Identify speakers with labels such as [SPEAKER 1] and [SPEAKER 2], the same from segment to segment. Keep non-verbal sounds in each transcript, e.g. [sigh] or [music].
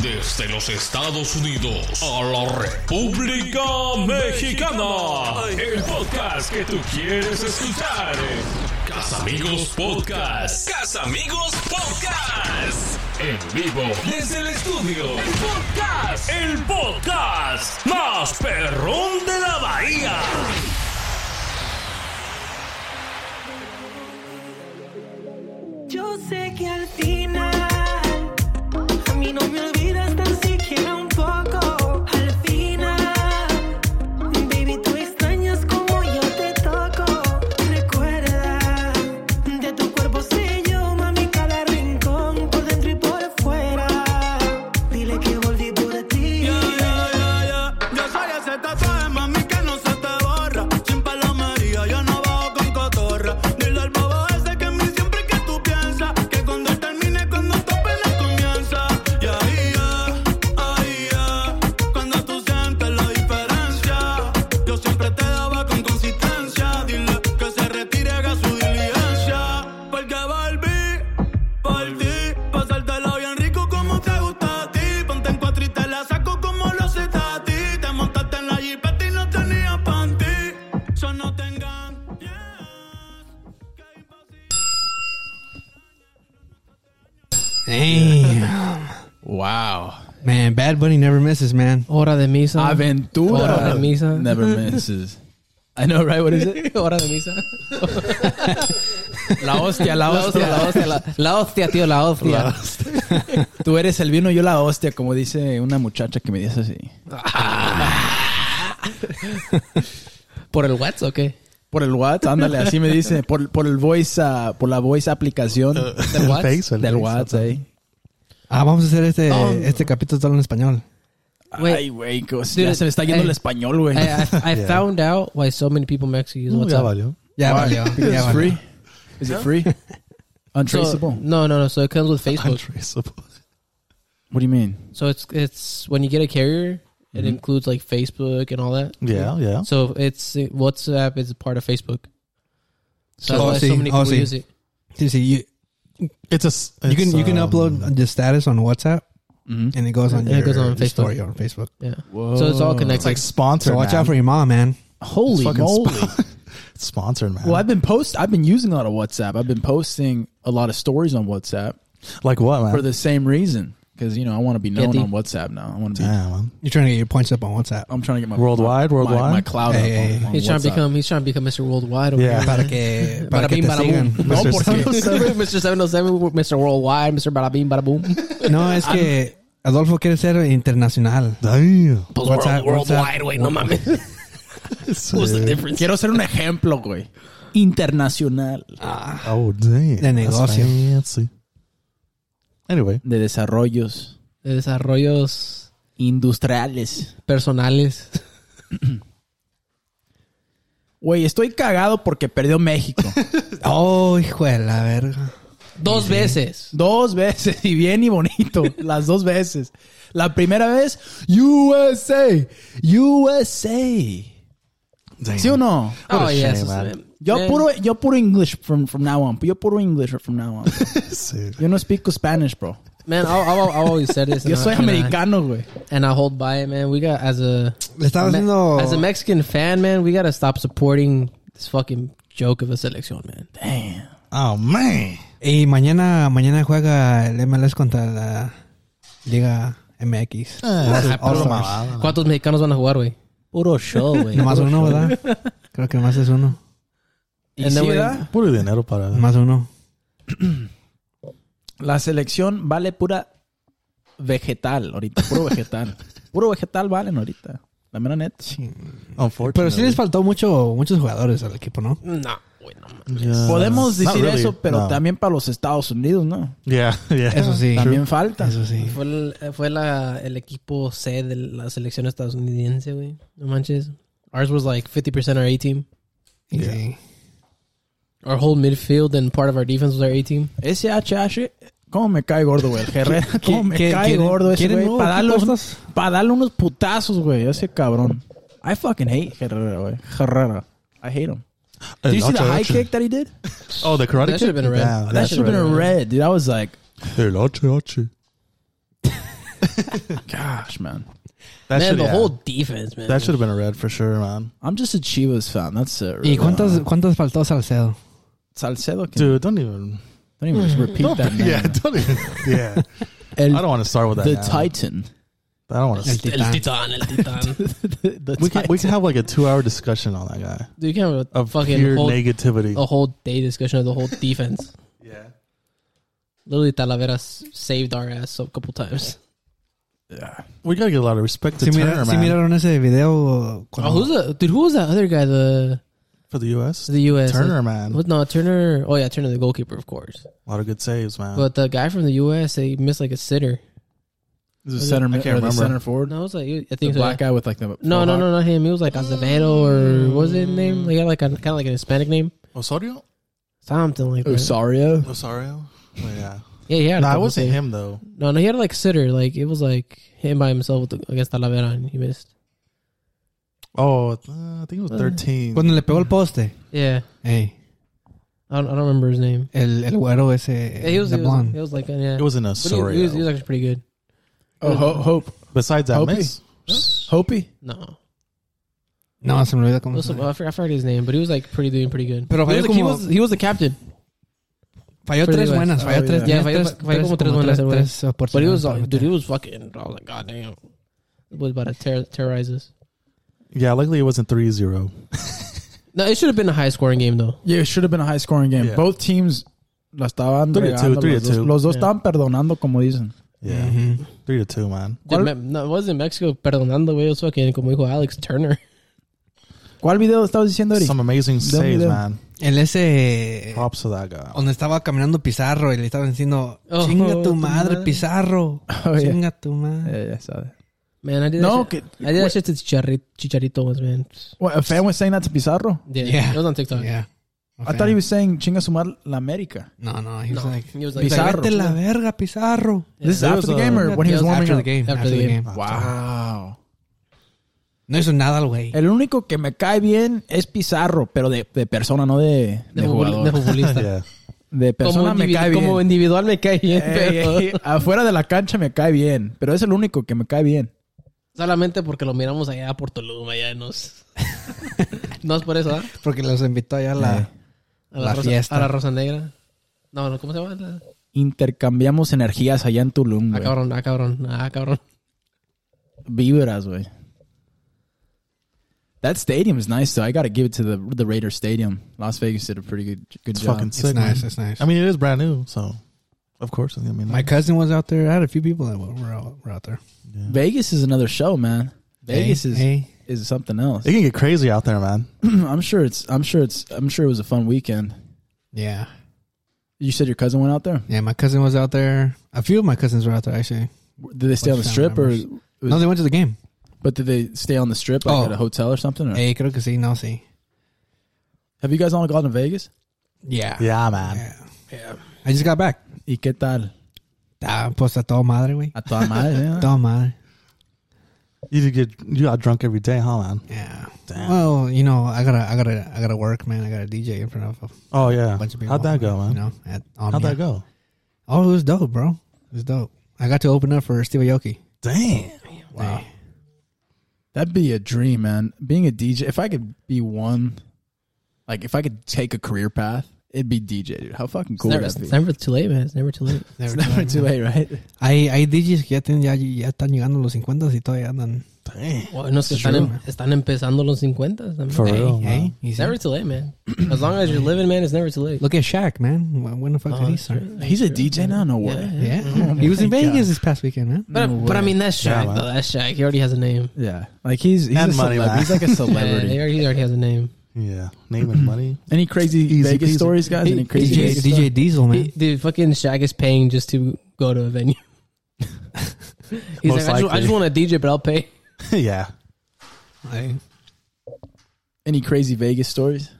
[SPEAKER 1] Desde los Estados Unidos a la República Mexicana. El podcast que tú quieres escuchar. Casamigos Podcast. Casamigos Podcast. En vivo desde el estudio. El podcast. El podcast más perrón de la bahía.
[SPEAKER 2] Yo sé que al final a mí no me olvidas tan siquiera un poco. Al final, baby, tú extrañas como yo te toco. Recuerda de tu cuerpo sé yo, mami, cada rincón por dentro y por fuera. Dile que volví por ti.
[SPEAKER 3] Ya, ya, ya, ya. Yo soy ese tatuaje, mami, que no se te borra. Sin palomería, yo no bajo con cotorra. Dile al bobo ese que en mí siempre que tú piensas. Que cuando él termine, cuando tu pena comienza. Y ahí ya, ahí ya. Cuando tú sientes la diferencia. Yo siempre te daba con consistencia. Dile que se retire, haga su diligencia. Porque volví. Por ti, pasártelo bien rico como te gusta a ti. Ponte en cuatro y te la saco como lo haces a ti. Te montaste en la jipeta y no tenías panty. Yo no tengan.
[SPEAKER 4] Damn.
[SPEAKER 5] Wow.
[SPEAKER 4] Man, Bad Bunny never misses, man.
[SPEAKER 6] Hora de misa.
[SPEAKER 5] Aventura.
[SPEAKER 6] Hora de misa.
[SPEAKER 5] Never misses. I know, right? What is it?
[SPEAKER 6] [laughs] Hora de misa.
[SPEAKER 5] La hostia, la
[SPEAKER 6] La
[SPEAKER 5] hostia,
[SPEAKER 6] hostia, la hostia, la, la hostia, tío, la hostia.
[SPEAKER 5] Tú eres el vino, yo la hostia, como dice una muchacha que me dice así.
[SPEAKER 6] [laughs] ¿Por el WhatsApp o qué?
[SPEAKER 5] Por el WhatsApp, ándale, así me dice. Por, por el voice, ah, por la voice aplicación
[SPEAKER 6] ¿Del WhatsApp?
[SPEAKER 7] Face, el
[SPEAKER 5] del
[SPEAKER 7] Face,
[SPEAKER 5] WhatsApp. ahí.
[SPEAKER 4] Ah, vamos a hacer este, este capítulo todo en español.
[SPEAKER 6] Wait.
[SPEAKER 5] Ay, güey, co-
[SPEAKER 6] Dude,
[SPEAKER 5] ya se me está yendo
[SPEAKER 6] eh,
[SPEAKER 5] el español, güey.
[SPEAKER 6] I, I, I
[SPEAKER 7] Yeah.
[SPEAKER 6] found out why so many people in Mexico use
[SPEAKER 7] No, ya
[SPEAKER 6] WhatsApp.
[SPEAKER 7] valió.
[SPEAKER 4] Ya valió.
[SPEAKER 5] Because
[SPEAKER 4] Ya
[SPEAKER 5] it's
[SPEAKER 4] valió.
[SPEAKER 5] free. Is it free?
[SPEAKER 6] So,
[SPEAKER 5] Untraceable.
[SPEAKER 6] no, no, no. So it comes with Facebook.
[SPEAKER 7] Untraceable.
[SPEAKER 5] What do you mean?
[SPEAKER 6] So it's it's when you get a carrier, it includes like Facebook and all that.
[SPEAKER 7] Yeah, yeah.
[SPEAKER 6] So it's WhatsApp is a part of Facebook. So that's
[SPEAKER 4] Oh,
[SPEAKER 6] why
[SPEAKER 4] see.
[SPEAKER 6] so many
[SPEAKER 4] Oh,
[SPEAKER 6] people
[SPEAKER 4] see.
[SPEAKER 6] use it.
[SPEAKER 4] Sí, sí, you,
[SPEAKER 7] It's a. s-
[SPEAKER 4] you
[SPEAKER 7] it's,
[SPEAKER 4] can you can
[SPEAKER 7] um,
[SPEAKER 4] upload the status on WhatsApp
[SPEAKER 5] Mm-hmm.
[SPEAKER 4] and it goes on
[SPEAKER 6] And it
[SPEAKER 4] your
[SPEAKER 6] goes on Facebook.
[SPEAKER 4] story on Facebook.
[SPEAKER 6] Yeah. So it's all
[SPEAKER 7] It's
[SPEAKER 6] connected.
[SPEAKER 7] like sponsored.
[SPEAKER 4] So watch
[SPEAKER 7] man.
[SPEAKER 4] out for your mom, man.
[SPEAKER 5] Holy
[SPEAKER 7] fucking
[SPEAKER 5] moly.
[SPEAKER 7] [laughs] sponsored, man.
[SPEAKER 5] Well, I've been post. I've been using a lot of WhatsApp. I've been posting a lot of stories on WhatsApp
[SPEAKER 7] Like what, man?
[SPEAKER 5] for the same reason because you know I want to be known
[SPEAKER 6] Getty.
[SPEAKER 5] on WhatsApp now. I want to be.
[SPEAKER 7] Damn, man.
[SPEAKER 4] You're trying to get your points up on WhatsApp.
[SPEAKER 6] [laughs]
[SPEAKER 5] I'm trying to get my
[SPEAKER 7] Worldwide,
[SPEAKER 5] my,
[SPEAKER 7] worldwide?
[SPEAKER 5] my, my cloud.
[SPEAKER 4] Hey,
[SPEAKER 5] up on-
[SPEAKER 4] hey,
[SPEAKER 5] on
[SPEAKER 6] he's trying to
[SPEAKER 5] WhatsApp.
[SPEAKER 6] become he's trying to become Mr. Worldwide over [laughs]
[SPEAKER 7] Yeah.
[SPEAKER 6] here.
[SPEAKER 4] Para que, para
[SPEAKER 6] Bada
[SPEAKER 4] que
[SPEAKER 6] bing,
[SPEAKER 4] te sigan.
[SPEAKER 6] bada boom.
[SPEAKER 7] [laughs] Mr.
[SPEAKER 5] No, porque-
[SPEAKER 6] Mr. 707, Mr. Worldwide, Mr. Bada Bing, Bada Boom.
[SPEAKER 4] No, es que Adolfo quiere ser internacional.
[SPEAKER 7] Damn.
[SPEAKER 4] WhatsApp, WhatsApp.
[SPEAKER 6] wait, no mames.
[SPEAKER 5] Quiero ser un ejemplo, güey. Internacional
[SPEAKER 7] Oh,
[SPEAKER 4] De
[SPEAKER 7] damn. That's
[SPEAKER 4] negocio.
[SPEAKER 7] fancy. Anyway,
[SPEAKER 5] de desarrollos
[SPEAKER 6] De desarrollos
[SPEAKER 5] industriales.
[SPEAKER 6] personales.
[SPEAKER 5] Güey, estoy cagado porque perdió
[SPEAKER 6] [laughs]
[SPEAKER 5] México
[SPEAKER 4] Oh, hijo de la verga.
[SPEAKER 6] Dos veces.
[SPEAKER 5] dos veces y bien y bonito las dos veces. La primera vez USA, USA.
[SPEAKER 7] damn.
[SPEAKER 5] ¿Sí o no?
[SPEAKER 6] Oh, yes.
[SPEAKER 7] man.
[SPEAKER 5] Yo
[SPEAKER 6] Man.
[SPEAKER 5] puro, yo puro English from, from now on. Yo puro English from now on.
[SPEAKER 7] Sí.
[SPEAKER 5] Yo no speak Spanish, bro.
[SPEAKER 6] Man, I, I, I always
[SPEAKER 5] [laughs]
[SPEAKER 6] said this.
[SPEAKER 5] Yo
[SPEAKER 6] and I-
[SPEAKER 5] soy
[SPEAKER 6] and I-
[SPEAKER 5] americano, güey.
[SPEAKER 6] and I hold by it, man. We got as a
[SPEAKER 4] Le estaba
[SPEAKER 6] Me-
[SPEAKER 4] haciendo...
[SPEAKER 6] as a Mexican fan, man, we gotta stop supporting this fucking joke of a selección, man.
[SPEAKER 4] Ah.
[SPEAKER 5] Damn.
[SPEAKER 7] Oh, man.
[SPEAKER 4] Y mañana, mañana juega el MLS contra la Liga MX. All
[SPEAKER 7] Ah, puro
[SPEAKER 4] Stars.
[SPEAKER 7] mamada.
[SPEAKER 6] ¿Cuántos mexicanos van a jugar, güey? Puro show, güey.
[SPEAKER 4] Nomás uno, ¿verdad? Creo que nomás es uno.
[SPEAKER 5] ¿Y
[SPEAKER 6] And then
[SPEAKER 5] sí,
[SPEAKER 6] we-
[SPEAKER 5] verdad?
[SPEAKER 7] Puro dinero para.
[SPEAKER 4] Nomás uno.
[SPEAKER 5] La selección vale pura vegetal ahorita. Puro vegetal. puro vegetal valen ahorita. La mera neta.
[SPEAKER 7] Unfortunately.
[SPEAKER 4] Pero sí les faltó mucho, muchos jugadores al equipo, ¿no?
[SPEAKER 6] No, güey, no. man.
[SPEAKER 7] Yeah.
[SPEAKER 5] Podemos
[SPEAKER 7] Not
[SPEAKER 5] decir
[SPEAKER 7] really,
[SPEAKER 5] eso, pero
[SPEAKER 7] no.
[SPEAKER 5] también para los Estados Unidos, ¿no?
[SPEAKER 7] Yeah, yeah.
[SPEAKER 4] Eso sí.
[SPEAKER 5] También falta.
[SPEAKER 4] Eso sí.
[SPEAKER 6] Fue, el, fue la, el equipo C de la selección estadounidense, güey. No manches. Ours was like 50% our A team.
[SPEAKER 4] Y sí.
[SPEAKER 6] Our whole midfield and part of our defense was our A team.
[SPEAKER 5] Ese HH, ¿cómo me cae gordo, güey? El Herrera, ¿cómo me
[SPEAKER 4] qué-
[SPEAKER 5] cae
[SPEAKER 4] quieren-
[SPEAKER 5] gordo ese
[SPEAKER 4] quieren
[SPEAKER 5] güey?
[SPEAKER 4] nuevo
[SPEAKER 5] Para darle,
[SPEAKER 4] equipo
[SPEAKER 5] unos-
[SPEAKER 4] estos?
[SPEAKER 5] pa' darle unos putazos, güey, ese cabrón. I fucking hate Herrera, güey. Herrera. I hate him.
[SPEAKER 7] El
[SPEAKER 5] Did you see the
[SPEAKER 7] ocho,
[SPEAKER 5] high
[SPEAKER 7] ocho.
[SPEAKER 5] kick that he did?
[SPEAKER 7] Oh, the karate
[SPEAKER 6] That should have been a red.
[SPEAKER 7] Yeah,
[SPEAKER 6] That
[SPEAKER 5] That
[SPEAKER 7] that's
[SPEAKER 5] should have been a red, dude. I was like,
[SPEAKER 7] El ocho, ocho.
[SPEAKER 5] Gosh, man.
[SPEAKER 7] That
[SPEAKER 6] man,
[SPEAKER 7] should-
[SPEAKER 6] the
[SPEAKER 7] yeah.
[SPEAKER 6] whole defense, man.
[SPEAKER 7] that should have been a red for sure, man.
[SPEAKER 5] I'm just a Chivas fan. That's it.
[SPEAKER 4] ¿Y
[SPEAKER 5] really.
[SPEAKER 4] cuántas, cuántas faltó Salcedo?
[SPEAKER 5] Salcedo can
[SPEAKER 7] Dude, don't even.
[SPEAKER 5] Don't even just repeat that name.
[SPEAKER 7] Yeah, [laughs] don't even. Yeah,
[SPEAKER 5] El-
[SPEAKER 7] I don't want to start with that.
[SPEAKER 5] the
[SPEAKER 7] now.
[SPEAKER 5] Titan.
[SPEAKER 7] I don't want to.
[SPEAKER 4] El Titán.
[SPEAKER 6] El titán, el
[SPEAKER 4] [laughs]
[SPEAKER 6] titán.
[SPEAKER 5] The, the
[SPEAKER 7] [laughs] We can,
[SPEAKER 5] Titan.
[SPEAKER 7] we can have like a two-hour discussion on that guy
[SPEAKER 6] Dude, you can't have a
[SPEAKER 7] of
[SPEAKER 6] fucking oh.
[SPEAKER 7] pure
[SPEAKER 6] whole,
[SPEAKER 7] negativity.
[SPEAKER 6] a whole day discussion of the whole defense.
[SPEAKER 7] [laughs] Yeah.
[SPEAKER 6] Literally, Talavera s- saved our ass a couple times.
[SPEAKER 7] We gotta get a lot of respect to
[SPEAKER 4] ¿Sí, mira-
[SPEAKER 7] Turner,
[SPEAKER 4] sí
[SPEAKER 7] man,
[SPEAKER 4] miraron ese video?
[SPEAKER 6] Oh,
[SPEAKER 4] cuando-
[SPEAKER 6] [laughs] who's the dude? Who was that other guy? The
[SPEAKER 7] for the U.S.
[SPEAKER 6] the U.S.
[SPEAKER 7] Turner, man,
[SPEAKER 6] What? No, Turner. Oh yeah, Turner, the goalkeeper, of course.
[SPEAKER 7] a lot of good saves, man.
[SPEAKER 6] But the guy from the U.S. He missed like a sitter.
[SPEAKER 5] the center,
[SPEAKER 7] I
[SPEAKER 5] mid-
[SPEAKER 7] can't
[SPEAKER 5] or the
[SPEAKER 7] remember.
[SPEAKER 5] center forward.
[SPEAKER 6] No, it was like I
[SPEAKER 5] The
[SPEAKER 6] think so,
[SPEAKER 5] black
[SPEAKER 6] yeah.
[SPEAKER 5] guy with like the
[SPEAKER 6] No, no,
[SPEAKER 5] mohawk.
[SPEAKER 6] no, not him. He was like Azevedo or what was his name? He had like a kind of like an Hispanic name,
[SPEAKER 7] Osorio,
[SPEAKER 6] something like that.
[SPEAKER 5] Osario.
[SPEAKER 7] Osorio. Oh, yeah,
[SPEAKER 6] Yeah, yeah.
[SPEAKER 7] no, I wasn't him though.
[SPEAKER 6] No, no, he had like a sitter. Like it was like him by himself with the, against Talavera, and he missed.
[SPEAKER 7] Oh, uh, I think it was thirteen.
[SPEAKER 4] Cuando le pegó el poste.
[SPEAKER 6] Yeah,
[SPEAKER 4] Ey,
[SPEAKER 6] I don't, I don't remember his name.
[SPEAKER 4] el, el güero ese.
[SPEAKER 6] Yeah, he was,
[SPEAKER 4] the
[SPEAKER 6] he was,
[SPEAKER 4] blonde.
[SPEAKER 6] he was like uh, yeah.
[SPEAKER 7] It was an
[SPEAKER 6] But he, he
[SPEAKER 7] Osorio.
[SPEAKER 6] was, he was actually pretty good.
[SPEAKER 5] Oh, Ho- Hope.
[SPEAKER 7] Besides that
[SPEAKER 5] Hopi.
[SPEAKER 7] miss,
[SPEAKER 5] Hopi.
[SPEAKER 6] No,
[SPEAKER 4] No, se me olvidó
[SPEAKER 6] It
[SPEAKER 4] cómo
[SPEAKER 6] was,
[SPEAKER 4] se
[SPEAKER 6] some- I, forgot, I forgot his name, but he was like pretty doing pretty good.
[SPEAKER 4] Pero
[SPEAKER 6] he
[SPEAKER 4] falló
[SPEAKER 6] was, the- he,
[SPEAKER 4] como-
[SPEAKER 6] was, he was the captain,
[SPEAKER 4] Falló
[SPEAKER 6] Pero
[SPEAKER 4] tres
[SPEAKER 6] igual.
[SPEAKER 4] buenas, falló
[SPEAKER 5] Oh,
[SPEAKER 4] tres. tenía
[SPEAKER 5] yeah.
[SPEAKER 6] Yeah, falló-
[SPEAKER 4] tres-
[SPEAKER 6] falló como tres
[SPEAKER 4] como
[SPEAKER 6] buenas,
[SPEAKER 4] tres-
[SPEAKER 6] güey.
[SPEAKER 4] tres eh,
[SPEAKER 6] but he
[SPEAKER 4] oportunidades
[SPEAKER 6] was
[SPEAKER 4] para
[SPEAKER 6] like, dude,
[SPEAKER 4] meter.
[SPEAKER 6] he was fucking. I was like, god damn, it was about to terror, terrorize us.
[SPEAKER 7] yeah, luckily it wasn't 3-0.
[SPEAKER 6] No, it should have been a high scoring game though.
[SPEAKER 5] Yeah, it should have been a high scoring game.
[SPEAKER 7] Yeah.
[SPEAKER 5] Both teams la estaban
[SPEAKER 7] Three to two,
[SPEAKER 5] regando
[SPEAKER 7] three
[SPEAKER 5] los
[SPEAKER 7] to
[SPEAKER 5] dos.
[SPEAKER 7] two.
[SPEAKER 5] Los dos
[SPEAKER 6] Yeah.
[SPEAKER 5] estaban perdonando, como dicen.
[SPEAKER 7] Yeah, three to two, man.
[SPEAKER 6] Dude,
[SPEAKER 5] ¿Cuál-
[SPEAKER 6] Me- Um, no, it wasn't Mexico perdonando, güey. It was fucking como dijo Alex Turner. [laughs]
[SPEAKER 5] ¿Cuál video estabas diciendo, Eric?
[SPEAKER 7] Some amazing saves,
[SPEAKER 5] them.
[SPEAKER 7] man.
[SPEAKER 4] El ese.
[SPEAKER 7] Props to that guy.
[SPEAKER 4] Donde estaba caminando Pizarro y le estaban diciendo,
[SPEAKER 6] Oh,
[SPEAKER 4] chinga
[SPEAKER 6] tu
[SPEAKER 4] tu madre,
[SPEAKER 6] madre. [laughs]
[SPEAKER 4] Pizarro.
[SPEAKER 5] Oh, yeah.
[SPEAKER 4] Chinga tu madre.
[SPEAKER 5] Yeah, yeah, sabe.
[SPEAKER 6] Man, I did
[SPEAKER 5] No,
[SPEAKER 6] that shit.
[SPEAKER 5] que-
[SPEAKER 6] I did that shit to Chicharri- Chicharito once, man.
[SPEAKER 5] What, a fan was saying that to Pizarro?
[SPEAKER 6] Yeah,
[SPEAKER 4] Yeah.
[SPEAKER 6] it was on TikTok.
[SPEAKER 4] Yeah.
[SPEAKER 5] I thought he was saying chinga su madre la América.
[SPEAKER 4] No, no, he was
[SPEAKER 6] No,
[SPEAKER 4] like,
[SPEAKER 6] he was like-
[SPEAKER 4] Pizarro.
[SPEAKER 5] Pizarro.
[SPEAKER 4] Vete la verga, Pizarro.
[SPEAKER 5] This is
[SPEAKER 7] There
[SPEAKER 5] after
[SPEAKER 7] was
[SPEAKER 5] the
[SPEAKER 7] a-
[SPEAKER 5] game or when he was
[SPEAKER 4] After
[SPEAKER 5] warming
[SPEAKER 4] the
[SPEAKER 5] up?
[SPEAKER 4] game,
[SPEAKER 6] After
[SPEAKER 4] after
[SPEAKER 6] the
[SPEAKER 4] the
[SPEAKER 6] game.
[SPEAKER 4] game.
[SPEAKER 5] Wow.
[SPEAKER 4] No hizo nada el güey.
[SPEAKER 5] El único que me cae bien es Pizarro, pero de, de persona, no de, de,
[SPEAKER 6] De, futbol-
[SPEAKER 5] jugador.
[SPEAKER 6] de futbolista.
[SPEAKER 5] [laughs]
[SPEAKER 7] yeah,
[SPEAKER 5] De
[SPEAKER 6] como,
[SPEAKER 5] persona me
[SPEAKER 6] individu-
[SPEAKER 5] cae bien.
[SPEAKER 6] como individual me cae bien,
[SPEAKER 5] Ey,
[SPEAKER 6] pero
[SPEAKER 5] ey, afuera de la cancha me cae bien, pero es el único que me cae bien.
[SPEAKER 6] solamente porque lo miramos allá por Tulum, allá
[SPEAKER 7] [laughs]
[SPEAKER 6] nos... no es por eso, ¿ah?
[SPEAKER 4] Porque los invitó allá a la...
[SPEAKER 5] Eh.
[SPEAKER 6] A
[SPEAKER 4] La
[SPEAKER 6] Rosa,
[SPEAKER 4] fiesta.
[SPEAKER 6] A la Rosa Negra. No, no, ¿cómo se llama? La-
[SPEAKER 5] Intercambiamos energías allá en Tulum,
[SPEAKER 6] Ah,
[SPEAKER 5] güey.
[SPEAKER 6] cabrón, ah, cabrón, ah, cabrón.
[SPEAKER 5] Vibras, güey. That stadium is nice, though. I gotta give it to the the Raider Stadium. Las Vegas did a pretty good good
[SPEAKER 7] it's
[SPEAKER 5] job.
[SPEAKER 7] fucking
[SPEAKER 4] It's
[SPEAKER 7] sick. man.
[SPEAKER 4] nice, it's nice.
[SPEAKER 7] I mean, it is brand new, so of course it's gonna be nice.
[SPEAKER 4] My cousin was out there. I had a few people that were, were, out, were out there.
[SPEAKER 5] Vegas is another show, man. Vegas
[SPEAKER 4] Hey,
[SPEAKER 5] is
[SPEAKER 4] hey.
[SPEAKER 5] is something else.
[SPEAKER 7] It can get crazy out there, man.
[SPEAKER 5] [clears throat] I'm sure it's. I'm sure it's. I'm sure it was a fun weekend.
[SPEAKER 4] Yeah.
[SPEAKER 5] You said your cousin went out there.
[SPEAKER 4] Yeah, my cousin was out there. A few of my cousins were out there, actually.
[SPEAKER 5] Did they stay on the
[SPEAKER 4] Bunch of
[SPEAKER 5] strip, or
[SPEAKER 4] family No, they went to the game.
[SPEAKER 5] but did they stay on the strip like
[SPEAKER 4] Oh.
[SPEAKER 5] at a hotel or something? or-
[SPEAKER 4] Hey, creo que sí, no, sí.
[SPEAKER 5] Have you guys all gone to Vegas?
[SPEAKER 4] Yeah.
[SPEAKER 7] Yeah, man.
[SPEAKER 4] Yeah. I just got back.
[SPEAKER 5] ¿Y qué tal?
[SPEAKER 4] Ah, pues a toda madre, güey.
[SPEAKER 5] A toda [laughs] madre, ¿eh?
[SPEAKER 4] Toda madre.
[SPEAKER 7] You did get you got drunk every day, huh, man?
[SPEAKER 4] Yeah. Well, you know, I gotta, I gotta, I gotta work, man. I gotta DJ in front of
[SPEAKER 7] Oh yeah.
[SPEAKER 4] a bunch of people.
[SPEAKER 7] How'd that go, man?
[SPEAKER 4] You know, at Omnia.
[SPEAKER 7] How'd that go?
[SPEAKER 4] Oh, it was dope, bro. It was dope. I got to open up for Steve Aoki.
[SPEAKER 7] Damn.
[SPEAKER 4] Wow.
[SPEAKER 5] That'd be a dream, man. Being a DJ. If I could be one, like if I could take a career path, it'd be DJ, dude. How fucking cool
[SPEAKER 6] It's
[SPEAKER 5] would
[SPEAKER 6] never,
[SPEAKER 5] that be?
[SPEAKER 6] it's never too late, man. It's never too
[SPEAKER 7] [laughs]
[SPEAKER 6] late.
[SPEAKER 4] Never
[SPEAKER 5] It's never too late, right?
[SPEAKER 4] Hay, hay DJs que ya, tienen- ya, ya están llegando a los 50 y todavía andan.
[SPEAKER 7] Damn.
[SPEAKER 6] Bueno, es que están, em- están empezando los 50. también.
[SPEAKER 7] For
[SPEAKER 6] Hey,
[SPEAKER 7] real,
[SPEAKER 4] Hey,
[SPEAKER 7] man.
[SPEAKER 4] you
[SPEAKER 6] It's
[SPEAKER 4] see?
[SPEAKER 6] never too late, man. As long as you're living, man, it's never too late.
[SPEAKER 4] Look at Shaq, man. When- When the fuck
[SPEAKER 6] Oh,
[SPEAKER 4] did he
[SPEAKER 6] that's
[SPEAKER 4] start?
[SPEAKER 6] true.
[SPEAKER 5] He's a DJ now. No way.
[SPEAKER 6] Yeah.
[SPEAKER 4] Yeah. Oh he was in Vegas this past weekend, man.
[SPEAKER 6] But, but I mean, that's
[SPEAKER 7] Yeah,
[SPEAKER 6] Shaq,
[SPEAKER 7] man.
[SPEAKER 6] though. That's Shaq. He already has a name.
[SPEAKER 5] Yeah, like he's he's,
[SPEAKER 7] And
[SPEAKER 5] a
[SPEAKER 7] money,
[SPEAKER 5] celeb-
[SPEAKER 7] man.
[SPEAKER 5] he's like a [laughs]
[SPEAKER 6] Yeah,
[SPEAKER 5] celebrity.
[SPEAKER 6] he, already, he already has a name.
[SPEAKER 7] Yeah. Name
[SPEAKER 6] [clears throat]
[SPEAKER 7] and money. [laughs]
[SPEAKER 5] Any crazy
[SPEAKER 7] Easy
[SPEAKER 5] Vegas
[SPEAKER 7] peasy.
[SPEAKER 5] stories, guys? Any crazy
[SPEAKER 4] DJ,
[SPEAKER 5] Vegas
[SPEAKER 4] DJ Diesel, man.
[SPEAKER 6] He, dude, fucking Shaq is paying just to go to a
[SPEAKER 7] [laughs]
[SPEAKER 6] venue. He's
[SPEAKER 7] Most
[SPEAKER 6] like, I just, I
[SPEAKER 7] likely.
[SPEAKER 6] just want to DJ, but I'll pay.
[SPEAKER 7] yeah.
[SPEAKER 4] Hey.
[SPEAKER 5] Any crazy Vegas stories?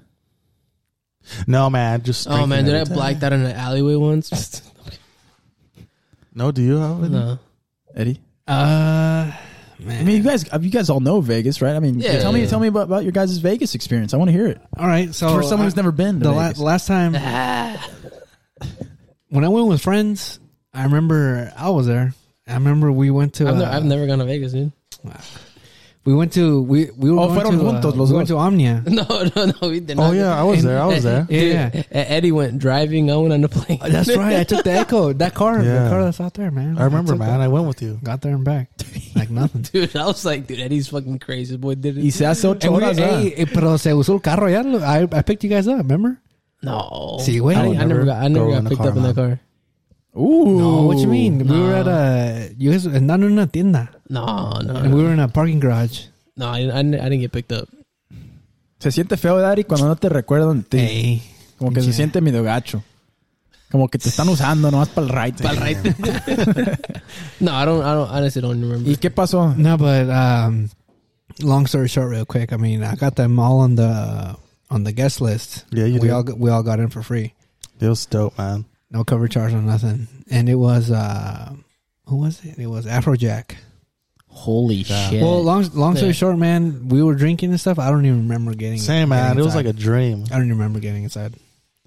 [SPEAKER 7] No, man. Just
[SPEAKER 6] Oh, man,
[SPEAKER 7] drinking
[SPEAKER 6] dude, I
[SPEAKER 7] every day.
[SPEAKER 6] blacked out in an alleyway
[SPEAKER 4] [laughs]
[SPEAKER 6] once. [laughs]
[SPEAKER 7] No, do you have any?
[SPEAKER 6] no.
[SPEAKER 5] Eddie?
[SPEAKER 4] Uh,
[SPEAKER 5] I
[SPEAKER 4] man.
[SPEAKER 5] mean, you guys, uh, you guys all know Vegas, right? I mean,
[SPEAKER 6] Yeah.
[SPEAKER 5] tell me,
[SPEAKER 6] Yeah.
[SPEAKER 5] tell me about, about your guys' Vegas experience. I want to hear it
[SPEAKER 4] All right, so
[SPEAKER 5] for someone who's
[SPEAKER 4] Oh, I-
[SPEAKER 5] never been. To
[SPEAKER 4] the la-
[SPEAKER 5] Vegas.
[SPEAKER 4] last
[SPEAKER 6] [laughs]
[SPEAKER 4] time when I went with friends, I remember I was there. I remember we went to.
[SPEAKER 6] I've, ne-
[SPEAKER 4] uh,
[SPEAKER 6] I've never gone to Vegas, dude. [laughs]
[SPEAKER 4] We went to we we were
[SPEAKER 5] Oh,
[SPEAKER 4] going
[SPEAKER 5] fueron
[SPEAKER 4] to, uh,
[SPEAKER 5] juntos los
[SPEAKER 4] we went
[SPEAKER 5] dos.
[SPEAKER 4] to Omnia.
[SPEAKER 6] No, no, no. We did not.
[SPEAKER 7] Oh yeah, I was
[SPEAKER 4] And-
[SPEAKER 7] there. I was
[SPEAKER 6] [laughs]
[SPEAKER 7] there.
[SPEAKER 4] Yeah, yeah.
[SPEAKER 6] Dude, E- Eddie went driving. I went on the plane.
[SPEAKER 4] Oh,
[SPEAKER 6] [laughs]
[SPEAKER 4] That's right. I took the Echo, that car,
[SPEAKER 7] Yeah.
[SPEAKER 4] the car that's out there, man.
[SPEAKER 7] I remember,
[SPEAKER 4] took
[SPEAKER 7] man. I went with you.
[SPEAKER 4] that. Got there and back like [laughs] nothing.
[SPEAKER 6] Dude, I was like, dude, Eddie's fucking crazy. Boy, did
[SPEAKER 5] Y
[SPEAKER 6] it?
[SPEAKER 5] se hace ocho
[SPEAKER 4] And we,
[SPEAKER 5] horas,
[SPEAKER 4] hey,
[SPEAKER 5] ¿verdad?
[SPEAKER 4] eh, pero se usó el carro ya. Look, I, I picked you guys up. Remember?
[SPEAKER 6] No.
[SPEAKER 4] Sí, güey.
[SPEAKER 6] I, I
[SPEAKER 7] I would
[SPEAKER 6] never
[SPEAKER 7] never
[SPEAKER 6] got, I never
[SPEAKER 7] go in
[SPEAKER 6] got
[SPEAKER 7] a
[SPEAKER 6] picked
[SPEAKER 7] car,
[SPEAKER 6] up in that car.
[SPEAKER 5] Ooh.
[SPEAKER 4] No, Oh, what you mean? We were at
[SPEAKER 6] no.
[SPEAKER 4] a you guys uh, not in una tienda,
[SPEAKER 6] No,
[SPEAKER 7] Uh.
[SPEAKER 6] no,
[SPEAKER 4] and
[SPEAKER 6] no.
[SPEAKER 4] we were in a parking garage.
[SPEAKER 6] no I, I, didn't- I didn't
[SPEAKER 4] [laughs]
[SPEAKER 6] get picked up.
[SPEAKER 5] Se siente feo, Dari, cuando no te recuerdan de ti.
[SPEAKER 4] Hey,
[SPEAKER 5] Como que se
[SPEAKER 4] pinche-
[SPEAKER 5] siente medio gacho. Como que te están usando nomás para el right.
[SPEAKER 6] Pal right. [laughs] no, I don't. I don't. Honestly, don't remember.
[SPEAKER 5] ¿Y qué pasó?
[SPEAKER 4] No, but um, long story short, real quick. I mean, I got them all on the on the guest list.
[SPEAKER 7] Yeah, you
[SPEAKER 4] we
[SPEAKER 7] did.
[SPEAKER 4] all got- we all got in for free,
[SPEAKER 7] It was dope, man.
[SPEAKER 4] no cover charge or nothing. And it was uh, who was it? It was Afrojack.
[SPEAKER 6] Holy shit!
[SPEAKER 4] Well, long long story
[SPEAKER 6] Yeah.
[SPEAKER 4] short, man, we were drinking and stuff. I don't even remember getting
[SPEAKER 7] Same, man.
[SPEAKER 4] getting
[SPEAKER 7] It was like
[SPEAKER 4] inside.
[SPEAKER 7] a dream.
[SPEAKER 4] I don't even remember getting inside.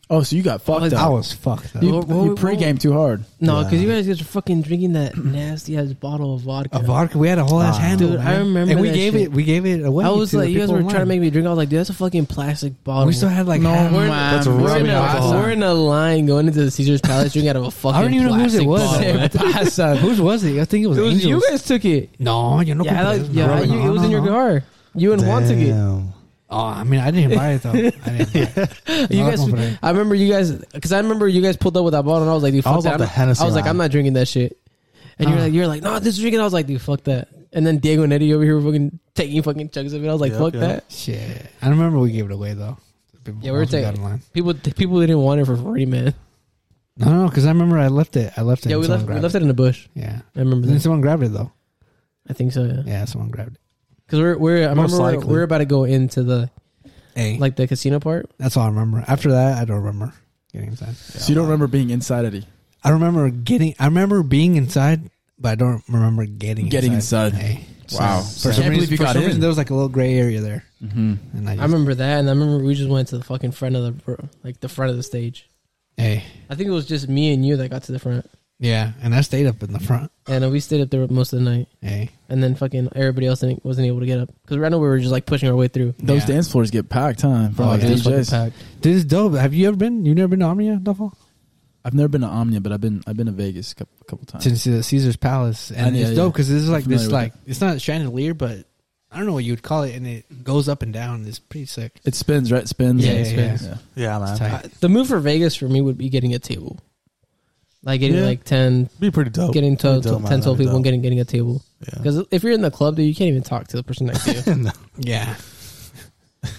[SPEAKER 5] Oh, so you got fucked
[SPEAKER 4] I
[SPEAKER 5] up.
[SPEAKER 4] was fucked up.
[SPEAKER 5] You,
[SPEAKER 6] What- what-
[SPEAKER 5] you pregame too hard.
[SPEAKER 6] no, because you guys are fucking drinking that nasty ass bottle of vodka.
[SPEAKER 4] A vodka. We had a whole ass handle.
[SPEAKER 6] Dude, I
[SPEAKER 4] man.
[SPEAKER 6] remember
[SPEAKER 4] And we
[SPEAKER 6] that
[SPEAKER 4] gave
[SPEAKER 6] shit.
[SPEAKER 4] it. We gave it away.
[SPEAKER 6] I was
[SPEAKER 4] to the
[SPEAKER 6] like, you guys
[SPEAKER 4] people
[SPEAKER 6] were
[SPEAKER 4] in
[SPEAKER 6] trying to
[SPEAKER 4] line.
[SPEAKER 6] make me drink. I was like, dude, that's a fucking plastic bottle.
[SPEAKER 4] We still had like
[SPEAKER 5] No,
[SPEAKER 4] half-
[SPEAKER 6] we're,
[SPEAKER 7] That's
[SPEAKER 6] we're
[SPEAKER 7] really
[SPEAKER 6] in a,
[SPEAKER 7] alcohol.
[SPEAKER 6] we're in a line going into the Caesar's Palace drinking out of a fucking.
[SPEAKER 4] I don't even know whose it
[SPEAKER 6] plastic
[SPEAKER 4] was.
[SPEAKER 6] [laughs] bottle, man.
[SPEAKER 4] Whose was it? I think it was,
[SPEAKER 6] It was- you
[SPEAKER 4] Angel's.
[SPEAKER 6] guys took it.
[SPEAKER 4] No, you know.
[SPEAKER 6] yeah, I like- yeah,
[SPEAKER 7] No,
[SPEAKER 6] you, it was in your car. You and Juan took it.
[SPEAKER 7] Damn.
[SPEAKER 4] Oh, I mean, I didn't buy it though. I didn't buy it.
[SPEAKER 6] You
[SPEAKER 4] No, I
[SPEAKER 6] guys,
[SPEAKER 4] don't believe it.
[SPEAKER 6] I remember you guys because I remember you guys pulled up with that bottle and I was like, dude,
[SPEAKER 7] I
[SPEAKER 6] fuck
[SPEAKER 7] was
[SPEAKER 6] that.
[SPEAKER 7] off the
[SPEAKER 6] I'm-
[SPEAKER 7] Hennessy Ah.
[SPEAKER 6] I was like,
[SPEAKER 7] line.
[SPEAKER 6] I'm not drinking that shit. And you're
[SPEAKER 4] Uh.
[SPEAKER 6] like, you're like, no, this is drinking. I was like, dude, fuck that. And then Diego and Eddie over here were fucking taking fucking chugs of it. I was like,
[SPEAKER 7] Yep,
[SPEAKER 6] fuck
[SPEAKER 7] yep.
[SPEAKER 6] that.
[SPEAKER 4] Shit. I remember we gave it away though.
[SPEAKER 6] Yeah, we were
[SPEAKER 4] Once got
[SPEAKER 6] taking-
[SPEAKER 4] in line.
[SPEAKER 6] People, people didn't want it for free, man.
[SPEAKER 4] No, no, because I remember I left it. I left it.
[SPEAKER 6] Yeah,
[SPEAKER 4] and
[SPEAKER 6] we
[SPEAKER 4] someone
[SPEAKER 6] left, we
[SPEAKER 4] grabbed
[SPEAKER 6] left it in the bush.
[SPEAKER 4] it. Yeah,
[SPEAKER 6] I remember
[SPEAKER 4] and then
[SPEAKER 6] that.
[SPEAKER 4] someone grabbed it though.
[SPEAKER 6] I think so. Yeah,
[SPEAKER 4] Yeah, someone grabbed it.
[SPEAKER 6] because we're we're I
[SPEAKER 7] Most
[SPEAKER 6] remember we're,
[SPEAKER 7] likely.
[SPEAKER 6] we're about to go into the
[SPEAKER 4] Hey, like
[SPEAKER 6] like the casino part.
[SPEAKER 4] that's all I remember. After that, I don't remember getting inside.
[SPEAKER 5] So you don't remember being inside Eddie.
[SPEAKER 4] I remember getting. I remember being inside, but I don't remember getting
[SPEAKER 5] Getting inside.
[SPEAKER 4] Hey.
[SPEAKER 5] Wow.
[SPEAKER 4] For some,
[SPEAKER 5] Can't believe
[SPEAKER 4] reason,
[SPEAKER 5] you
[SPEAKER 4] for
[SPEAKER 5] got
[SPEAKER 4] some
[SPEAKER 5] in.
[SPEAKER 4] reason, there was like a little gray area there,
[SPEAKER 5] Mm-hmm.
[SPEAKER 4] and I,
[SPEAKER 6] I
[SPEAKER 4] just,
[SPEAKER 6] remember that, and I remember we just went to the fucking front of the like the front of the stage.
[SPEAKER 4] hey,
[SPEAKER 6] I think it was just me and you that got to the front,
[SPEAKER 4] yeah, and I stayed up in the front.
[SPEAKER 6] and we stayed up there most of the night.
[SPEAKER 4] Hey,
[SPEAKER 6] and then fucking everybody else didn't, wasn't able to get up because right now we were just like pushing our way through.
[SPEAKER 5] Those
[SPEAKER 4] Yeah.
[SPEAKER 5] dance floors get packed, huh? For
[SPEAKER 4] Oh,
[SPEAKER 5] like
[SPEAKER 4] yeah.
[SPEAKER 6] It was fucking
[SPEAKER 5] DJs.
[SPEAKER 6] packed.
[SPEAKER 4] this is dope. Have you ever been? You've never been to Omnia, Duffel?
[SPEAKER 5] I've never been to Omnia, but I've been I've been to Vegas a couple, couple times.
[SPEAKER 4] Since the Caesar's Palace, and
[SPEAKER 5] Yeah,
[SPEAKER 4] it's
[SPEAKER 5] yeah.
[SPEAKER 4] dope because this is like
[SPEAKER 5] familiar
[SPEAKER 4] this
[SPEAKER 5] with
[SPEAKER 4] like it's not a chandelier, but I don't know what you would call it, and it goes up and down. It's pretty sick.
[SPEAKER 5] It spins, right? It spins.
[SPEAKER 4] Yeah,
[SPEAKER 6] it spins.
[SPEAKER 7] Yeah,
[SPEAKER 4] It's
[SPEAKER 7] man.
[SPEAKER 4] tight.
[SPEAKER 6] I- the move for Vegas for me would be getting a table, like getting
[SPEAKER 7] Yeah. Oh,
[SPEAKER 6] like ten,
[SPEAKER 7] Be pretty dope.
[SPEAKER 6] getting to,
[SPEAKER 7] That'd
[SPEAKER 6] to
[SPEAKER 7] be dope, man.
[SPEAKER 6] 10, 12
[SPEAKER 7] That'd be
[SPEAKER 6] people, and
[SPEAKER 7] dope.
[SPEAKER 6] getting getting a table.
[SPEAKER 7] Yeah.
[SPEAKER 6] Because if you're in the club, dude, you can't even talk to the person next to you.
[SPEAKER 7] [laughs]
[SPEAKER 4] Yeah,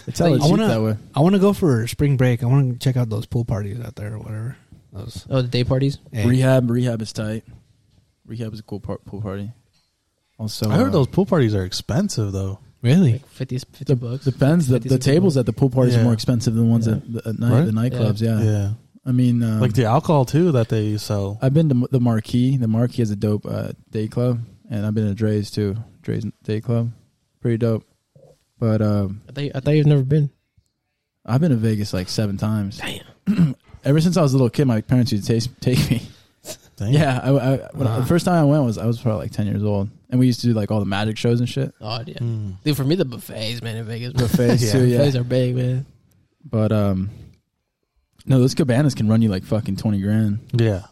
[SPEAKER 5] It's hella
[SPEAKER 4] I
[SPEAKER 5] cheap
[SPEAKER 4] wanna-
[SPEAKER 5] that way.
[SPEAKER 4] I want to go for spring break. I want to check out those pool parties out there or whatever. Those
[SPEAKER 6] oh, the day parties.
[SPEAKER 4] hey.
[SPEAKER 5] Rehab, rehab is tight. Rehab is a cool par- pool party. Also,
[SPEAKER 7] I
[SPEAKER 5] uh,
[SPEAKER 7] heard those pool parties are expensive though.
[SPEAKER 4] really?
[SPEAKER 6] Like 50, 50
[SPEAKER 5] de-
[SPEAKER 6] bucks.
[SPEAKER 5] depends. The, the
[SPEAKER 6] 50
[SPEAKER 5] tables at the pool parties
[SPEAKER 7] Yeah.
[SPEAKER 5] are more expensive than the ones
[SPEAKER 6] Yeah.
[SPEAKER 5] at the, at night,
[SPEAKER 7] Right?
[SPEAKER 5] the nightclubs. Yeah.
[SPEAKER 7] Yeah.
[SPEAKER 5] I mean, um,
[SPEAKER 7] like the alcohol too that they sell.
[SPEAKER 5] I've been to the Marquee. The Marquee is a dope uh, day club, and I've been to Dre's too. Dre's day club, pretty dope. But um,
[SPEAKER 6] I thought, you- I thought you've never been.
[SPEAKER 5] I've been to Vegas like seven times. [clears throat] Ever since I was a little kid, my parents used to taste, take me.
[SPEAKER 7] Damn.
[SPEAKER 5] Yeah, I, I, when I-
[SPEAKER 4] Wow.
[SPEAKER 5] the first time I went was I was probably like ten years old, and we used to do like all the magic shows and shit.
[SPEAKER 6] Oh yeah,
[SPEAKER 7] Mm.
[SPEAKER 6] dude. For me, the buffets, man, in Vegas.
[SPEAKER 5] [laughs]
[SPEAKER 6] bro.
[SPEAKER 5] Buffets
[SPEAKER 7] [laughs] Yeah.
[SPEAKER 5] too, yeah.
[SPEAKER 6] Buffets are big, man.
[SPEAKER 5] But um, no, those cabanas can run you like fucking twenty grand.
[SPEAKER 7] Yeah.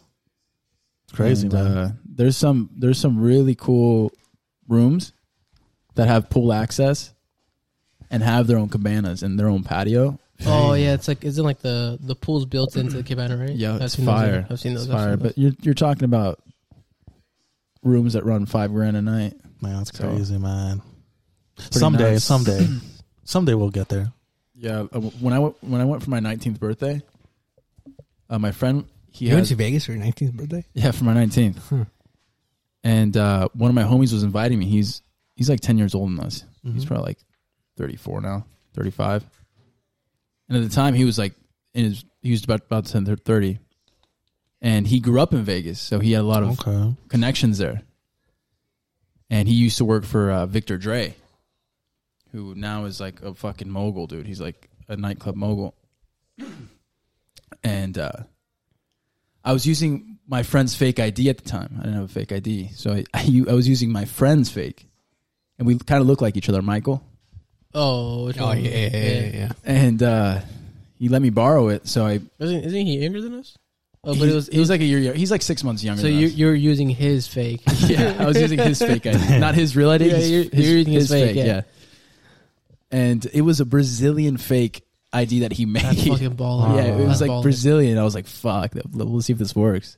[SPEAKER 7] It's crazy,
[SPEAKER 5] And,
[SPEAKER 7] man.
[SPEAKER 5] Uh, there's some there's some really cool rooms that have pool access and have their own cabanas and their own patio.
[SPEAKER 6] Oh yeah, it's like isn't like the the pool's built into the cabana, right?
[SPEAKER 5] Yeah,
[SPEAKER 6] I've
[SPEAKER 5] it's
[SPEAKER 6] seen those,
[SPEAKER 5] fire.
[SPEAKER 6] I've seen those.
[SPEAKER 5] It's
[SPEAKER 6] I've seen
[SPEAKER 5] fire,
[SPEAKER 6] those.
[SPEAKER 5] but you're you're talking about rooms that run five grand a night.
[SPEAKER 7] man, that's
[SPEAKER 5] so-
[SPEAKER 7] crazy, man. Someday,
[SPEAKER 5] nice. [clears throat]
[SPEAKER 7] someday. someday we'll get there.
[SPEAKER 5] Yeah, uh, when I went, when I went for my 19th birthday, uh, my friend he
[SPEAKER 4] You went
[SPEAKER 5] has,
[SPEAKER 4] to Vegas for your 19th birthday?
[SPEAKER 5] [laughs] yeah for my 19th,
[SPEAKER 4] Huh.
[SPEAKER 5] and uh, one of my homies was inviting me. He's he's like 10 years older than us. He's
[SPEAKER 7] Mhm.
[SPEAKER 5] probably like 34 now, 35. And at the time, he was like in his he was about about to turn thir- 30, and he grew up in Vegas, so he had a lot of
[SPEAKER 7] Okay.
[SPEAKER 5] connections there. And he used to work for uh, Victor Dre, who now is like a fucking mogul, dude. [clears throat] He's like a nightclub mogul. And uh, I was using my friend's fake ID at the time. I didn't have a fake ID, so I I, u- I was using my friend's fake, and we kind of looked like each other, Michael.
[SPEAKER 6] Oh, which
[SPEAKER 4] Oh
[SPEAKER 6] one?
[SPEAKER 4] yeah, yeah, yeah, yeah, yeah.
[SPEAKER 5] And uh, he let me borrow it, so I.
[SPEAKER 6] Isn't, isn't he younger than us? Oh,
[SPEAKER 5] he,
[SPEAKER 6] but it was.
[SPEAKER 5] he was like a year. He's like six months younger.
[SPEAKER 6] so
[SPEAKER 5] than
[SPEAKER 6] you
[SPEAKER 5] us.
[SPEAKER 6] you're using his fake.
[SPEAKER 5] [laughs] yeah, I was using his fake
[SPEAKER 6] [laughs]
[SPEAKER 5] ID, not his real ID.
[SPEAKER 6] Yeah,
[SPEAKER 5] his,
[SPEAKER 6] you're- you're using his fake, yeah.
[SPEAKER 5] And it was a Brazilian fake ID that he made.
[SPEAKER 6] That's fucking baller.
[SPEAKER 5] yeah, it was
[SPEAKER 6] Oh. That's
[SPEAKER 5] like
[SPEAKER 6] baller.
[SPEAKER 5] Brazilian. I was like, fuck, we'll see if this works.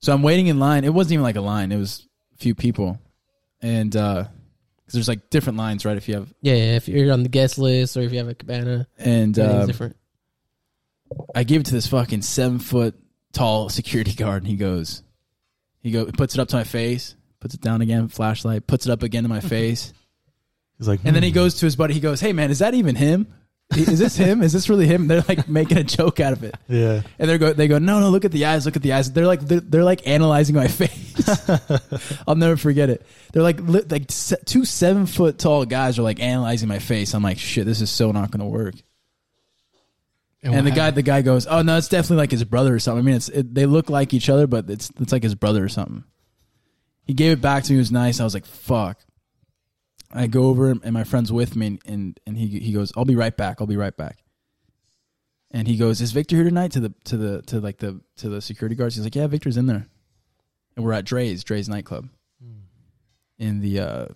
[SPEAKER 5] So I'm waiting in line. It wasn't even like a line. It was a few people, and uh 'cause there's like different lines, right? If you have
[SPEAKER 6] Yeah, yeah, if you're on the guest list or if you have a cabana,
[SPEAKER 5] and
[SPEAKER 6] everything's
[SPEAKER 5] um,
[SPEAKER 6] different.
[SPEAKER 5] I give it to this fucking seven foot tall security guard, and he goes, he go puts it up to my face, puts it down again, flashlight, puts it up again to
[SPEAKER 6] [laughs]
[SPEAKER 5] my face.
[SPEAKER 7] He's like,
[SPEAKER 5] And then
[SPEAKER 7] "Hmm."
[SPEAKER 5] he goes to his buddy. He goes, "Hey man, is that even him? Is this him? Is this really him?" They're like making a joke out of it,
[SPEAKER 7] hmm. yeah,
[SPEAKER 5] and they go, "They go, no, no, look at the eyes, look at the eyes." They're like, they're, they're like analyzing my [laughs] face. I'll never forget it. They're like, li- like se- two seven foot tall guys are like analyzing my face. I'm like, shit, this is so not going to work. And the guy, the guy goes, "Oh no, it's definitely like his brother or something." I mean, it's it, they look like each other, but it's it's like his brother or something. He gave it back to me. It was nice. I was like, "Fuck." I go over and my friend's with me, and and, and he he goes, "I'll be right back. I'll be right back." And he goes, "Is Victor here tonight?" To the to the to like the to the security guards. He's like, "Yeah, Victor's in there." And we're at Dre's Dre's nightclub in the uh,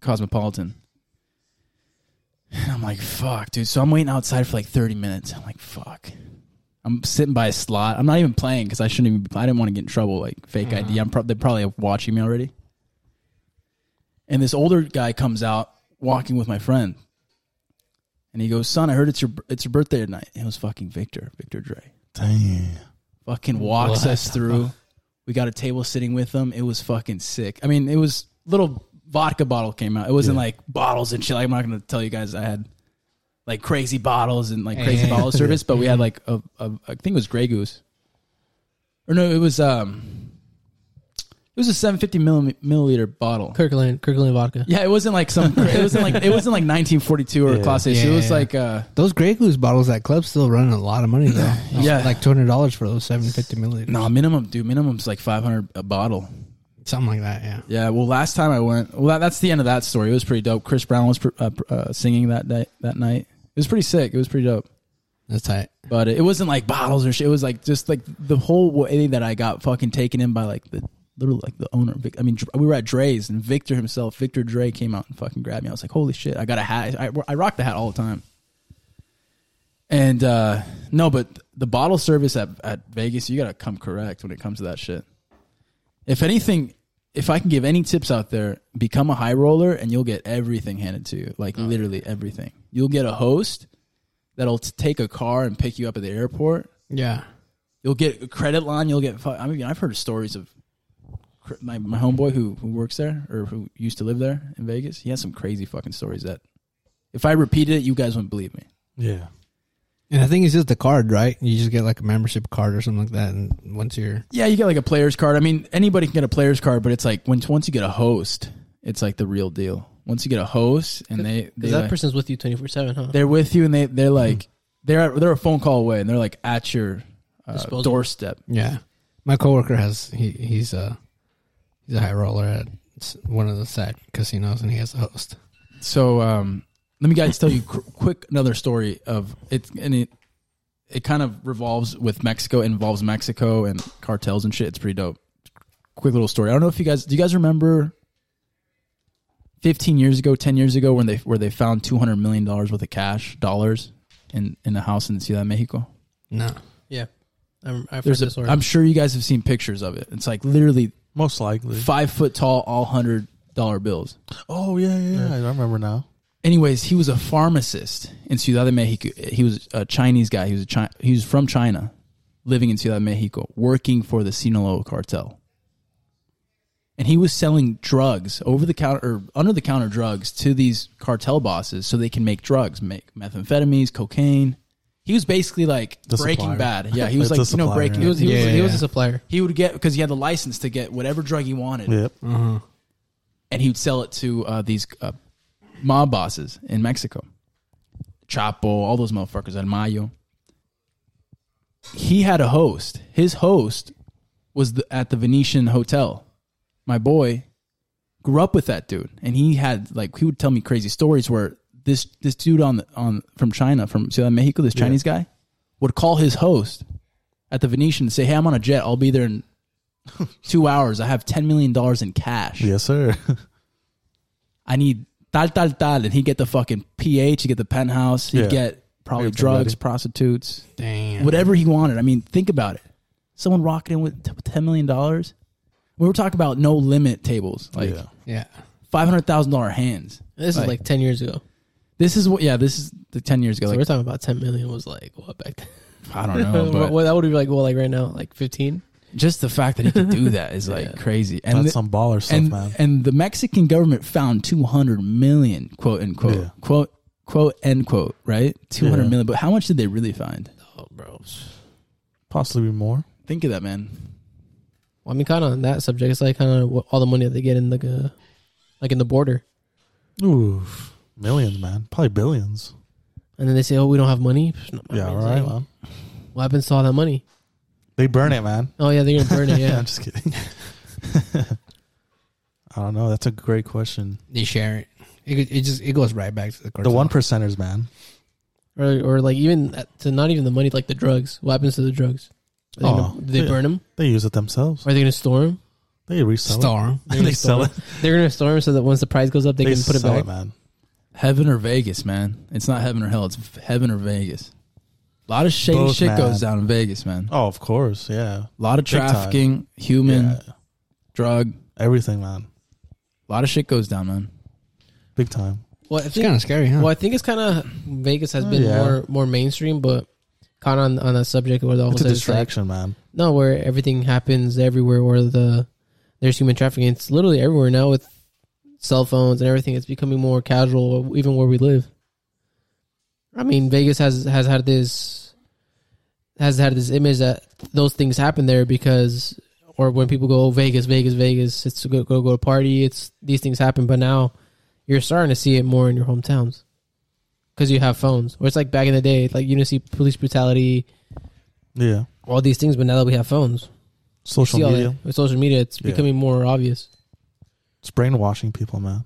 [SPEAKER 5] Cosmopolitan. And I'm like, fuck, dude. So I'm waiting outside for like 30 minutes. I'm like, fuck. I'm sitting by a slot. I'm not even playing because I shouldn't even. be- I didn't want to get in trouble. Like fake ID. I'm prob they're probably watching me already. And this older guy comes out walking with my friend, and he goes, "Son, I heard it's your it's your birthday tonight." And it was fucking Victor, Victor Dre
[SPEAKER 7] damn.
[SPEAKER 5] fucking walks us through. We got a table sitting with them. It was fucking sick. I mean, it was little vodka bottle came out. It wasn't
[SPEAKER 7] Yeah.
[SPEAKER 5] like bottles and shit. Like, I'm not gonna tell you guys I had like crazy bottles and like crazy bottle service, but we had like a, a I think it was Grey Goose, or no, it was um, it was a 750 millim- milliliter bottle.
[SPEAKER 6] Kirkland, Kirkland vodka.
[SPEAKER 5] Yeah, it wasn't like some. It wasn't like it wasn't like 1942 or
[SPEAKER 7] [laughs] Yeah.
[SPEAKER 5] Class A. so it
[SPEAKER 4] Yeah,
[SPEAKER 5] was
[SPEAKER 4] yeah.
[SPEAKER 5] like uh,
[SPEAKER 4] Those Grey Goose bottles at clubs still running a lot of money though.
[SPEAKER 5] Yeah.
[SPEAKER 4] like two hundred dollars for those seven fifty milliliters,
[SPEAKER 5] no minimum, dude. Minimum's like 500 a bottle.
[SPEAKER 4] something like that. Yeah.
[SPEAKER 5] Yeah, well, last time I went, well, that, that's the end of that story. It was pretty dope. Chris Brown was pr- uh, pr- uh, singing that night. That night, it was pretty sick. It was pretty dope,
[SPEAKER 4] That's tight.
[SPEAKER 5] but it wasn't like bottles or shit. It was like just like the whole way that I got fucking taken in by like the literally like the owner. Vic- I mean, Dr- we were at Dre's and Victor himself, Victor Dre, came out and fucking grabbed me. I was like, holy shit! I got a hat. I, I rock the hat all the time. And uh no, but the bottle service at, at Vegas, you gotta come correct when it comes to that shit. If anything, if I can give any tips out there, become a high roller and you'll get everything handed to you. Like literally everything. You'll get a host that'll t- take a car and pick you up at the airport.
[SPEAKER 4] Yeah.
[SPEAKER 5] You'll get a credit line. You'll get. fu- I mean, I've heard stories of cr- my my homeboy who who works there or who used to live there in Vegas. He has some crazy fucking stories that, if I repeated it, you guys wouldn't believe me.
[SPEAKER 7] Yeah,
[SPEAKER 4] And I think it's just the card, right? You just get like a membership card or something like that, and once you're
[SPEAKER 5] Yeah, you get like a player's card. I mean, anybody can get a player's card, but it's like when once you get a host, it's like the real deal. Once you get a host and they they
[SPEAKER 6] Because that Hmm.
[SPEAKER 5] like-
[SPEAKER 6] person's with you twenty four seven, huh?
[SPEAKER 5] they're with you and they they're like they're they're a phone call away and they're like at your uh,
[SPEAKER 6] Disposal.
[SPEAKER 5] doorstep.
[SPEAKER 4] Yeah, my coworker has he he's a he's a high roller at s- one of the sad casinos, and he has a host.
[SPEAKER 5] So um, let me guys tell you qu- quick another story of it, and it it kind of revolves with Mexico, involves Mexico and cartels and shit. It's pretty dope. Quick little story. I don't know if you guys do you guys remember. 15 years ago, 10 years ago, when they where they found 200 million dollars worth of cash dollars in in a house in Ciudad de Mexico.
[SPEAKER 4] No,
[SPEAKER 6] yeah, I'm, I've
[SPEAKER 5] There's
[SPEAKER 6] heard
[SPEAKER 5] a,
[SPEAKER 6] this story.
[SPEAKER 5] I'm sure you guys have seen pictures of it. It's like literally
[SPEAKER 7] most likely.
[SPEAKER 5] five foot tall, all hundred dollar bills.
[SPEAKER 7] Oh yeah, yeah, yeah. I remember now.
[SPEAKER 5] anyways, he was a pharmacist in Ciudad de Mexico. He was a Chinese guy. He was a Chi- he was from China, living in Ciudad de Mexico, working for the Sinaloa cartel. And he was selling drugs over the counter or under the counter drugs to these cartel bosses so they can make drugs, make methamphetamines, cocaine. He was basically like
[SPEAKER 7] The
[SPEAKER 5] Breaking
[SPEAKER 7] supplier.
[SPEAKER 5] Bad. Yeah, he was
[SPEAKER 7] [laughs] It's
[SPEAKER 5] like
[SPEAKER 7] a
[SPEAKER 5] you know
[SPEAKER 7] supplier,
[SPEAKER 5] Breaking.
[SPEAKER 7] right?
[SPEAKER 6] he was he, was,
[SPEAKER 4] Yeah,
[SPEAKER 6] he was
[SPEAKER 4] yeah.
[SPEAKER 6] a supplier.
[SPEAKER 5] He would get because he had the license to get whatever drug he wanted
[SPEAKER 7] Yep.
[SPEAKER 5] and he would sell it to uh, these uh, mob bosses in Mexico. Chapo, all those motherfuckers, El Mayo. he had a host. His host was the, at the Venetian Hotel. My boy grew up with that dude, and he had like he would tell me crazy stories where this this dude on the, on from China from Ciudad de Mexico, this Chinese guy, would call his host at the Venetian and say, "Hey, I'm on a jet. I'll be there in two hours. I have ten million dollars in cash.
[SPEAKER 7] Yes, [laughs] sir.
[SPEAKER 5] I need tal tal tal," and he get the fucking PH, he get the penthouse, he
[SPEAKER 7] Yeah.
[SPEAKER 5] would get probably
[SPEAKER 7] Everybody.
[SPEAKER 5] drugs, prostitutes,
[SPEAKER 4] Damn.
[SPEAKER 5] whatever he wanted. I mean, think about it. Someone rocking in with t- with ten million dollars. We were talking about no limit tables, like
[SPEAKER 7] Yeah.
[SPEAKER 4] Yeah.
[SPEAKER 5] five hundred thousand dollar hands.
[SPEAKER 6] This is
[SPEAKER 5] Like-
[SPEAKER 6] like ten years ago.
[SPEAKER 5] This is what, yeah, this is the ten years ago.
[SPEAKER 6] So
[SPEAKER 5] Like,
[SPEAKER 6] we're talking about ten million was like what back then?
[SPEAKER 5] I don't
[SPEAKER 6] [laughs]
[SPEAKER 5] know, but
[SPEAKER 6] well, that would be like well, like right now, like fifteen.
[SPEAKER 5] just the fact that he could do that
[SPEAKER 6] [laughs]
[SPEAKER 5] is like crazy. And
[SPEAKER 7] That's
[SPEAKER 5] the-
[SPEAKER 7] some baller stuff,
[SPEAKER 5] and,
[SPEAKER 7] man.
[SPEAKER 5] and the Mexican government found 200 million, quote unquote,
[SPEAKER 7] Yeah.
[SPEAKER 5] quote, quote, end quote, right? Two hundred million.
[SPEAKER 7] Yeah.
[SPEAKER 5] But how much did they really find?
[SPEAKER 6] Oh, bro.
[SPEAKER 7] Possibly more.
[SPEAKER 5] Think of that, man.
[SPEAKER 6] Well, I mean, kind of on that subject, it's like kind of all the money that they get in like uh, like in the border,
[SPEAKER 7] Ooh, millions, man. Probably billions.
[SPEAKER 6] and then they say, "Oh, we don't have money." Psh, no,
[SPEAKER 7] Yeah,
[SPEAKER 6] I
[SPEAKER 7] all
[SPEAKER 6] mean,
[SPEAKER 7] right,
[SPEAKER 6] like,
[SPEAKER 7] man.
[SPEAKER 6] What happens to all that money?
[SPEAKER 7] They burn it, man.
[SPEAKER 6] Oh yeah, they're gonna burn it.
[SPEAKER 7] Yeah,
[SPEAKER 6] Yeah,
[SPEAKER 7] I'm just kidding. [laughs] I don't know. That's a great question.
[SPEAKER 4] [laughs] They share it. It, go- it just it goes right back to the cartel.
[SPEAKER 7] The one percenters, man.
[SPEAKER 6] or or like even at- to not even the money, like the drugs. What happens to the drugs? Are they,
[SPEAKER 7] Oh,
[SPEAKER 6] gonna, do they
[SPEAKER 7] yeah.
[SPEAKER 6] burn them?
[SPEAKER 7] They use it themselves.
[SPEAKER 6] Are they gonna store them?
[SPEAKER 7] They resell
[SPEAKER 4] star.
[SPEAKER 7] it.
[SPEAKER 4] [laughs]
[SPEAKER 7] they sell it.
[SPEAKER 6] They're gonna store them so that once the price goes up, they,
[SPEAKER 7] They,
[SPEAKER 6] can put it
[SPEAKER 7] sell
[SPEAKER 6] back.
[SPEAKER 7] it, man.
[SPEAKER 5] Heaven or Vegas, man. It's not heaven or hell. It's v- heaven or Vegas. A lot of shady
[SPEAKER 7] Both,
[SPEAKER 5] shit
[SPEAKER 7] man.
[SPEAKER 5] goes down in Vegas, man.
[SPEAKER 7] Oh, of course. Yeah.
[SPEAKER 5] A lot of
[SPEAKER 7] Big time.
[SPEAKER 5] trafficking, human,
[SPEAKER 7] Yeah.
[SPEAKER 5] drug.
[SPEAKER 7] Everything, man.
[SPEAKER 5] A lot of shit goes down, man.
[SPEAKER 7] Big time.
[SPEAKER 6] Well, I
[SPEAKER 4] It's kind
[SPEAKER 6] think,
[SPEAKER 4] of scary, huh?
[SPEAKER 6] well, I think it's kind of Vegas has
[SPEAKER 7] Oh,
[SPEAKER 6] been
[SPEAKER 7] yeah.
[SPEAKER 6] more more mainstream, but kind of on on that subject where the whole
[SPEAKER 7] It's a
[SPEAKER 6] sudden it's like-
[SPEAKER 7] distraction, man.
[SPEAKER 6] No, where everything happens everywhere, where the there's human trafficking. It's literally everywhere now with cell phones and everything. It's becoming more casual, even where we live. I mean, Vegas has has had this has had this image that those things happen there because, or when people go oh, Vegas, Vegas, Vegas, it's to go go go to party. It's these things happen, but now you're starting to see it more in your hometowns because you have phones. Where it's like back in the day, like you didn't see police brutality,
[SPEAKER 7] Yeah.
[SPEAKER 6] all these things, but now that we have phones
[SPEAKER 7] Social
[SPEAKER 6] see all
[SPEAKER 7] media.
[SPEAKER 6] that. With social media, it's
[SPEAKER 7] Yeah.
[SPEAKER 6] becoming more obvious.
[SPEAKER 7] It's brainwashing people, man.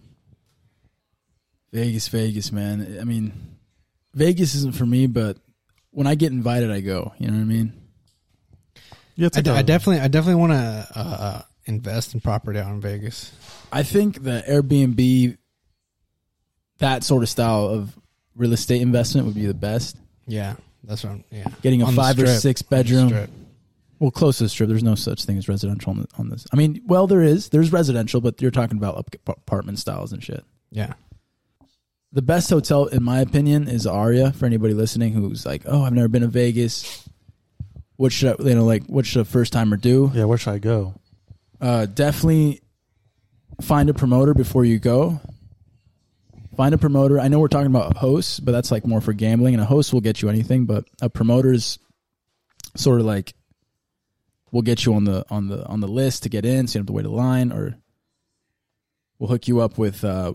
[SPEAKER 5] Vegas, Vegas, man. I mean, Vegas isn't for me, but when I get invited, I go. You know what I mean?
[SPEAKER 7] Yeah, it's
[SPEAKER 4] I,
[SPEAKER 7] like
[SPEAKER 4] de- I
[SPEAKER 7] a-
[SPEAKER 4] definitely I definitely want to uh, uh, invest in property out in Vegas.
[SPEAKER 5] I think the Airbnb, that sort of style of real estate investment would be the best.
[SPEAKER 4] Yeah, that's what I'm. Yeah,
[SPEAKER 5] Getting a
[SPEAKER 4] On the
[SPEAKER 5] five or
[SPEAKER 4] strip.
[SPEAKER 5] six
[SPEAKER 4] On the
[SPEAKER 5] bedroom.
[SPEAKER 4] strip.
[SPEAKER 5] Well, close to the strip, there's no such thing as residential on, the, on this. I mean, well, there is. There's residential, but you're talking about up- apartment styles and shit.
[SPEAKER 4] Yeah,
[SPEAKER 5] The best hotel, in my opinion, is Aria. For anybody listening who's like, "Oh, I've never been to Vegas. What should I, you know? Like, what should a first timer do?"
[SPEAKER 7] Yeah, where should I go? [laughs]
[SPEAKER 5] uh, definitely find a promoter before you go. Find a promoter. I know we're talking about hosts, but that's like more for gambling, and a host will get you anything. But a promoter's sort of like will get you on the on the on the list to get in, so you don't have to wait a line, or we'll hook you up with uh,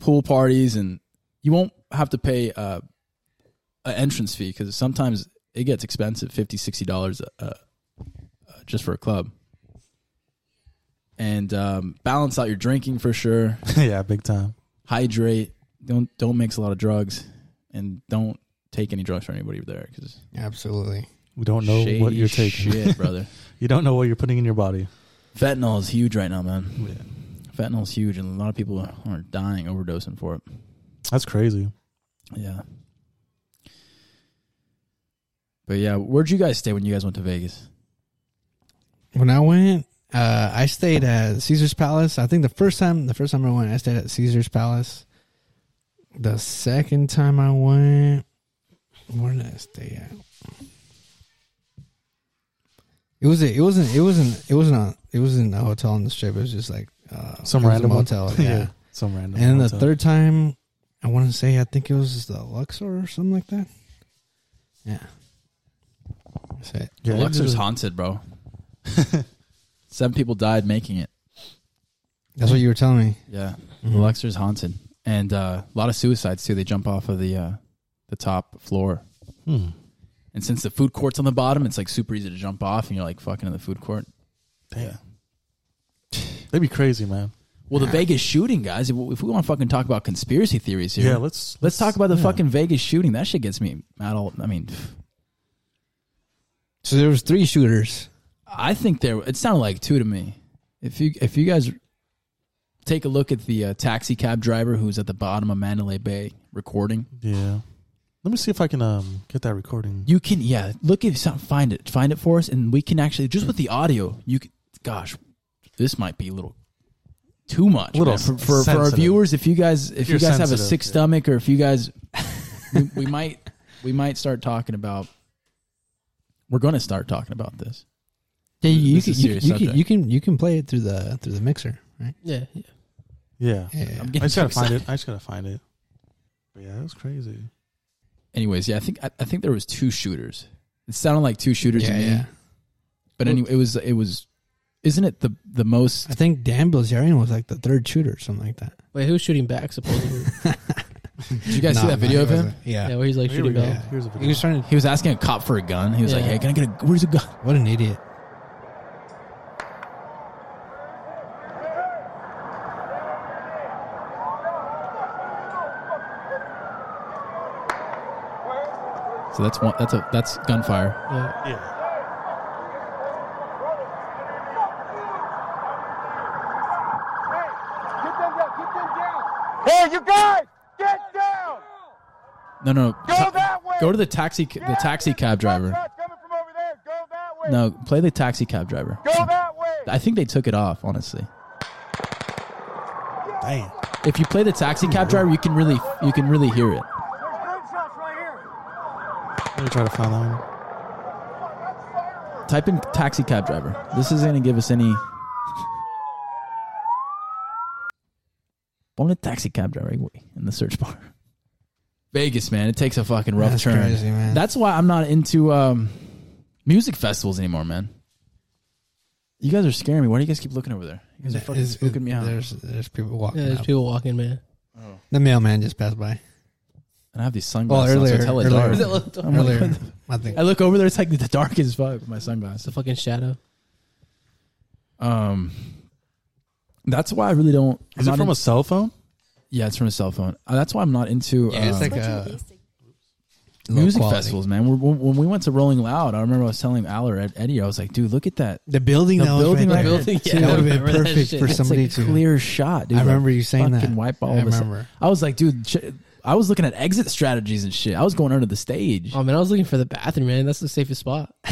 [SPEAKER 5] pool parties, and you won't have to pay uh, an entrance fee because sometimes it gets expensive, $50, 60 dollars uh, just for a club. And um, balance out your drinking for sure.
[SPEAKER 7] yeah, big time.
[SPEAKER 5] Hydrate. Don't don't mix a lot of drugs, and don't take any drugs for anybody there because
[SPEAKER 4] absolutely.
[SPEAKER 7] We don't know what you're taking.
[SPEAKER 5] shit, brother.
[SPEAKER 7] [laughs] You don't know what you're putting in your body.
[SPEAKER 5] Fentanyl is huge right now, man.
[SPEAKER 7] Yeah.
[SPEAKER 5] Fentanyl is huge, and a lot of people are dying overdosing for it.
[SPEAKER 7] That's crazy.
[SPEAKER 5] Yeah. But yeah, where'd you guys stay when you guys went to Vegas?
[SPEAKER 4] When I went, uh, I stayed at Caesar's Palace. I think the first time, the first time I went, I stayed at Caesar's Palace. The second time I went, where did I stay at? It was a, it wasn't it wasn't it wasn't a it wasn't a hotel on the strip. It was just like uh,
[SPEAKER 7] Some
[SPEAKER 4] it was a
[SPEAKER 7] random one.
[SPEAKER 4] motel.
[SPEAKER 7] [laughs]
[SPEAKER 4] yeah.
[SPEAKER 7] Some random.
[SPEAKER 4] And then the
[SPEAKER 7] hotel.
[SPEAKER 4] third time, I want to say I think it was the Luxor or something like that. Yeah, that's it.
[SPEAKER 7] Yeah,
[SPEAKER 5] Luxor's
[SPEAKER 7] it's-
[SPEAKER 5] haunted,
[SPEAKER 7] [laughs]
[SPEAKER 5] bro. Seven people died making it.
[SPEAKER 4] That's what you were telling me.
[SPEAKER 5] Yeah,
[SPEAKER 4] Mhm.
[SPEAKER 7] Mm-hmm.
[SPEAKER 5] the Luxor's haunted, and uh, a lot of suicides too. They jump off of the uh, the top floor.
[SPEAKER 7] Hmm.
[SPEAKER 5] And since the food court's on the bottom, it's like super easy to jump off, and you're like fucking in the food court. Yeah.
[SPEAKER 7] They'd be crazy, man.
[SPEAKER 5] Well, the Vegas shooting, guys. If if we want to fucking talk about conspiracy theories here,
[SPEAKER 7] Yeah, let's
[SPEAKER 5] let's talk about the
[SPEAKER 7] yeah.
[SPEAKER 5] fucking Vegas shooting. That shit gets me mad. All I mean,
[SPEAKER 4] So there was three shooters.
[SPEAKER 5] I think there. It sounded like two to me. If you if you guys take a look at the uh, taxi cab driver who's at the bottom of Mandalay Bay recording,
[SPEAKER 7] Yeah. Let me see if I can um get that recording.
[SPEAKER 5] you can yeah look if some find it find it for us, and we can actually just with the audio you can. Gosh, this might be a little too much.
[SPEAKER 7] Little
[SPEAKER 5] man. for for, for our
[SPEAKER 7] sensitive.
[SPEAKER 5] viewers. If you guys if you
[SPEAKER 7] You're
[SPEAKER 5] guys have a
[SPEAKER 7] sensitive,
[SPEAKER 5] sick
[SPEAKER 7] yeah.
[SPEAKER 5] stomach, or if you guys
[SPEAKER 7] [laughs]
[SPEAKER 5] we, we might we might start talking about. We're going to start talking about this.
[SPEAKER 4] Yeah, you,
[SPEAKER 5] This
[SPEAKER 4] can,
[SPEAKER 5] is
[SPEAKER 4] you,
[SPEAKER 5] serious
[SPEAKER 4] can- you,
[SPEAKER 5] subject.
[SPEAKER 4] can, you can you can play it through the through the mixer, right?
[SPEAKER 6] Yeah, yeah.
[SPEAKER 7] yeah.
[SPEAKER 4] Yeah.
[SPEAKER 5] I'm
[SPEAKER 7] I
[SPEAKER 5] getting
[SPEAKER 7] just
[SPEAKER 5] too
[SPEAKER 7] gotta find
[SPEAKER 5] excited. [laughs]
[SPEAKER 7] it. I just gotta find it. But yeah, that's crazy.
[SPEAKER 5] anyways, yeah, I think I, I think there was two shooters. It sounded like two shooters to
[SPEAKER 4] Yeah,
[SPEAKER 5] me.
[SPEAKER 4] yeah.
[SPEAKER 5] But anyway, it was it was isn't it the the most
[SPEAKER 4] I think Dan Bilzerian was like the third shooter or something like that.
[SPEAKER 6] Wait, who's shooting back?
[SPEAKER 7] [laughs]
[SPEAKER 6] Supposedly,
[SPEAKER 5] Did you guys see
[SPEAKER 4] Nah, nah,
[SPEAKER 5] that video
[SPEAKER 4] he
[SPEAKER 5] of him?
[SPEAKER 4] wasn't. Yeah.
[SPEAKER 6] yeah, where he's like
[SPEAKER 7] Here we
[SPEAKER 6] shooting
[SPEAKER 7] go.
[SPEAKER 6] back.
[SPEAKER 7] Here's a
[SPEAKER 4] He
[SPEAKER 7] video.
[SPEAKER 4] was trying to.
[SPEAKER 5] He was asking a cop for a gun. He was like,
[SPEAKER 6] Yeah.
[SPEAKER 5] "Hey, can I get a where's a gun?"
[SPEAKER 4] What an idiot!
[SPEAKER 5] So that's one that's a that's gunfire.
[SPEAKER 6] Yeah.
[SPEAKER 7] Yeah.
[SPEAKER 8] Hey, you guys, get down!
[SPEAKER 5] No, no.
[SPEAKER 8] Go that way!
[SPEAKER 5] Go to the taxi the taxi cab driver.
[SPEAKER 8] Coming from over there. Go that way.
[SPEAKER 5] No, play the taxi cab driver.
[SPEAKER 8] Go that way.
[SPEAKER 5] I think they took it off, honestly.
[SPEAKER 7] Damn.
[SPEAKER 5] If you play the taxi cab driver, you can really you can really hear it.
[SPEAKER 8] There's gunshots right here.
[SPEAKER 7] Let me try to find that one.
[SPEAKER 5] Type in taxi cab driver. This isn't going to give us any. Only taxi cab driver in the search bar. Vegas, man, it takes a fucking rough
[SPEAKER 4] That's
[SPEAKER 5] turn.
[SPEAKER 4] crazy, man.
[SPEAKER 5] That's why I'm not into um, music festivals anymore, man. You guys are scaring me. Why do you guys keep looking over there? You guys are fucking
[SPEAKER 4] It's-
[SPEAKER 5] spooking me out.
[SPEAKER 4] There's there's people walking.
[SPEAKER 6] Yeah, there's
[SPEAKER 4] up.
[SPEAKER 6] people walking, [laughs] man.
[SPEAKER 4] The mailman just passed by.
[SPEAKER 5] And I have these
[SPEAKER 4] Well,
[SPEAKER 5] sunglasses. on, so
[SPEAKER 4] earlier,
[SPEAKER 5] it's hella dark.
[SPEAKER 4] earlier,
[SPEAKER 6] Oh
[SPEAKER 5] I'm like,
[SPEAKER 4] earlier,
[SPEAKER 5] what
[SPEAKER 4] I think.
[SPEAKER 5] I look over there. It's like the darkest fuck with my sunglasses.
[SPEAKER 6] It's a fucking shadow.
[SPEAKER 5] Um, that's why I really don't.
[SPEAKER 7] Is
[SPEAKER 5] I'm not
[SPEAKER 7] it from
[SPEAKER 5] in-
[SPEAKER 7] a cell phone?
[SPEAKER 5] yeah, it's from a cell phone. Uh, that's why I'm not into.
[SPEAKER 4] Yeah, it's
[SPEAKER 5] um,
[SPEAKER 4] like a low
[SPEAKER 5] music
[SPEAKER 4] quality.
[SPEAKER 5] festivals, man. When, when when we went to Rolling Loud, I remember I was telling Al or Ed- Eddie, I was like, dude, look at that.
[SPEAKER 4] The building,
[SPEAKER 5] The
[SPEAKER 4] that was
[SPEAKER 5] building,
[SPEAKER 4] right
[SPEAKER 5] the
[SPEAKER 4] there.
[SPEAKER 6] building,
[SPEAKER 4] Dude,
[SPEAKER 6] [laughs] yeah,
[SPEAKER 4] that would
[SPEAKER 6] I
[SPEAKER 4] have been
[SPEAKER 6] remember that
[SPEAKER 4] perfect
[SPEAKER 6] shit.
[SPEAKER 4] for
[SPEAKER 6] It's
[SPEAKER 5] It's like
[SPEAKER 4] somebody
[SPEAKER 5] a
[SPEAKER 4] to.
[SPEAKER 5] clear shot, dude.
[SPEAKER 4] I
[SPEAKER 5] Like,
[SPEAKER 4] remember you saying
[SPEAKER 5] fucking
[SPEAKER 4] that.
[SPEAKER 5] wipe all
[SPEAKER 4] I
[SPEAKER 5] this.
[SPEAKER 4] remember.
[SPEAKER 5] I was like, dude, ch- I was looking at exit strategies and shit. I was going under the stage.
[SPEAKER 6] [laughs] Oh man, I was looking for the bathroom, man. That's the safest spot.
[SPEAKER 5] [laughs]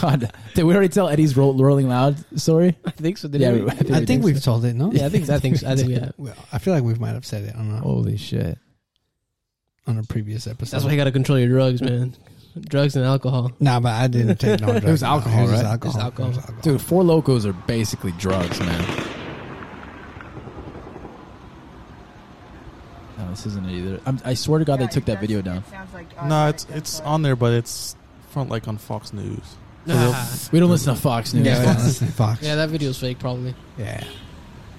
[SPEAKER 5] God, did we already tell Eddie's Ro- Rolling Loud story?
[SPEAKER 6] I think so. Did
[SPEAKER 5] Yeah,
[SPEAKER 6] yeah,
[SPEAKER 5] we- [laughs] I think
[SPEAKER 4] I think we've told it. No,
[SPEAKER 6] yeah, I think I think I think
[SPEAKER 4] [laughs]
[SPEAKER 6] we have.
[SPEAKER 4] Well, I feel like we might have said it on a,
[SPEAKER 5] Holy shit!
[SPEAKER 4] on a previous episode.
[SPEAKER 6] That's why you got to control your drugs, man. Drugs and alcohol.
[SPEAKER 4] Nah, but I didn't take no drugs.
[SPEAKER 5] was
[SPEAKER 4] no.
[SPEAKER 5] alcohol,
[SPEAKER 4] just
[SPEAKER 5] right?
[SPEAKER 4] alcohol.
[SPEAKER 6] Just alcohol.
[SPEAKER 4] It was alcohol.
[SPEAKER 5] Dude, four locos are basically drugs, man. No, this isn't it either. I'm, I swear to God, they took that video down.
[SPEAKER 7] No, it's it's on there, but it's front like on Fox News.
[SPEAKER 5] We don't listen to Fox News.
[SPEAKER 4] Yeah,
[SPEAKER 6] Yeah.
[SPEAKER 4] we don't listen to Fox.
[SPEAKER 6] Yeah, that video's fake, probably.
[SPEAKER 4] Yeah.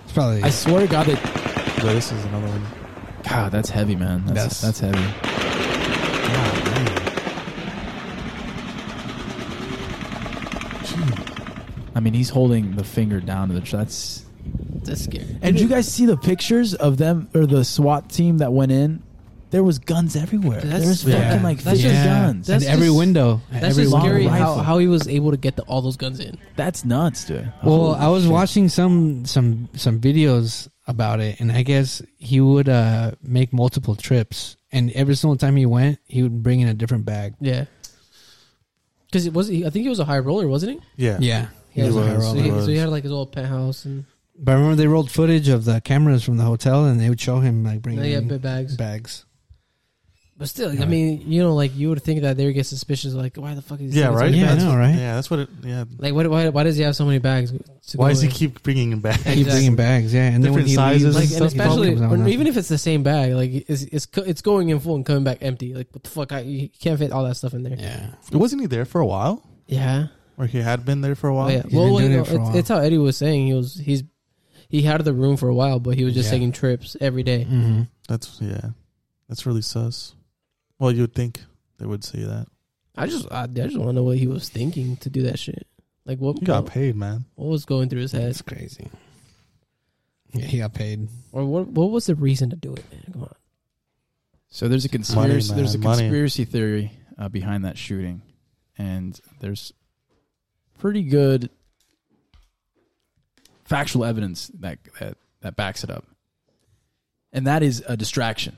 [SPEAKER 4] It's probably.
[SPEAKER 5] [laughs] I swear to God, that
[SPEAKER 7] But this is another one.
[SPEAKER 5] God, that's heavy, man. That's
[SPEAKER 4] That's-
[SPEAKER 5] that's heavy. I mean, he's holding the finger down to the. tr- That's.
[SPEAKER 6] That's scary.
[SPEAKER 5] And did you guys see the pictures of them or the SWAT team that went in? There was guns everywhere.
[SPEAKER 6] That's-
[SPEAKER 5] there was
[SPEAKER 6] yeah.
[SPEAKER 5] fucking like
[SPEAKER 6] That's
[SPEAKER 5] fifty
[SPEAKER 6] just-
[SPEAKER 5] guns.
[SPEAKER 6] that's
[SPEAKER 4] That's every
[SPEAKER 6] just-
[SPEAKER 4] window. at
[SPEAKER 6] That's
[SPEAKER 4] every
[SPEAKER 6] just
[SPEAKER 4] long
[SPEAKER 6] scary how,
[SPEAKER 4] rifle.
[SPEAKER 6] how he was able to get the, all those guns in.
[SPEAKER 5] That's nuts, dude.
[SPEAKER 4] Well, I was watching some some some videos about it, and I guess he would uh, make multiple trips, and every single time he went, he would bring in a different bag.
[SPEAKER 6] Yeah. Because it was, I think he was a high roller, wasn't he?
[SPEAKER 7] Yeah.
[SPEAKER 4] Yeah, he was a high
[SPEAKER 6] So
[SPEAKER 4] roller.
[SPEAKER 6] he,
[SPEAKER 7] was.
[SPEAKER 6] so he had like his old penthouse and
[SPEAKER 4] But I remember they rolled footage of the cameras from the hotel, and they would show him like bringing
[SPEAKER 6] yeah,
[SPEAKER 4] in
[SPEAKER 6] big bags.
[SPEAKER 4] bags.
[SPEAKER 6] But still, I mean, you know, like you would think that they would get suspicious, like why the fuck is
[SPEAKER 7] Yeah, right?
[SPEAKER 4] Yeah, I
[SPEAKER 7] that's,
[SPEAKER 4] know, right?
[SPEAKER 7] Yeah, that's what it yeah.
[SPEAKER 6] Like what? Why, why does he have so many bags? to
[SPEAKER 7] Why
[SPEAKER 6] go
[SPEAKER 7] does he
[SPEAKER 6] in?
[SPEAKER 7] keep bringing him back?
[SPEAKER 4] Keep bringing bags, yeah, and then when
[SPEAKER 7] Different
[SPEAKER 4] he leaves,
[SPEAKER 7] sizes
[SPEAKER 6] like
[SPEAKER 7] and
[SPEAKER 6] and
[SPEAKER 7] stuff?
[SPEAKER 6] especially
[SPEAKER 4] Comes out
[SPEAKER 6] when,
[SPEAKER 4] now.
[SPEAKER 6] even if it's the same bag, like it's it's co- it's going in full and coming back empty. Like what the fuck? I, you can't fit all that stuff in there.
[SPEAKER 4] yeah,
[SPEAKER 7] [laughs] Wasn't he there for a while?
[SPEAKER 6] Yeah.
[SPEAKER 7] Or he had been there for a
[SPEAKER 6] Oh,
[SPEAKER 7] while?
[SPEAKER 6] yeah.
[SPEAKER 4] he's
[SPEAKER 6] Well,
[SPEAKER 4] been
[SPEAKER 6] well,
[SPEAKER 4] doing
[SPEAKER 6] no,
[SPEAKER 4] it for a
[SPEAKER 6] it's,
[SPEAKER 4] while.
[SPEAKER 6] it's how Eddie was saying. He was he's he had the room for a while, but he was just
[SPEAKER 4] Yeah.
[SPEAKER 6] taking trips every day.
[SPEAKER 4] hmm
[SPEAKER 7] That's yeah. That's really sus. Well, you would think they would say that.
[SPEAKER 6] I just I, I just want to know what he was thinking to do that shit. Like what
[SPEAKER 7] You got
[SPEAKER 6] what,
[SPEAKER 7] paid, man.
[SPEAKER 6] what was going through his head,
[SPEAKER 4] That's crazy. Yeah, he got paid.
[SPEAKER 6] or what what was the reason to do it, man? Come on.
[SPEAKER 5] So there's a conspiracy.
[SPEAKER 7] man,
[SPEAKER 5] there's a
[SPEAKER 7] money.
[SPEAKER 5] conspiracy theory uh, behind that shooting, and there's pretty good factual evidence that that that backs it up. And that is a distraction.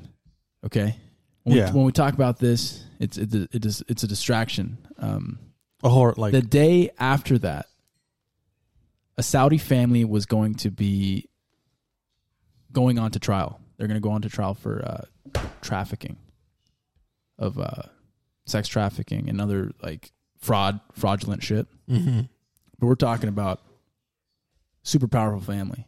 [SPEAKER 5] Okay. When,
[SPEAKER 7] Yeah.
[SPEAKER 5] we, when we talk about this, it's it, it is it's a distraction. Um,
[SPEAKER 7] A horror, like
[SPEAKER 5] the day after that, a Saudi family was going to be going on to trial. They're going to go on to trial for uh, trafficking of uh, sex trafficking and other like fraud, fraudulent shit. But we're talking about super powerful family.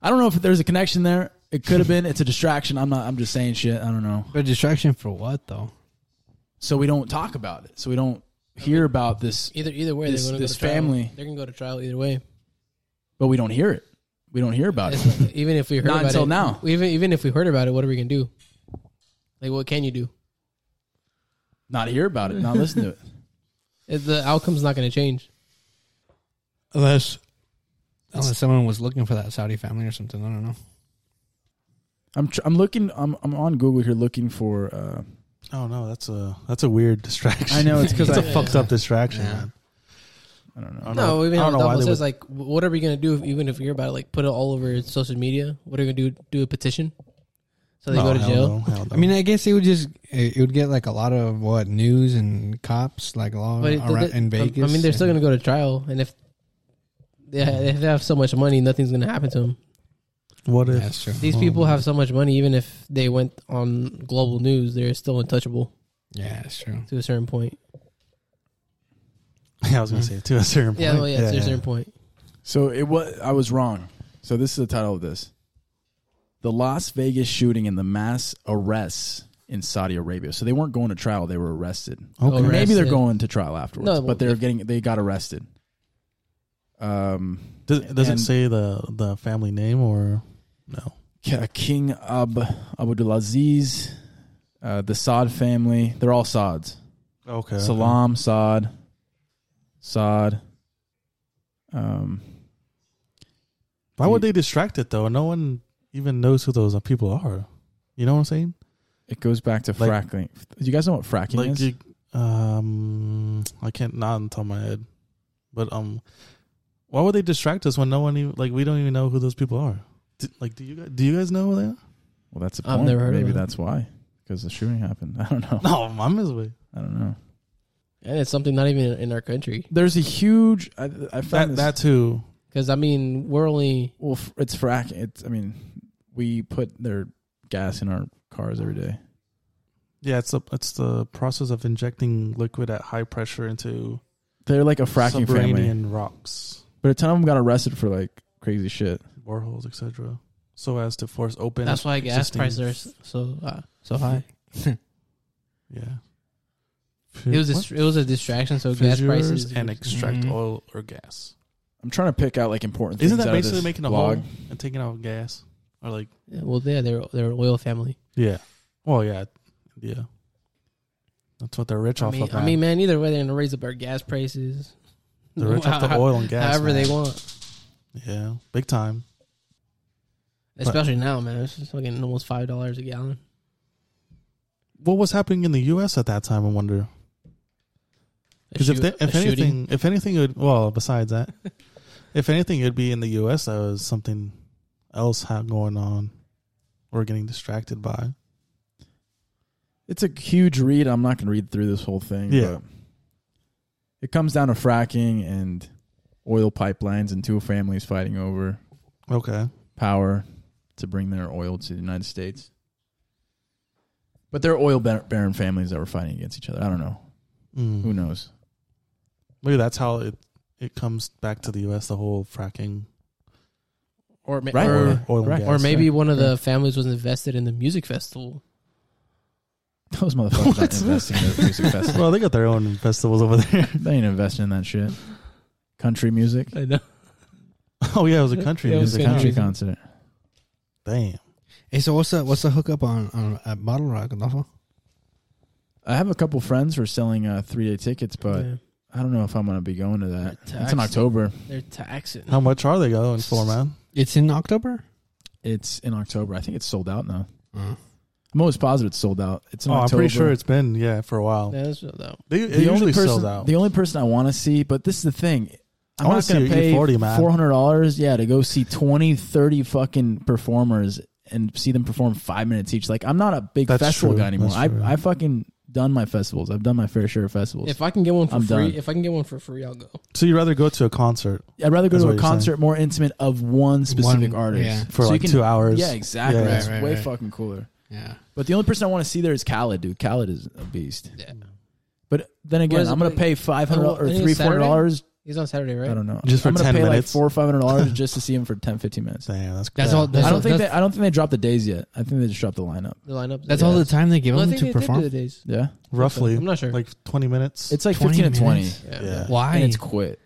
[SPEAKER 5] I don't know if there's a connection there. It could have been. It's a distraction. I'm not. I'm just saying shit. I don't know
[SPEAKER 4] But distraction for what though?
[SPEAKER 5] so we don't talk about it. So we don't hear about this,
[SPEAKER 6] Either either way,
[SPEAKER 5] This-
[SPEAKER 6] they're gonna
[SPEAKER 5] this
[SPEAKER 6] go to trial.
[SPEAKER 5] family-
[SPEAKER 6] they're gonna go to trial either way.
[SPEAKER 5] but we don't hear it. We don't hear about it.
[SPEAKER 6] It's
[SPEAKER 7] [laughs]
[SPEAKER 6] like, even if we heard
[SPEAKER 5] Not
[SPEAKER 6] about
[SPEAKER 5] until
[SPEAKER 6] it,
[SPEAKER 5] now.
[SPEAKER 6] Even even if we heard about it, what are we gonna do? Like, what can you do?
[SPEAKER 5] Not hear about it. [laughs] Not listen to it.
[SPEAKER 6] If the outcome's not gonna change.
[SPEAKER 4] Unless, unless someone was looking for that Saudi family or something. I don't know.
[SPEAKER 5] I'm tr- I'm looking. I'm I'm on Google here looking for. Uh,
[SPEAKER 7] oh no, that's a that's a weird [laughs] distraction.
[SPEAKER 5] I know [laughs]
[SPEAKER 6] [laughs]
[SPEAKER 5] it's because
[SPEAKER 7] it's a
[SPEAKER 5] I
[SPEAKER 7] fucked up distraction,
[SPEAKER 4] Yeah.
[SPEAKER 7] man.
[SPEAKER 5] I don't know.
[SPEAKER 7] I don't know.
[SPEAKER 6] No, even
[SPEAKER 7] I
[SPEAKER 6] how
[SPEAKER 7] don't know why
[SPEAKER 6] Adolfo
[SPEAKER 7] they
[SPEAKER 6] says,
[SPEAKER 7] would,
[SPEAKER 6] like, wh- what are we gonna do? If, even if we hear about it, like, put it all over social media. What are we gonna do? Do a petition? So they
[SPEAKER 7] No,
[SPEAKER 6] go to
[SPEAKER 7] hell
[SPEAKER 6] jail.
[SPEAKER 7] no, hell no.
[SPEAKER 4] I mean, I guess it would just it, it would get like a lot of what news and cops like all
[SPEAKER 6] But it-
[SPEAKER 4] around
[SPEAKER 6] th-
[SPEAKER 4] in
[SPEAKER 6] th- I-
[SPEAKER 4] Vegas.
[SPEAKER 6] I mean, they're still
[SPEAKER 4] and-
[SPEAKER 6] going to go to trial, and if they, if they have so much money, nothing's going to happen to them.
[SPEAKER 7] what if
[SPEAKER 4] Yeah, that's true.
[SPEAKER 6] These
[SPEAKER 7] Oh.
[SPEAKER 6] people have so much money, even if they went on global news, they're still untouchable
[SPEAKER 4] Yeah, that's true.
[SPEAKER 6] to a certain point.
[SPEAKER 7] [laughs] Yeah, I was gonna say to a certain point.
[SPEAKER 6] Yeah, well, yeah, to a certain point.
[SPEAKER 5] So it was. I was wrong. So this is the title of this: the Las Vegas shooting and the mass arrests in Saudi Arabia. So they weren't going to trial; they were arrested.
[SPEAKER 7] Okay.
[SPEAKER 6] Arrested.
[SPEAKER 5] Maybe they're going to trial afterwards,
[SPEAKER 6] No, well,
[SPEAKER 5] but they're
[SPEAKER 6] if-
[SPEAKER 5] getting they got arrested. Um,
[SPEAKER 7] Does, does it
[SPEAKER 5] And-
[SPEAKER 7] say the the family name or no?
[SPEAKER 5] K- King Ab Abdulaziz, uh, the Saad family. They're all Saads.
[SPEAKER 7] Okay.
[SPEAKER 5] Salam Saad, Saad. Um,
[SPEAKER 7] Why would they distract it though? No one even knows who those people are. You know what I'm saying?
[SPEAKER 5] it goes back to
[SPEAKER 7] Like-
[SPEAKER 5] fracking. Do you guys know what fracking
[SPEAKER 7] like,
[SPEAKER 5] is?
[SPEAKER 7] you- um, I can't not on top of my head, but um, why would they distract us when no one even like we don't even know who those people are? Do, like, do you guys, do you guys know who they are? [laughs]
[SPEAKER 5] well, that's a point.
[SPEAKER 6] I've never heard of
[SPEAKER 5] Maybe
[SPEAKER 6] it.
[SPEAKER 5] that's why because the shooting happened. [laughs] I don't know.
[SPEAKER 7] No, I'm his way.
[SPEAKER 5] I don't know.
[SPEAKER 6] And it's something not even in our country.
[SPEAKER 5] There's a huge. I, I found
[SPEAKER 7] That
[SPEAKER 5] this-
[SPEAKER 7] that too.
[SPEAKER 6] Because, I mean, we're only.
[SPEAKER 5] Well, f- it's fracking. It's. I mean, we put their gas in our cars every day.
[SPEAKER 7] Yeah, it's the it's the process of injecting liquid at high pressure into
[SPEAKER 5] They're like a fracking family,
[SPEAKER 7] subterranean rocks,
[SPEAKER 5] but a ton of them got arrested for like crazy shit.
[SPEAKER 7] boreholes, etc., so as to force open.
[SPEAKER 6] That's why gas
[SPEAKER 7] existing-
[SPEAKER 6] prices are s- so uh, so high.
[SPEAKER 7] Yeah.
[SPEAKER 6] It was a,
[SPEAKER 7] What?
[SPEAKER 6] str- it was a distraction. So gas
[SPEAKER 7] Fissures
[SPEAKER 6] prices Mm-hmm.
[SPEAKER 7] and extract
[SPEAKER 4] Mhm.
[SPEAKER 7] oil or gas.
[SPEAKER 5] I'm trying to pick out like important.
[SPEAKER 7] Isn't
[SPEAKER 5] things
[SPEAKER 7] that
[SPEAKER 5] out of
[SPEAKER 7] basically
[SPEAKER 5] this
[SPEAKER 7] making a
[SPEAKER 5] blog.
[SPEAKER 7] hole and taking out gas or like?
[SPEAKER 6] Yeah, well, yeah, they're they're an oil family.
[SPEAKER 7] Yeah. Well, yeah, yeah. That's what they're rich
[SPEAKER 6] I
[SPEAKER 7] off
[SPEAKER 6] mean,
[SPEAKER 7] of.
[SPEAKER 6] I mean, man, either way, they're going to raise up our gas prices.
[SPEAKER 7] they're rich
[SPEAKER 6] [laughs]
[SPEAKER 7] off the oil and gas.
[SPEAKER 6] however
[SPEAKER 7] man.
[SPEAKER 6] they want.
[SPEAKER 7] Yeah, big time.
[SPEAKER 6] Especially now, man. It's just fucking almost five dollars a gallon.
[SPEAKER 7] What was happening in the U.S. at that time? I wonder.
[SPEAKER 6] A
[SPEAKER 7] Because if
[SPEAKER 6] shoot-
[SPEAKER 7] they, if
[SPEAKER 6] a
[SPEAKER 7] anything,
[SPEAKER 6] shooting.
[SPEAKER 7] if anything, it would well besides that, if anything, it'd be in the U.S. That was something else ha- going on, or getting distracted by.
[SPEAKER 5] It's a huge read. I'm not going to read through this whole thing.
[SPEAKER 7] Yeah.
[SPEAKER 5] But it comes down to fracking and oil pipelines and two families fighting over
[SPEAKER 7] Okay.
[SPEAKER 5] power to bring their oil to the United States. But they're oil bar- baron families that were fighting against each other. I don't know.
[SPEAKER 7] Mm.
[SPEAKER 5] Who knows?
[SPEAKER 7] Maybe that's how it it comes back to the U.S. The whole fracking
[SPEAKER 6] or ma-
[SPEAKER 5] Right.
[SPEAKER 6] or,
[SPEAKER 7] or oil and
[SPEAKER 5] Right.
[SPEAKER 7] gas.
[SPEAKER 6] or maybe
[SPEAKER 5] right.
[SPEAKER 6] one of the families was invested in the music festival.
[SPEAKER 5] Those
[SPEAKER 6] [laughs]
[SPEAKER 5] motherfuckers aren't investing in their music festival.
[SPEAKER 7] [laughs] well, they got their own festivals over there. [laughs]
[SPEAKER 5] They ain't investing in that shit. Country music,
[SPEAKER 6] I know.
[SPEAKER 7] oh yeah, it was a country
[SPEAKER 6] Yeah, it was
[SPEAKER 7] music.
[SPEAKER 5] country
[SPEAKER 7] Country.
[SPEAKER 6] music.
[SPEAKER 5] concert.
[SPEAKER 7] Damn.
[SPEAKER 4] Hey, so what's the what's the hookup on on at Bottle Rock, Adolfo?
[SPEAKER 5] I have a couple friends who are selling uh, three day tickets, but
[SPEAKER 6] Yeah.
[SPEAKER 5] I don't know if I'm going to be going to that.
[SPEAKER 6] Tax.
[SPEAKER 5] It's in October.
[SPEAKER 6] They're taxing.
[SPEAKER 7] How much are they going for, man?
[SPEAKER 4] It's in October.
[SPEAKER 5] It's in October. I think it's sold out now.
[SPEAKER 4] Uh,
[SPEAKER 5] I'm almost positive it's sold out. It's in
[SPEAKER 7] Oh, I'm
[SPEAKER 5] October.
[SPEAKER 7] pretty sure it's been yeah for a while.
[SPEAKER 6] That's though.
[SPEAKER 7] They it usually
[SPEAKER 5] person,
[SPEAKER 7] sells out.
[SPEAKER 5] The only person I want to see, but this is the thing. I'm
[SPEAKER 7] I wanna
[SPEAKER 5] not going
[SPEAKER 7] see
[SPEAKER 5] to
[SPEAKER 7] a
[SPEAKER 5] pay
[SPEAKER 7] E40, man.
[SPEAKER 5] $400, yeah, to go see 20, 30 fucking performers and see them perform five minutes each. Like, I'm not a big
[SPEAKER 7] That's
[SPEAKER 5] festival
[SPEAKER 7] true.
[SPEAKER 5] guy anymore.
[SPEAKER 7] That's
[SPEAKER 5] I,
[SPEAKER 7] true.
[SPEAKER 5] I fucking done my festivals. I've done my fair share of festivals.
[SPEAKER 6] If I can get one for
[SPEAKER 5] I'm
[SPEAKER 6] free,
[SPEAKER 5] done.
[SPEAKER 6] if I can get one for free, I'll go.
[SPEAKER 7] so you'd rather go to a concert
[SPEAKER 5] I'd rather go
[SPEAKER 7] That's
[SPEAKER 5] to
[SPEAKER 7] what
[SPEAKER 5] a
[SPEAKER 7] you're
[SPEAKER 5] concert more intimate of one specific
[SPEAKER 4] One-
[SPEAKER 5] artist
[SPEAKER 4] yeah.
[SPEAKER 7] for
[SPEAKER 5] So you
[SPEAKER 7] like
[SPEAKER 5] can-
[SPEAKER 7] two hours?
[SPEAKER 5] Yeah, exactly.
[SPEAKER 7] Yeah.
[SPEAKER 5] That's
[SPEAKER 4] Right, right,
[SPEAKER 5] way
[SPEAKER 4] right.
[SPEAKER 5] fucking cooler.
[SPEAKER 4] yeah.
[SPEAKER 5] But the only person I want to see there is Khaled, dude. Khaled is a beast.
[SPEAKER 6] Yeah.
[SPEAKER 5] But then again,
[SPEAKER 6] is it,
[SPEAKER 5] I'm gonna
[SPEAKER 6] like-
[SPEAKER 5] pay five hundred
[SPEAKER 6] I
[SPEAKER 5] or
[SPEAKER 6] think it's
[SPEAKER 5] three, four hundred dollars.
[SPEAKER 6] He's on Saturday, right?
[SPEAKER 5] I don't know.
[SPEAKER 7] Just for
[SPEAKER 5] I'm gonna
[SPEAKER 7] 10
[SPEAKER 5] pay like
[SPEAKER 7] minutes?
[SPEAKER 5] four or five hundred dollars [laughs] just to see him for 10, 15 minutes.
[SPEAKER 7] Damn, that's
[SPEAKER 4] That's
[SPEAKER 7] yeah.
[SPEAKER 4] all. That's
[SPEAKER 5] I
[SPEAKER 4] all-
[SPEAKER 5] don't think they,
[SPEAKER 4] that's,
[SPEAKER 5] I don't think they dropped the days yet. I think they just dropped the lineup.
[SPEAKER 6] The lineup.
[SPEAKER 4] that's all the time they give
[SPEAKER 6] Well, I
[SPEAKER 4] them
[SPEAKER 6] think
[SPEAKER 4] to
[SPEAKER 6] they did do
[SPEAKER 4] perform.
[SPEAKER 6] the days.
[SPEAKER 5] Yeah,
[SPEAKER 7] roughly.
[SPEAKER 6] I'm not sure.
[SPEAKER 7] like twenty minutes.
[SPEAKER 5] it's like
[SPEAKER 4] 20
[SPEAKER 5] fifteen to twenty.
[SPEAKER 4] minutes?
[SPEAKER 6] yeah.
[SPEAKER 7] yeah.
[SPEAKER 4] Why?
[SPEAKER 5] And it's quick.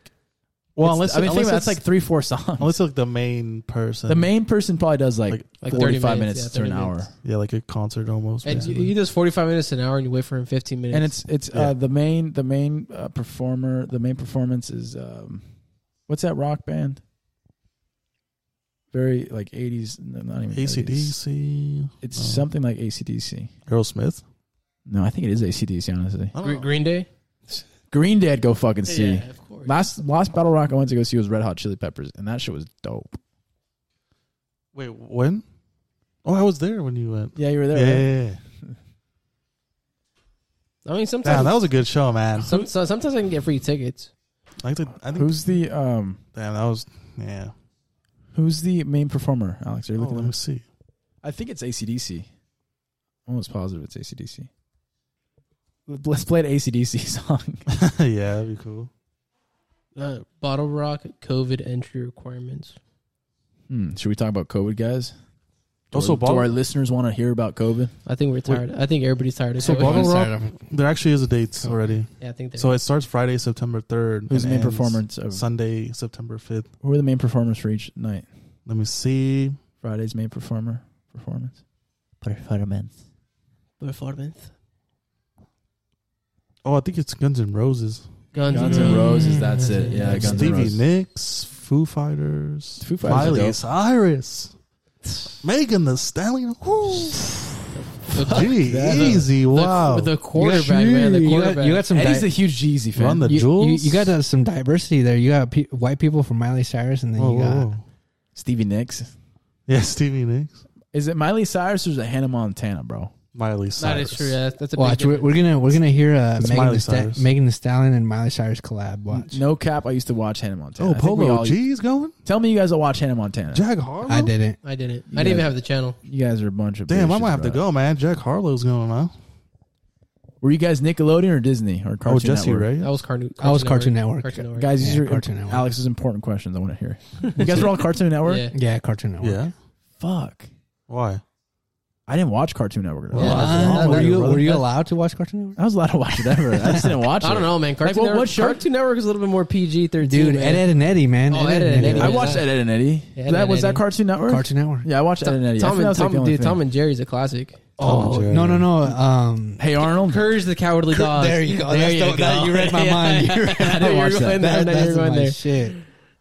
[SPEAKER 7] Well,
[SPEAKER 5] It's-
[SPEAKER 7] unless
[SPEAKER 5] I mean, think
[SPEAKER 7] unless
[SPEAKER 5] about it, that's
[SPEAKER 7] it's-
[SPEAKER 5] like three, four songs.
[SPEAKER 7] unless like the main person.
[SPEAKER 5] the main person probably does like,
[SPEAKER 7] Like-
[SPEAKER 6] Like 30
[SPEAKER 5] forty-five
[SPEAKER 6] minutes,
[SPEAKER 5] minutes,
[SPEAKER 6] yeah,
[SPEAKER 5] to an
[SPEAKER 6] 30
[SPEAKER 5] hour.
[SPEAKER 6] minutes.
[SPEAKER 7] yeah, like a concert almost.
[SPEAKER 6] And you,
[SPEAKER 7] basically.
[SPEAKER 6] you just forty five minutes an hour, and you wait for him fifteen minutes.
[SPEAKER 5] and it's it's
[SPEAKER 7] Yeah.
[SPEAKER 5] uh, the main the main uh, performer the main performance is um, what's that rock band? Very like eighties, not even 80s.
[SPEAKER 7] ACDC,
[SPEAKER 5] It's
[SPEAKER 7] Oh.
[SPEAKER 5] something like ACDC.
[SPEAKER 7] Aerosmith.
[SPEAKER 5] No, I think it is ACDC. Honestly,
[SPEAKER 7] I don't
[SPEAKER 6] Gre-
[SPEAKER 7] know.
[SPEAKER 6] Green Day.
[SPEAKER 5] Green Day, I'd go fucking see.
[SPEAKER 6] Yeah, of course.
[SPEAKER 5] Last last battle rock I went to go see was Red Hot Chili Peppers, and that shit was dope.
[SPEAKER 7] Wait, when? Oh, I was there when you went.
[SPEAKER 5] Yeah, you were
[SPEAKER 7] Yeah,
[SPEAKER 5] there.
[SPEAKER 7] yeah,
[SPEAKER 5] right?
[SPEAKER 7] yeah, yeah.
[SPEAKER 6] I mean, sometimes
[SPEAKER 7] Damn, that was a good show, man.
[SPEAKER 6] some, so, sometimes I can get free tickets.
[SPEAKER 7] I think, I think
[SPEAKER 5] Who's the um
[SPEAKER 7] damn, that was yeah.
[SPEAKER 5] Who's the main performer? Alex, are you
[SPEAKER 7] Oh,
[SPEAKER 5] looking
[SPEAKER 7] let
[SPEAKER 5] at
[SPEAKER 7] me
[SPEAKER 5] this?
[SPEAKER 7] see.
[SPEAKER 5] I think it's ACDC. I'm almost positive it's ACDC. Let's play an ACDC [laughs] song.
[SPEAKER 7] [laughs] yeah, that'd be cool.
[SPEAKER 6] Uh, bottle rock COVID entry requirements.
[SPEAKER 5] Hmm, should we talk about COVID, guys? Do
[SPEAKER 7] Also,
[SPEAKER 5] our, do
[SPEAKER 7] Bottle-
[SPEAKER 5] our listeners want to hear about COVID?
[SPEAKER 6] I think we're tired. I think everybody's tired. Of
[SPEAKER 7] So
[SPEAKER 6] COVID.
[SPEAKER 7] Bottle
[SPEAKER 4] I'm
[SPEAKER 7] Rock-
[SPEAKER 4] tired of-
[SPEAKER 7] There actually is a date already.
[SPEAKER 6] Yeah, I think that.
[SPEAKER 7] So it starts Friday, September third.
[SPEAKER 5] Who's the
[SPEAKER 7] and
[SPEAKER 5] main
[SPEAKER 7] ends
[SPEAKER 5] performers of
[SPEAKER 7] Sunday, September fifth.
[SPEAKER 5] who are the main performers for each night?
[SPEAKER 7] Let me see.
[SPEAKER 5] Friday's main performer performance. Performance.
[SPEAKER 6] performance.
[SPEAKER 7] Oh, I think it's Guns N' Roses.
[SPEAKER 6] Guns,
[SPEAKER 5] Guns
[SPEAKER 6] N'
[SPEAKER 5] N' Roses, that's it. Yeah,
[SPEAKER 7] Like
[SPEAKER 5] Guns N'
[SPEAKER 7] Stevie
[SPEAKER 5] Roses.
[SPEAKER 7] Nicks, Foo Fighters,
[SPEAKER 5] Foo Fighters are
[SPEAKER 7] Miley
[SPEAKER 5] dope.
[SPEAKER 7] Cyrus,
[SPEAKER 5] [sighs]
[SPEAKER 7] Megan the Stallion. Woo. Gee, easy!
[SPEAKER 6] The-
[SPEAKER 7] Wow,
[SPEAKER 6] The, quarterback, man. The
[SPEAKER 4] you got-
[SPEAKER 6] quarterback.
[SPEAKER 4] You got some.
[SPEAKER 5] Eddie's
[SPEAKER 4] di-
[SPEAKER 5] a huge Jeezy fan.
[SPEAKER 7] Run the
[SPEAKER 4] you,
[SPEAKER 7] jewels.
[SPEAKER 4] you, you got uh, some diversity there. You got pe- white people from Miley Cyrus, and then
[SPEAKER 7] Whoa,
[SPEAKER 4] you got
[SPEAKER 7] whoa, whoa.
[SPEAKER 5] Stevie Nicks.
[SPEAKER 7] Yeah, Stevie Nicks,
[SPEAKER 5] Is it Miley Cyrus or is it Hannah Montana, bro?
[SPEAKER 7] Miley
[SPEAKER 6] that
[SPEAKER 7] Cyrus.
[SPEAKER 6] is true. Yeah, that's, that's a
[SPEAKER 4] Watch,
[SPEAKER 6] big
[SPEAKER 4] we're, we're gonna we're gonna hear uh,
[SPEAKER 7] It's
[SPEAKER 4] Megan,
[SPEAKER 7] Miley
[SPEAKER 4] the Sta-
[SPEAKER 7] Cyrus. Mm.
[SPEAKER 4] Megan Thee Stallion and Miley Cyrus collab. Watch,
[SPEAKER 5] No cap, I used to watch Hannah Montana.
[SPEAKER 7] Oh,
[SPEAKER 5] I think we
[SPEAKER 7] Polo
[SPEAKER 5] all-
[SPEAKER 7] G's going.
[SPEAKER 5] Tell me you guys will watch Hannah Montana.
[SPEAKER 7] Jack Harlow.
[SPEAKER 4] I didn't.
[SPEAKER 6] I didn't.
[SPEAKER 5] You
[SPEAKER 6] I didn't even
[SPEAKER 5] guys-
[SPEAKER 6] have the channel.
[SPEAKER 5] You guys are a bunch of
[SPEAKER 7] Damn, I
[SPEAKER 5] bitches,
[SPEAKER 7] might have to
[SPEAKER 5] bro.
[SPEAKER 7] go, man. Jack Harlow's going, man.
[SPEAKER 5] Were you guys Nickelodeon or Disney or Cartoon
[SPEAKER 7] Oh, Jesse
[SPEAKER 5] Network?
[SPEAKER 7] Ray.
[SPEAKER 6] That was Cartoon.
[SPEAKER 4] I was Cartoon Network.
[SPEAKER 6] Cartoon Network.
[SPEAKER 5] Guys, these
[SPEAKER 4] Yeah,
[SPEAKER 5] are
[SPEAKER 4] Cartoon Network.
[SPEAKER 5] Alex's important questions. I want to
[SPEAKER 6] [laughs]
[SPEAKER 5] hear. You guys were on Cartoon Network.
[SPEAKER 6] Yeah.
[SPEAKER 4] Yeah, Cartoon Network.
[SPEAKER 7] Yeah.
[SPEAKER 5] Fuck,
[SPEAKER 7] Why?
[SPEAKER 5] I didn't watch Cartoon Network. At all.
[SPEAKER 6] Yeah.
[SPEAKER 4] Uh,
[SPEAKER 7] Oh,
[SPEAKER 4] were you
[SPEAKER 7] brother.
[SPEAKER 4] were you allowed to watch Cartoon Network?
[SPEAKER 5] I was allowed to watch it ever. I just didn't watch it.
[SPEAKER 6] [laughs] I don't know, man. Cartoon
[SPEAKER 5] what-
[SPEAKER 6] Network.
[SPEAKER 5] what shirt?
[SPEAKER 6] Cartoon Network is a little bit more PG thirteen.
[SPEAKER 4] Dude, Ed,
[SPEAKER 6] man.
[SPEAKER 4] Ed and Eddie, man.
[SPEAKER 6] Oh, Ed, Ed, and Eddie.
[SPEAKER 5] I watched Ed, Ed and Eddie.
[SPEAKER 6] Yeah, Ed,
[SPEAKER 5] that
[SPEAKER 6] Ed,
[SPEAKER 5] was that
[SPEAKER 6] Eddie.
[SPEAKER 5] Cartoon Network.
[SPEAKER 4] Cartoon Network.
[SPEAKER 5] Yeah, I watched Ed, Ed and Eddie. I
[SPEAKER 6] Tom
[SPEAKER 5] think that
[SPEAKER 6] and
[SPEAKER 5] was like the
[SPEAKER 6] Tom,
[SPEAKER 5] only
[SPEAKER 6] dude,
[SPEAKER 5] thing.
[SPEAKER 6] Tom and Jerry's a classic.
[SPEAKER 7] Oh,
[SPEAKER 4] No, no,
[SPEAKER 6] [laughs]
[SPEAKER 4] no. Um,
[SPEAKER 5] Hey Arnold.
[SPEAKER 6] Courage the Cowardly Dog.
[SPEAKER 4] there you go.
[SPEAKER 6] Oh, There
[SPEAKER 4] That's
[SPEAKER 6] you
[SPEAKER 4] the-
[SPEAKER 6] go.
[SPEAKER 4] that- you read my
[SPEAKER 6] [laughs]
[SPEAKER 4] mind. You read-
[SPEAKER 6] I know you were
[SPEAKER 5] watched
[SPEAKER 6] going there.
[SPEAKER 4] that,
[SPEAKER 6] I know you were
[SPEAKER 4] that's
[SPEAKER 6] going
[SPEAKER 4] my
[SPEAKER 6] there.
[SPEAKER 4] shit.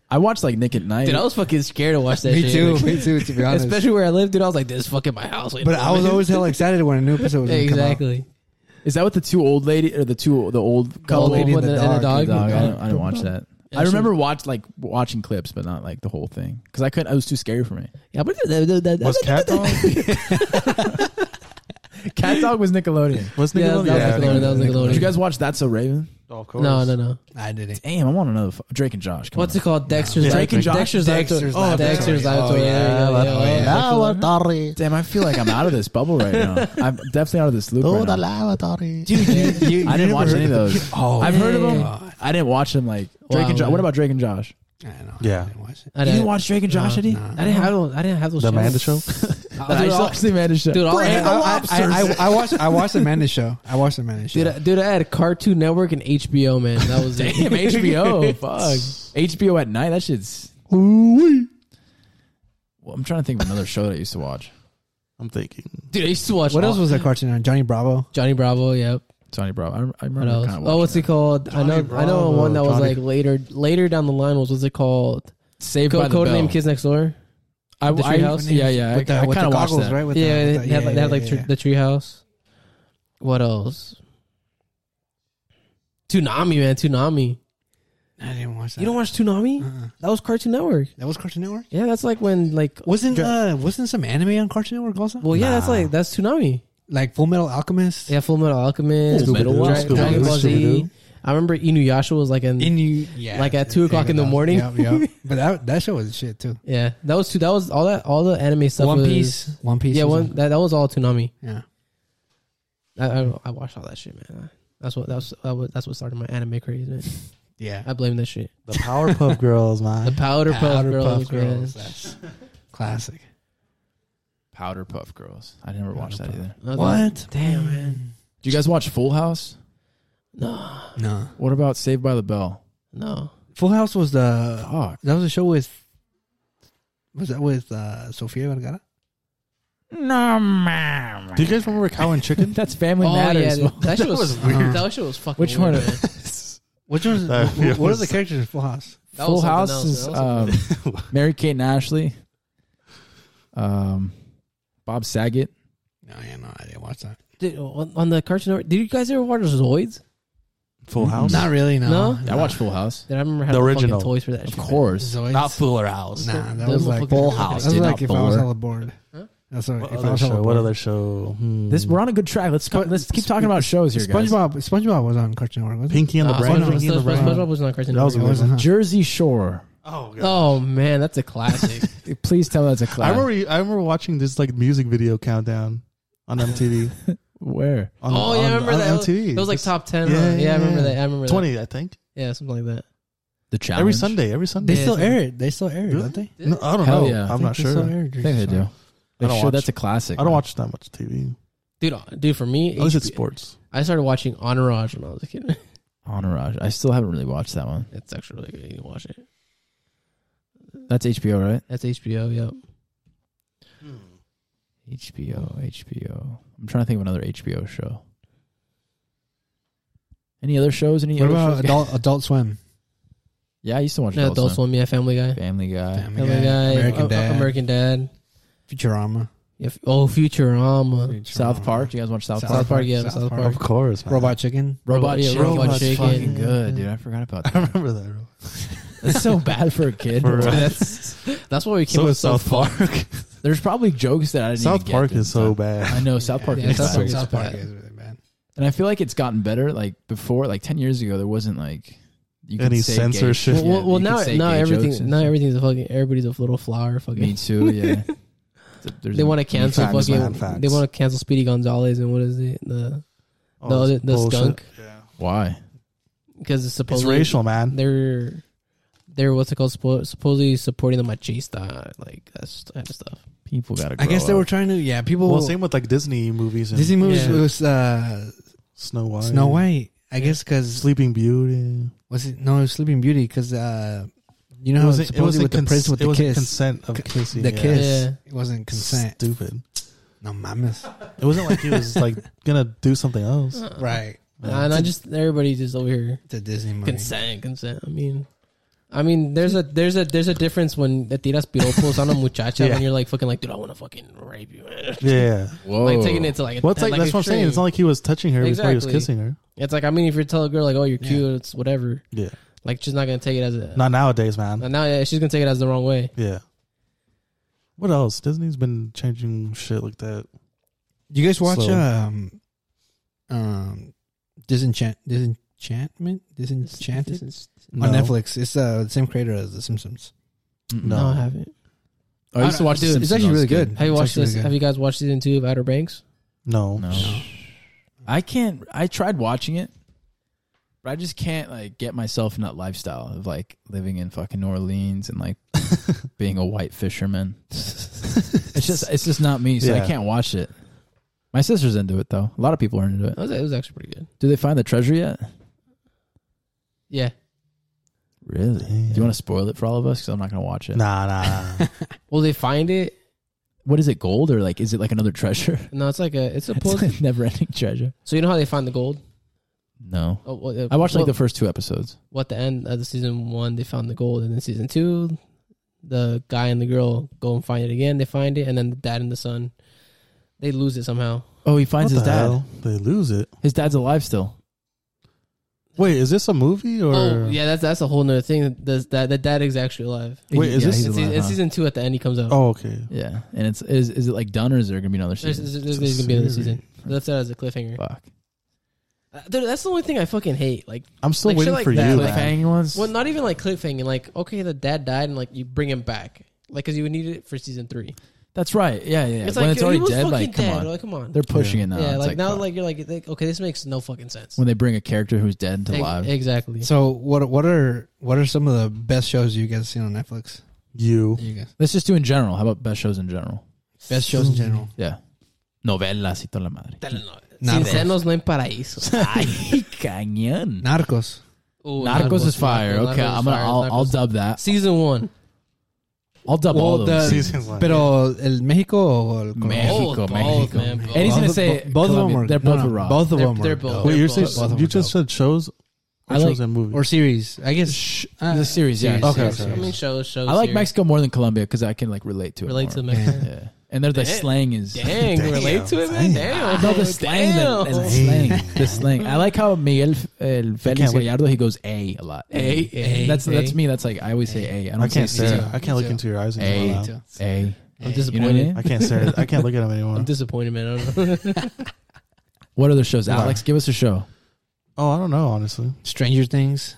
[SPEAKER 5] I watched like Nick at Night.
[SPEAKER 6] Dude, I was fucking scared to watch that.
[SPEAKER 4] Me
[SPEAKER 6] shit.
[SPEAKER 4] too. [laughs]
[SPEAKER 6] Like,
[SPEAKER 4] Me too. To be honest,
[SPEAKER 6] Especially where I live, dude. I was like, "This is fucking my house." wait a
[SPEAKER 4] but I was
[SPEAKER 6] [laughs] minute.
[SPEAKER 4] always hell excited when a new episode was
[SPEAKER 6] Yeah,
[SPEAKER 4] gonna come out.
[SPEAKER 6] exactly.
[SPEAKER 5] Is that what the two old lady or the two the old
[SPEAKER 4] The
[SPEAKER 5] couple?
[SPEAKER 4] old lady and
[SPEAKER 6] and
[SPEAKER 4] the
[SPEAKER 6] the- and the
[SPEAKER 4] dog.
[SPEAKER 6] dog.
[SPEAKER 5] Dog, I, didn't,
[SPEAKER 4] Yeah.
[SPEAKER 5] I didn't watch that.
[SPEAKER 6] Yeah,
[SPEAKER 5] I
[SPEAKER 6] she-
[SPEAKER 5] remember watch like watching clips, but not like the whole thing because I couldn't. It was too scary for me.
[SPEAKER 6] Yeah, but that [laughs]
[SPEAKER 7] Was Cat Dog?
[SPEAKER 6] [laughs]
[SPEAKER 5] Cat Dog was Nickelodeon.
[SPEAKER 7] Was
[SPEAKER 6] Yeah,
[SPEAKER 7] Nickelodeon?
[SPEAKER 6] that was Nickelodeon. That was Nickelodeon.
[SPEAKER 5] Did you guys watch That's So Raven?
[SPEAKER 7] Oh, of course.
[SPEAKER 6] No, no, no.
[SPEAKER 4] I didn't.
[SPEAKER 5] Damn, I want another f- Drake and Josh. Come
[SPEAKER 6] What's
[SPEAKER 5] on.
[SPEAKER 6] it called? Dexter's
[SPEAKER 7] Yeah.
[SPEAKER 6] Lab-
[SPEAKER 7] Drake and Josh.
[SPEAKER 6] Dexter's Laboratory.
[SPEAKER 4] Dexter's
[SPEAKER 6] Oh,
[SPEAKER 4] Laboratory.
[SPEAKER 6] Dexter's
[SPEAKER 4] Oh,
[SPEAKER 6] Laboratory.
[SPEAKER 4] yeah.
[SPEAKER 6] There you go.
[SPEAKER 4] Oh, yeah.
[SPEAKER 6] Dexter's Laboratory.
[SPEAKER 5] Damn, I feel like I'm out of this bubble right now. [laughs] I'm definitely out of this loop. Right now.
[SPEAKER 4] Dude, you, you,
[SPEAKER 5] I
[SPEAKER 4] you
[SPEAKER 5] didn't
[SPEAKER 4] never
[SPEAKER 5] watch
[SPEAKER 4] heard
[SPEAKER 5] any of
[SPEAKER 4] the-
[SPEAKER 5] those.
[SPEAKER 4] [laughs] Oh,
[SPEAKER 5] I've heard of them.
[SPEAKER 4] God.
[SPEAKER 5] I didn't watch them. Like Drake
[SPEAKER 6] Wow,
[SPEAKER 5] and Josh. What
[SPEAKER 6] man.
[SPEAKER 5] about Drake and Josh?
[SPEAKER 4] I don't know.
[SPEAKER 7] Yeah.
[SPEAKER 4] I didn't watch it.
[SPEAKER 6] I
[SPEAKER 5] You
[SPEAKER 6] didn't,
[SPEAKER 5] didn't watch Drake and Josh, Eddie?
[SPEAKER 6] I didn't have those. I didn't have those.
[SPEAKER 7] The
[SPEAKER 6] shows.
[SPEAKER 7] Amanda Show.
[SPEAKER 5] I
[SPEAKER 6] dude,
[SPEAKER 5] just
[SPEAKER 6] I'll-
[SPEAKER 5] watched the Amanda [laughs] show.
[SPEAKER 6] Dude, all I, had-
[SPEAKER 4] Oh, I, I, I, I watched I watched Amanda's show. I watched Amanda's show.
[SPEAKER 6] dude, I, dude, I had Cartoon Network and HBO. Man, that was it.
[SPEAKER 5] [laughs] Damn, HBO. Fuck. HBO at night. That shit's. Well, I'm trying to think of another show that I used to watch.
[SPEAKER 7] I'm thinking.
[SPEAKER 6] Dude, I used to watch.
[SPEAKER 4] What
[SPEAKER 6] all-
[SPEAKER 4] else was that cartoon on? Johnny Bravo.
[SPEAKER 6] Johnny Bravo. Yep.
[SPEAKER 5] Tony Bravo. I, I
[SPEAKER 6] What
[SPEAKER 5] remember
[SPEAKER 6] else?
[SPEAKER 5] kind of
[SPEAKER 6] Oh, what's it called? I know.
[SPEAKER 7] Johnny
[SPEAKER 6] I know
[SPEAKER 7] Bravo,
[SPEAKER 6] one that was
[SPEAKER 7] Johnny-
[SPEAKER 6] like later. Later down the line was what's it called?
[SPEAKER 5] Saved
[SPEAKER 6] Co-
[SPEAKER 5] by the
[SPEAKER 6] Code
[SPEAKER 5] Bell.
[SPEAKER 6] name Kids Next Door.
[SPEAKER 5] I,
[SPEAKER 6] The
[SPEAKER 5] I,
[SPEAKER 6] Treehouse?
[SPEAKER 5] yeah, yeah.
[SPEAKER 4] with the,
[SPEAKER 5] I,
[SPEAKER 4] with
[SPEAKER 5] kind
[SPEAKER 4] the
[SPEAKER 5] of watched
[SPEAKER 4] goggles,
[SPEAKER 5] that.
[SPEAKER 4] right? With
[SPEAKER 6] yeah,
[SPEAKER 4] the,
[SPEAKER 6] they,
[SPEAKER 4] with the-
[SPEAKER 6] had, like, they had
[SPEAKER 4] yeah,
[SPEAKER 6] like
[SPEAKER 4] yeah,
[SPEAKER 6] tr-
[SPEAKER 4] yeah.
[SPEAKER 6] the treehouse. What else? Toonami, man, Toonami.
[SPEAKER 4] I didn't watch that.
[SPEAKER 6] You don't watch Toonami?
[SPEAKER 4] Uh-uh.
[SPEAKER 6] That was Cartoon Network.
[SPEAKER 4] That was Cartoon Network.
[SPEAKER 6] Yeah, that's like when like
[SPEAKER 4] Wasn't
[SPEAKER 6] Dra-
[SPEAKER 4] uh wasn't some anime on Cartoon Network also?
[SPEAKER 6] well, yeah, that's
[SPEAKER 7] Nah.
[SPEAKER 6] like that's Toonami.
[SPEAKER 4] like Full Metal Alchemist.
[SPEAKER 6] Yeah, Full Metal Alchemist,
[SPEAKER 7] Full Metal
[SPEAKER 6] Dra-
[SPEAKER 7] Alchemist.
[SPEAKER 6] Dragon Ball Z.
[SPEAKER 7] Scooby-Doo.
[SPEAKER 6] I remember Inuyasha was like an
[SPEAKER 4] In you, yeah,
[SPEAKER 6] Like at 2 o'clock in the morning?
[SPEAKER 4] Yep,
[SPEAKER 6] [laughs]
[SPEAKER 4] yep. But that that show was shit too.
[SPEAKER 6] yeah. That was too. That was all that all the anime stuff.
[SPEAKER 4] One
[SPEAKER 6] was-
[SPEAKER 4] Piece, One Piece.
[SPEAKER 6] Yeah,
[SPEAKER 4] was
[SPEAKER 6] one that, that was all Toonami.
[SPEAKER 4] on- Yeah,
[SPEAKER 6] I, I, I watched all that shit, man. That's what that's that was, that's what started my anime craze, man.
[SPEAKER 4] yeah.
[SPEAKER 6] I blame that shit.
[SPEAKER 7] The Powerpuff Girls, man.
[SPEAKER 6] The Powder Puff
[SPEAKER 4] Powder
[SPEAKER 6] Girls,
[SPEAKER 4] Puff Girls,
[SPEAKER 6] yes.
[SPEAKER 4] that's classic.
[SPEAKER 5] Powder Puff Girls. I never watched that
[SPEAKER 4] Powder
[SPEAKER 5] either.
[SPEAKER 6] Another-
[SPEAKER 4] What?
[SPEAKER 6] Damn, man.
[SPEAKER 5] Do you guys watch Full House?
[SPEAKER 6] No,
[SPEAKER 4] No,
[SPEAKER 5] What about Saved by the Bell?
[SPEAKER 6] no.
[SPEAKER 4] Full House was the oh,
[SPEAKER 5] Fuck.
[SPEAKER 4] that was a show with was that with uh Sofia Vergara?
[SPEAKER 5] No, man.
[SPEAKER 7] Do you guys remember Cow and
[SPEAKER 5] [laughs]
[SPEAKER 7] Chicken?
[SPEAKER 5] That's Family
[SPEAKER 6] oh
[SPEAKER 5] Matters.
[SPEAKER 6] yeah, that, that shit
[SPEAKER 4] [laughs]
[SPEAKER 6] was,
[SPEAKER 7] was
[SPEAKER 4] weird.
[SPEAKER 6] That shit was fucking.
[SPEAKER 5] Which
[SPEAKER 6] weird,
[SPEAKER 5] one?
[SPEAKER 6] Man.
[SPEAKER 4] Which one's
[SPEAKER 7] That
[SPEAKER 4] wh- wh- what are
[SPEAKER 7] was-
[SPEAKER 4] the characters in Full House?
[SPEAKER 6] That
[SPEAKER 5] Full
[SPEAKER 6] was something
[SPEAKER 5] House
[SPEAKER 6] else.
[SPEAKER 5] is
[SPEAKER 6] That was
[SPEAKER 5] um, Mary Kate and Ashley, um, Bob Saget.
[SPEAKER 4] No, yeah, no, I didn't watch that.
[SPEAKER 6] Did, on, on the Cartoon Network, did you guys ever watch Zoids?
[SPEAKER 7] Full House?
[SPEAKER 4] Not really. No,
[SPEAKER 6] No?
[SPEAKER 5] Yeah, I watched Full House,
[SPEAKER 6] Did I remember how
[SPEAKER 7] The
[SPEAKER 6] the
[SPEAKER 7] original.
[SPEAKER 6] fucking toys for that?
[SPEAKER 5] of
[SPEAKER 6] shit, man.
[SPEAKER 5] course.
[SPEAKER 4] Zoids.
[SPEAKER 7] Fuller House.
[SPEAKER 4] Nah, that
[SPEAKER 6] Those
[SPEAKER 4] was like
[SPEAKER 6] motherfuckers
[SPEAKER 5] Full
[SPEAKER 6] were
[SPEAKER 5] House,
[SPEAKER 4] That
[SPEAKER 6] fucking-
[SPEAKER 4] was
[SPEAKER 5] Did
[SPEAKER 4] like
[SPEAKER 5] not
[SPEAKER 4] if I was
[SPEAKER 5] bore.
[SPEAKER 4] hella bored.
[SPEAKER 6] Huh?
[SPEAKER 4] That's all right.
[SPEAKER 7] What
[SPEAKER 4] if I
[SPEAKER 7] other
[SPEAKER 4] was hella
[SPEAKER 7] show? What
[SPEAKER 4] bored.
[SPEAKER 7] other show? Hmm.
[SPEAKER 5] This we're on a good track. Let's
[SPEAKER 4] Spo-
[SPEAKER 5] let's keep talking about shows here, guys.
[SPEAKER 4] SpongeBob. SpongeBob was on Cartoon Network. Wasn't
[SPEAKER 7] Pinky and
[SPEAKER 6] Nah,
[SPEAKER 7] the Brain.
[SPEAKER 6] SpongeBob-
[SPEAKER 7] Pinky Uh, and the
[SPEAKER 6] SpongeBob-
[SPEAKER 7] Brain.
[SPEAKER 6] SpongeBob was not Cartoon
[SPEAKER 7] That was
[SPEAKER 6] Network.
[SPEAKER 4] it?
[SPEAKER 7] a
[SPEAKER 4] It [laughs] wasn't, huh?
[SPEAKER 5] Jersey Shore.
[SPEAKER 7] Oh, God.
[SPEAKER 6] Oh man, that's a classic.
[SPEAKER 5] Please tell us a
[SPEAKER 7] I
[SPEAKER 5] class.
[SPEAKER 7] remember, I remember watching this like music video countdown on MTV.
[SPEAKER 5] Where?
[SPEAKER 7] [laughs] on,
[SPEAKER 6] oh yeah, I
[SPEAKER 7] on-
[SPEAKER 6] remember
[SPEAKER 7] on
[SPEAKER 6] that. It was-
[SPEAKER 7] MTV.
[SPEAKER 6] It was like top ten.
[SPEAKER 7] Yeah,
[SPEAKER 6] huh? Yeah, I remember
[SPEAKER 7] yeah.
[SPEAKER 6] that. I remember that.
[SPEAKER 7] 20, I think.
[SPEAKER 6] Yeah, something like that.
[SPEAKER 5] The challenge.
[SPEAKER 7] Every Sunday, every
[SPEAKER 4] it? They
[SPEAKER 7] Sunday.
[SPEAKER 6] Yeah,
[SPEAKER 4] still
[SPEAKER 6] it's-
[SPEAKER 4] air it. They still air it,
[SPEAKER 7] Really?
[SPEAKER 4] don't they?
[SPEAKER 7] No, I don't
[SPEAKER 5] Hell
[SPEAKER 7] know.
[SPEAKER 5] yeah. I
[SPEAKER 7] I'm
[SPEAKER 4] think
[SPEAKER 7] not
[SPEAKER 4] they
[SPEAKER 7] sure.
[SPEAKER 4] still
[SPEAKER 7] I
[SPEAKER 4] aired
[SPEAKER 5] I
[SPEAKER 4] it.
[SPEAKER 5] think they do.
[SPEAKER 7] I don't
[SPEAKER 5] Sure,
[SPEAKER 7] watch-
[SPEAKER 5] that's a classic.
[SPEAKER 7] don't
[SPEAKER 5] man.
[SPEAKER 7] watch that much TV.
[SPEAKER 6] Dude, uh, dude, for me,
[SPEAKER 7] Unless it's
[SPEAKER 6] HBO
[SPEAKER 7] sports.
[SPEAKER 6] I started watching Entourage when I was a kid. [laughs]
[SPEAKER 5] Entourage. I still haven't really watched that one.
[SPEAKER 6] That's actually really good. You can watch it.
[SPEAKER 5] That's HBO, right?
[SPEAKER 6] That's HBO. Yep.
[SPEAKER 5] HBO, HBO. I'm trying to think of another HBO show. Any other shows? Any
[SPEAKER 4] What
[SPEAKER 5] other
[SPEAKER 4] about
[SPEAKER 5] shows?
[SPEAKER 4] Adult Adult Swim?
[SPEAKER 5] Yeah, I used to watch
[SPEAKER 6] No, Adult Swim. Yeah, Family Guy.
[SPEAKER 5] Family Guy.
[SPEAKER 4] Family
[SPEAKER 6] Family Guy.
[SPEAKER 4] American
[SPEAKER 6] uh, uh,
[SPEAKER 4] Dad.
[SPEAKER 6] American Dad.
[SPEAKER 4] Futurama.
[SPEAKER 6] Yeah, f- oh, Futurama.
[SPEAKER 5] South Park. You guys watch South,
[SPEAKER 4] South
[SPEAKER 5] Park?
[SPEAKER 6] South Park. Yeah,
[SPEAKER 4] South
[SPEAKER 6] South,
[SPEAKER 4] Park.
[SPEAKER 6] Park.
[SPEAKER 7] Of course, man.
[SPEAKER 4] Robot Chicken.
[SPEAKER 5] Robot,
[SPEAKER 6] Robot-
[SPEAKER 5] yeah,
[SPEAKER 6] yeah,
[SPEAKER 5] Robot,
[SPEAKER 6] Robot
[SPEAKER 5] Chicken.
[SPEAKER 6] Chicken.
[SPEAKER 5] Fucking good,
[SPEAKER 6] Yeah.
[SPEAKER 5] dude. I forgot about
[SPEAKER 7] [laughs] I
[SPEAKER 5] that.
[SPEAKER 7] remember that.
[SPEAKER 5] It's
[SPEAKER 7] [laughs]
[SPEAKER 5] so bad for a kid.
[SPEAKER 7] For real.
[SPEAKER 5] That's-
[SPEAKER 6] That's why we came
[SPEAKER 7] So
[SPEAKER 6] up
[SPEAKER 7] is
[SPEAKER 6] with South
[SPEAKER 7] South Park.
[SPEAKER 5] there's probably jokes that I didn't.
[SPEAKER 7] South
[SPEAKER 5] even get,
[SPEAKER 7] Park
[SPEAKER 5] dude.
[SPEAKER 7] is so bad.
[SPEAKER 5] I know South Park
[SPEAKER 6] Yeah,
[SPEAKER 5] is
[SPEAKER 6] South
[SPEAKER 5] bad.
[SPEAKER 6] Park-
[SPEAKER 4] South Park
[SPEAKER 6] bad.
[SPEAKER 4] is really bad.
[SPEAKER 5] and I feel like it's gotten better. Like before, like ten years ago, there wasn't like you could
[SPEAKER 7] Any
[SPEAKER 5] say gay
[SPEAKER 7] censorship?
[SPEAKER 5] shit.
[SPEAKER 6] Well, well,
[SPEAKER 5] Yeah,
[SPEAKER 6] well,
[SPEAKER 5] you could
[SPEAKER 6] now,
[SPEAKER 5] say
[SPEAKER 6] now
[SPEAKER 5] gay jokes
[SPEAKER 6] everything,
[SPEAKER 5] and
[SPEAKER 6] now
[SPEAKER 5] shit.
[SPEAKER 6] everything's a fucking. Everybody's a little flower.
[SPEAKER 5] Me
[SPEAKER 6] Fucking.
[SPEAKER 5] too. [laughs] Yeah. There's
[SPEAKER 6] They
[SPEAKER 5] a-
[SPEAKER 6] want to cancel
[SPEAKER 7] facts, man,
[SPEAKER 6] fucking.
[SPEAKER 7] facts.
[SPEAKER 6] They want to cancel Speedy Gonzalez and what is it? The
[SPEAKER 7] Oh,
[SPEAKER 6] the, other
[SPEAKER 7] it's
[SPEAKER 6] the
[SPEAKER 7] bullshit.
[SPEAKER 6] skunk
[SPEAKER 5] why?
[SPEAKER 6] because it's
[SPEAKER 7] It's
[SPEAKER 6] supposedly
[SPEAKER 7] racial, man.
[SPEAKER 6] They're they're what's it called? Suppo- supposedly supporting them at J style, like that's kind of stuff.
[SPEAKER 5] People gotta. Grow
[SPEAKER 4] I guess they
[SPEAKER 5] up.
[SPEAKER 4] were trying to. Yeah, people.
[SPEAKER 7] Well, same with like Disney movies and
[SPEAKER 4] Disney movies
[SPEAKER 6] Yeah.
[SPEAKER 4] was uh,
[SPEAKER 7] Snow White.
[SPEAKER 4] Snow White. I guess because
[SPEAKER 7] Sleeping Beauty.
[SPEAKER 4] was it no it was Sleeping Beauty because uh, you know how it's
[SPEAKER 7] wasn't-
[SPEAKER 4] supposedly with the
[SPEAKER 7] wasn't
[SPEAKER 4] prince with
[SPEAKER 7] it
[SPEAKER 4] the
[SPEAKER 7] wasn't
[SPEAKER 4] kiss,
[SPEAKER 7] consent of
[SPEAKER 4] C-
[SPEAKER 7] kissing.
[SPEAKER 4] the
[SPEAKER 7] yeah.
[SPEAKER 4] kiss.
[SPEAKER 6] Yeah.
[SPEAKER 4] It wasn't consent.
[SPEAKER 7] Stupid.
[SPEAKER 4] No mames.
[SPEAKER 7] It wasn't like he was like gonna do something else.
[SPEAKER 4] Right.
[SPEAKER 6] and I just everybody just over here
[SPEAKER 4] It's a Disney movie.
[SPEAKER 6] Uh, consent, consent. I mean, I mean, there's a there's a there's a difference when te tiras piropos on a muchacha
[SPEAKER 7] Yeah.
[SPEAKER 6] and you're like fucking like, dude, I want to fucking rape you, [laughs] man.
[SPEAKER 7] Yeah.
[SPEAKER 5] Whoa.
[SPEAKER 6] Like taking it to like
[SPEAKER 7] Well, it's like, that's what I'm saying.
[SPEAKER 6] extreme.
[SPEAKER 7] It's not like he was touching her before he was
[SPEAKER 6] Exactly.
[SPEAKER 7] kissing her.
[SPEAKER 6] It's like I mean, if you tell a girl like, oh, you're
[SPEAKER 4] Yeah.
[SPEAKER 6] cute, it's whatever.
[SPEAKER 7] Yeah.
[SPEAKER 6] Like she's not gonna take it as a
[SPEAKER 7] Not nowadays, man.
[SPEAKER 6] And now yeah, she's gonna take it as the wrong way.
[SPEAKER 7] Yeah. What else? Disney's been changing shit like that.
[SPEAKER 4] You guys watch
[SPEAKER 7] Slow.
[SPEAKER 4] um um Disenchant Disenchantment Disenchanted
[SPEAKER 7] No.
[SPEAKER 4] on Netflix. It's uh, the same creator as The Simpsons.
[SPEAKER 6] No,
[SPEAKER 7] No.
[SPEAKER 6] I haven't.
[SPEAKER 5] Oh, I used to watch
[SPEAKER 4] Dude,
[SPEAKER 5] this.
[SPEAKER 4] It's actually really good.
[SPEAKER 6] Have you
[SPEAKER 4] It's
[SPEAKER 6] watched
[SPEAKER 4] actually
[SPEAKER 6] this?
[SPEAKER 4] really
[SPEAKER 6] Have
[SPEAKER 4] good.
[SPEAKER 6] you guys watched season two of Outer Banks?
[SPEAKER 7] No.
[SPEAKER 5] No. I can't. I tried watching it, but I just can't like get myself in that lifestyle of like living in fucking New Orleans and [laughs] like being a white [laughs] fisherman. it's just it's just not me, so I
[SPEAKER 7] Yeah.
[SPEAKER 5] can't watch it. My sister's into it though. A lot of people are into it.
[SPEAKER 6] That was, it was actually pretty good.
[SPEAKER 5] Do they find the treasure yet?
[SPEAKER 6] Yeah.
[SPEAKER 5] Really?
[SPEAKER 7] Damn.
[SPEAKER 5] Do you want to spoil it for all of us? Because I'm not gonna watch it.
[SPEAKER 4] [laughs]
[SPEAKER 7] Nah, nah. nah.
[SPEAKER 6] Well, they find it.
[SPEAKER 5] What is it? Gold or like is it like another treasure?
[SPEAKER 6] No, it's like a it's a
[SPEAKER 5] It's
[SPEAKER 6] puzzle.
[SPEAKER 5] like never ending treasure.
[SPEAKER 6] so you know how they find the gold?
[SPEAKER 5] No.
[SPEAKER 6] Oh, well, uh,
[SPEAKER 5] I watched like
[SPEAKER 6] well,
[SPEAKER 5] the first two episodes.
[SPEAKER 6] what the end of the season one they found the gold and then season two the guy and the girl go and find it again they find it and then the dad and the son they lose it somehow
[SPEAKER 5] Oh, he finds
[SPEAKER 7] What
[SPEAKER 5] his
[SPEAKER 7] the
[SPEAKER 5] dad.
[SPEAKER 7] hell? They lose it.
[SPEAKER 5] His dad's alive still.
[SPEAKER 7] Wait, is this a movie or?
[SPEAKER 6] oh yeah that's that's a whole nother thing the, that the dad is actually alive
[SPEAKER 7] Wait, is
[SPEAKER 5] Yeah,
[SPEAKER 7] this?
[SPEAKER 5] he's
[SPEAKER 6] in,
[SPEAKER 5] alive,
[SPEAKER 6] season, in
[SPEAKER 5] huh?
[SPEAKER 6] season two at the end he comes out
[SPEAKER 7] Oh, okay.
[SPEAKER 5] Yeah, and it's is is it like done or is there gonna be another
[SPEAKER 6] there's,
[SPEAKER 5] season?
[SPEAKER 6] there's, there's gonna be another season
[SPEAKER 5] series.
[SPEAKER 6] left that as a cliffhanger
[SPEAKER 5] Fuck.
[SPEAKER 6] Uh, dude, that's the only thing I fucking hate like
[SPEAKER 7] I'm still
[SPEAKER 6] Like, shit
[SPEAKER 7] waiting
[SPEAKER 6] like
[SPEAKER 7] for you.
[SPEAKER 6] that,
[SPEAKER 7] man.
[SPEAKER 6] like-
[SPEAKER 5] Cliffhanging ones.
[SPEAKER 6] well not even like cliffhanger like okay the dad died and like you bring him back like because you would need it for season three
[SPEAKER 5] That's right. Yeah, yeah. yeah.
[SPEAKER 6] it's
[SPEAKER 5] when
[SPEAKER 6] like
[SPEAKER 5] it's
[SPEAKER 6] yo,
[SPEAKER 5] already
[SPEAKER 6] he was
[SPEAKER 5] dead,
[SPEAKER 6] fucking
[SPEAKER 5] like come
[SPEAKER 6] dead
[SPEAKER 5] on,
[SPEAKER 6] like come on
[SPEAKER 5] they're pushing it now.
[SPEAKER 6] yeah
[SPEAKER 5] It's
[SPEAKER 6] like, now
[SPEAKER 5] fuck.
[SPEAKER 6] like you're like, like okay this makes no fucking sense
[SPEAKER 5] when they bring a character who's dead to
[SPEAKER 6] Ex-
[SPEAKER 5] life.
[SPEAKER 6] Exactly.
[SPEAKER 4] So what what are what are some of the best shows you guys seen on Netflix?
[SPEAKER 7] You.
[SPEAKER 4] You guys
[SPEAKER 5] Let's just do in general. How about best shows in general?
[SPEAKER 4] best shows in general.
[SPEAKER 5] Yeah, novelas y toda la madre.
[SPEAKER 4] Narcos.
[SPEAKER 6] Sin senos no en paraíso.
[SPEAKER 5] Ay, [laughs] cañón.
[SPEAKER 4] Narcos.
[SPEAKER 6] Ooh,
[SPEAKER 5] Narcos, is fire.
[SPEAKER 6] Narcos,
[SPEAKER 5] okay,
[SPEAKER 6] Narcos
[SPEAKER 5] I'm gonna.
[SPEAKER 6] fire,
[SPEAKER 5] I'll, I'll
[SPEAKER 6] Narcos.
[SPEAKER 5] dub that.
[SPEAKER 6] Season one.
[SPEAKER 5] I'll dub all
[SPEAKER 4] Well,
[SPEAKER 5] of those.
[SPEAKER 4] the,
[SPEAKER 7] Seasons like-
[SPEAKER 4] pero el México o el Colombia?
[SPEAKER 5] Mexico,
[SPEAKER 6] both,
[SPEAKER 5] Mexico.
[SPEAKER 6] man,
[SPEAKER 5] and
[SPEAKER 6] both.
[SPEAKER 5] he's gonna
[SPEAKER 4] Both-
[SPEAKER 5] say
[SPEAKER 4] bo- both of them
[SPEAKER 5] Colombia.
[SPEAKER 4] were
[SPEAKER 5] They're both
[SPEAKER 4] no, no,
[SPEAKER 5] were raw.
[SPEAKER 4] Both of
[SPEAKER 6] They're-
[SPEAKER 4] them
[SPEAKER 6] they're
[SPEAKER 4] were
[SPEAKER 6] both-
[SPEAKER 4] dope.
[SPEAKER 7] Wait, you're
[SPEAKER 6] Both of
[SPEAKER 7] saying
[SPEAKER 4] them
[SPEAKER 7] you
[SPEAKER 4] are
[SPEAKER 7] just said shows or
[SPEAKER 4] I
[SPEAKER 7] shows
[SPEAKER 4] like-
[SPEAKER 7] and movies?
[SPEAKER 4] or series. I guess uh,
[SPEAKER 5] the series, yeah.
[SPEAKER 4] series,
[SPEAKER 7] Okay,
[SPEAKER 4] series,
[SPEAKER 7] okay.
[SPEAKER 6] I
[SPEAKER 4] series.
[SPEAKER 6] mean, shows, shows.
[SPEAKER 5] I like
[SPEAKER 6] here.
[SPEAKER 5] Mexico more than Colombia because I can like relate to it.
[SPEAKER 6] Relate
[SPEAKER 5] more.
[SPEAKER 6] to the
[SPEAKER 5] [laughs]
[SPEAKER 6] Mexican.
[SPEAKER 5] Yeah, and their the
[SPEAKER 6] Damn.
[SPEAKER 5] slang is
[SPEAKER 6] Dang, you relate to it, man. Damn.
[SPEAKER 5] No, the slang, the,
[SPEAKER 6] Damn.
[SPEAKER 5] the slang, the slang. I like how Miguel uh, Felix
[SPEAKER 7] wait.
[SPEAKER 5] Gallardo he goes a a lot.
[SPEAKER 6] A, A,
[SPEAKER 5] That's
[SPEAKER 6] A.
[SPEAKER 5] that's me. That's like I always say a. I don't
[SPEAKER 7] I can't
[SPEAKER 5] say
[SPEAKER 7] stare.
[SPEAKER 5] C.
[SPEAKER 7] I can't look into your eyes
[SPEAKER 5] Hey.
[SPEAKER 7] anymore. now.
[SPEAKER 4] too.
[SPEAKER 5] a.
[SPEAKER 6] I'm
[SPEAKER 5] You know what I
[SPEAKER 6] disappointed.
[SPEAKER 5] mean?
[SPEAKER 7] I can't stare. I can't look
[SPEAKER 4] [laughs]
[SPEAKER 7] at them anymore.
[SPEAKER 6] I'm disappointed, man. I don't know.
[SPEAKER 5] What other shows? Alex, give us a show.
[SPEAKER 7] Oh, I don't know, honestly.
[SPEAKER 4] Stranger Things.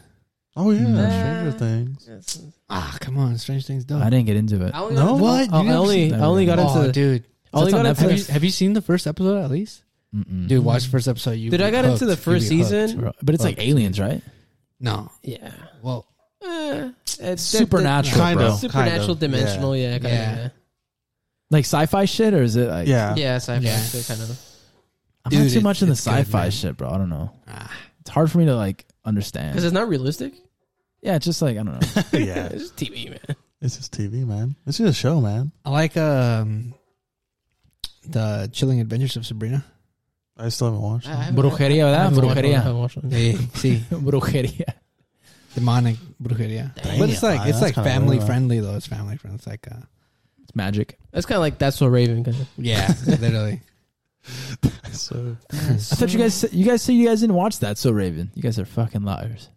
[SPEAKER 7] Oh yeah,
[SPEAKER 5] Mm.
[SPEAKER 7] Stranger Things.
[SPEAKER 4] Ah, come on, Stranger Things. Dope.
[SPEAKER 5] I didn't get into it.
[SPEAKER 6] [laughs] I only
[SPEAKER 7] No?
[SPEAKER 6] got-
[SPEAKER 7] What?
[SPEAKER 6] I, I
[SPEAKER 7] You never
[SPEAKER 6] only,
[SPEAKER 5] seen
[SPEAKER 6] I
[SPEAKER 5] that
[SPEAKER 6] only got
[SPEAKER 5] movie.
[SPEAKER 6] into.
[SPEAKER 4] oh,
[SPEAKER 6] the,
[SPEAKER 4] dude.
[SPEAKER 6] I only
[SPEAKER 5] That's on
[SPEAKER 6] got
[SPEAKER 4] Have you,
[SPEAKER 6] into.
[SPEAKER 4] have you seen the first episode at least?
[SPEAKER 5] Mm-mm.
[SPEAKER 4] Dude, watch the first episode. You
[SPEAKER 6] Dude,
[SPEAKER 4] be
[SPEAKER 6] I got into
[SPEAKER 4] hooked.
[SPEAKER 6] the
[SPEAKER 4] You'd
[SPEAKER 6] first
[SPEAKER 4] be hooked.
[SPEAKER 6] season.
[SPEAKER 5] but it's like
[SPEAKER 4] Fuck.
[SPEAKER 5] aliens, right?
[SPEAKER 4] No,
[SPEAKER 6] Yeah.
[SPEAKER 4] well,
[SPEAKER 6] Eh, it's-
[SPEAKER 5] Supernatural,
[SPEAKER 7] Kind
[SPEAKER 5] bro.
[SPEAKER 7] of.
[SPEAKER 6] Supernatural,
[SPEAKER 7] Kind of.
[SPEAKER 6] dimensional. Yeah. kind
[SPEAKER 4] Yeah.
[SPEAKER 6] of.
[SPEAKER 5] Like sci-fi shit, or is it like?
[SPEAKER 7] Yeah.
[SPEAKER 6] Yeah. Yeah. Sci-fi.
[SPEAKER 4] Yeah.
[SPEAKER 6] so kind of.
[SPEAKER 5] I'm
[SPEAKER 4] Dude,
[SPEAKER 5] not too
[SPEAKER 4] it-
[SPEAKER 5] much in the
[SPEAKER 4] it's good,
[SPEAKER 5] sci-fi
[SPEAKER 4] man.
[SPEAKER 5] shit, bro. I don't know.
[SPEAKER 4] Ah.
[SPEAKER 5] It's hard for me to like
[SPEAKER 6] Because
[SPEAKER 5] understand.
[SPEAKER 6] it's not realistic.
[SPEAKER 5] Yeah, it's just like I don't know.
[SPEAKER 7] [laughs] yeah.
[SPEAKER 6] It's just TV, man.
[SPEAKER 7] It's just TV, man. It's just a show, man.
[SPEAKER 4] I like um the Chilling Adventures of Sabrina.
[SPEAKER 7] I still haven't
[SPEAKER 6] [laughs]
[SPEAKER 7] watched. it.
[SPEAKER 5] [laughs] Brujeria, ¿verdad? Brujeria.
[SPEAKER 4] see,
[SPEAKER 5] Brujeria.
[SPEAKER 4] demonic brujeria.
[SPEAKER 7] Damn.
[SPEAKER 4] but it's like
[SPEAKER 7] Ah,
[SPEAKER 4] it's
[SPEAKER 7] that's
[SPEAKER 4] like
[SPEAKER 7] kinda
[SPEAKER 4] family
[SPEAKER 7] weird, huh?
[SPEAKER 4] friendly though. It's family friendly. It's like uh,
[SPEAKER 5] It's magic.
[SPEAKER 6] That's kind of like that's what Raven. Kind of.
[SPEAKER 4] yeah, [laughs] literally.
[SPEAKER 7] So
[SPEAKER 5] I thought you guys said- you guys said you guys didn't watch that, so Raven. You guys are fucking liars.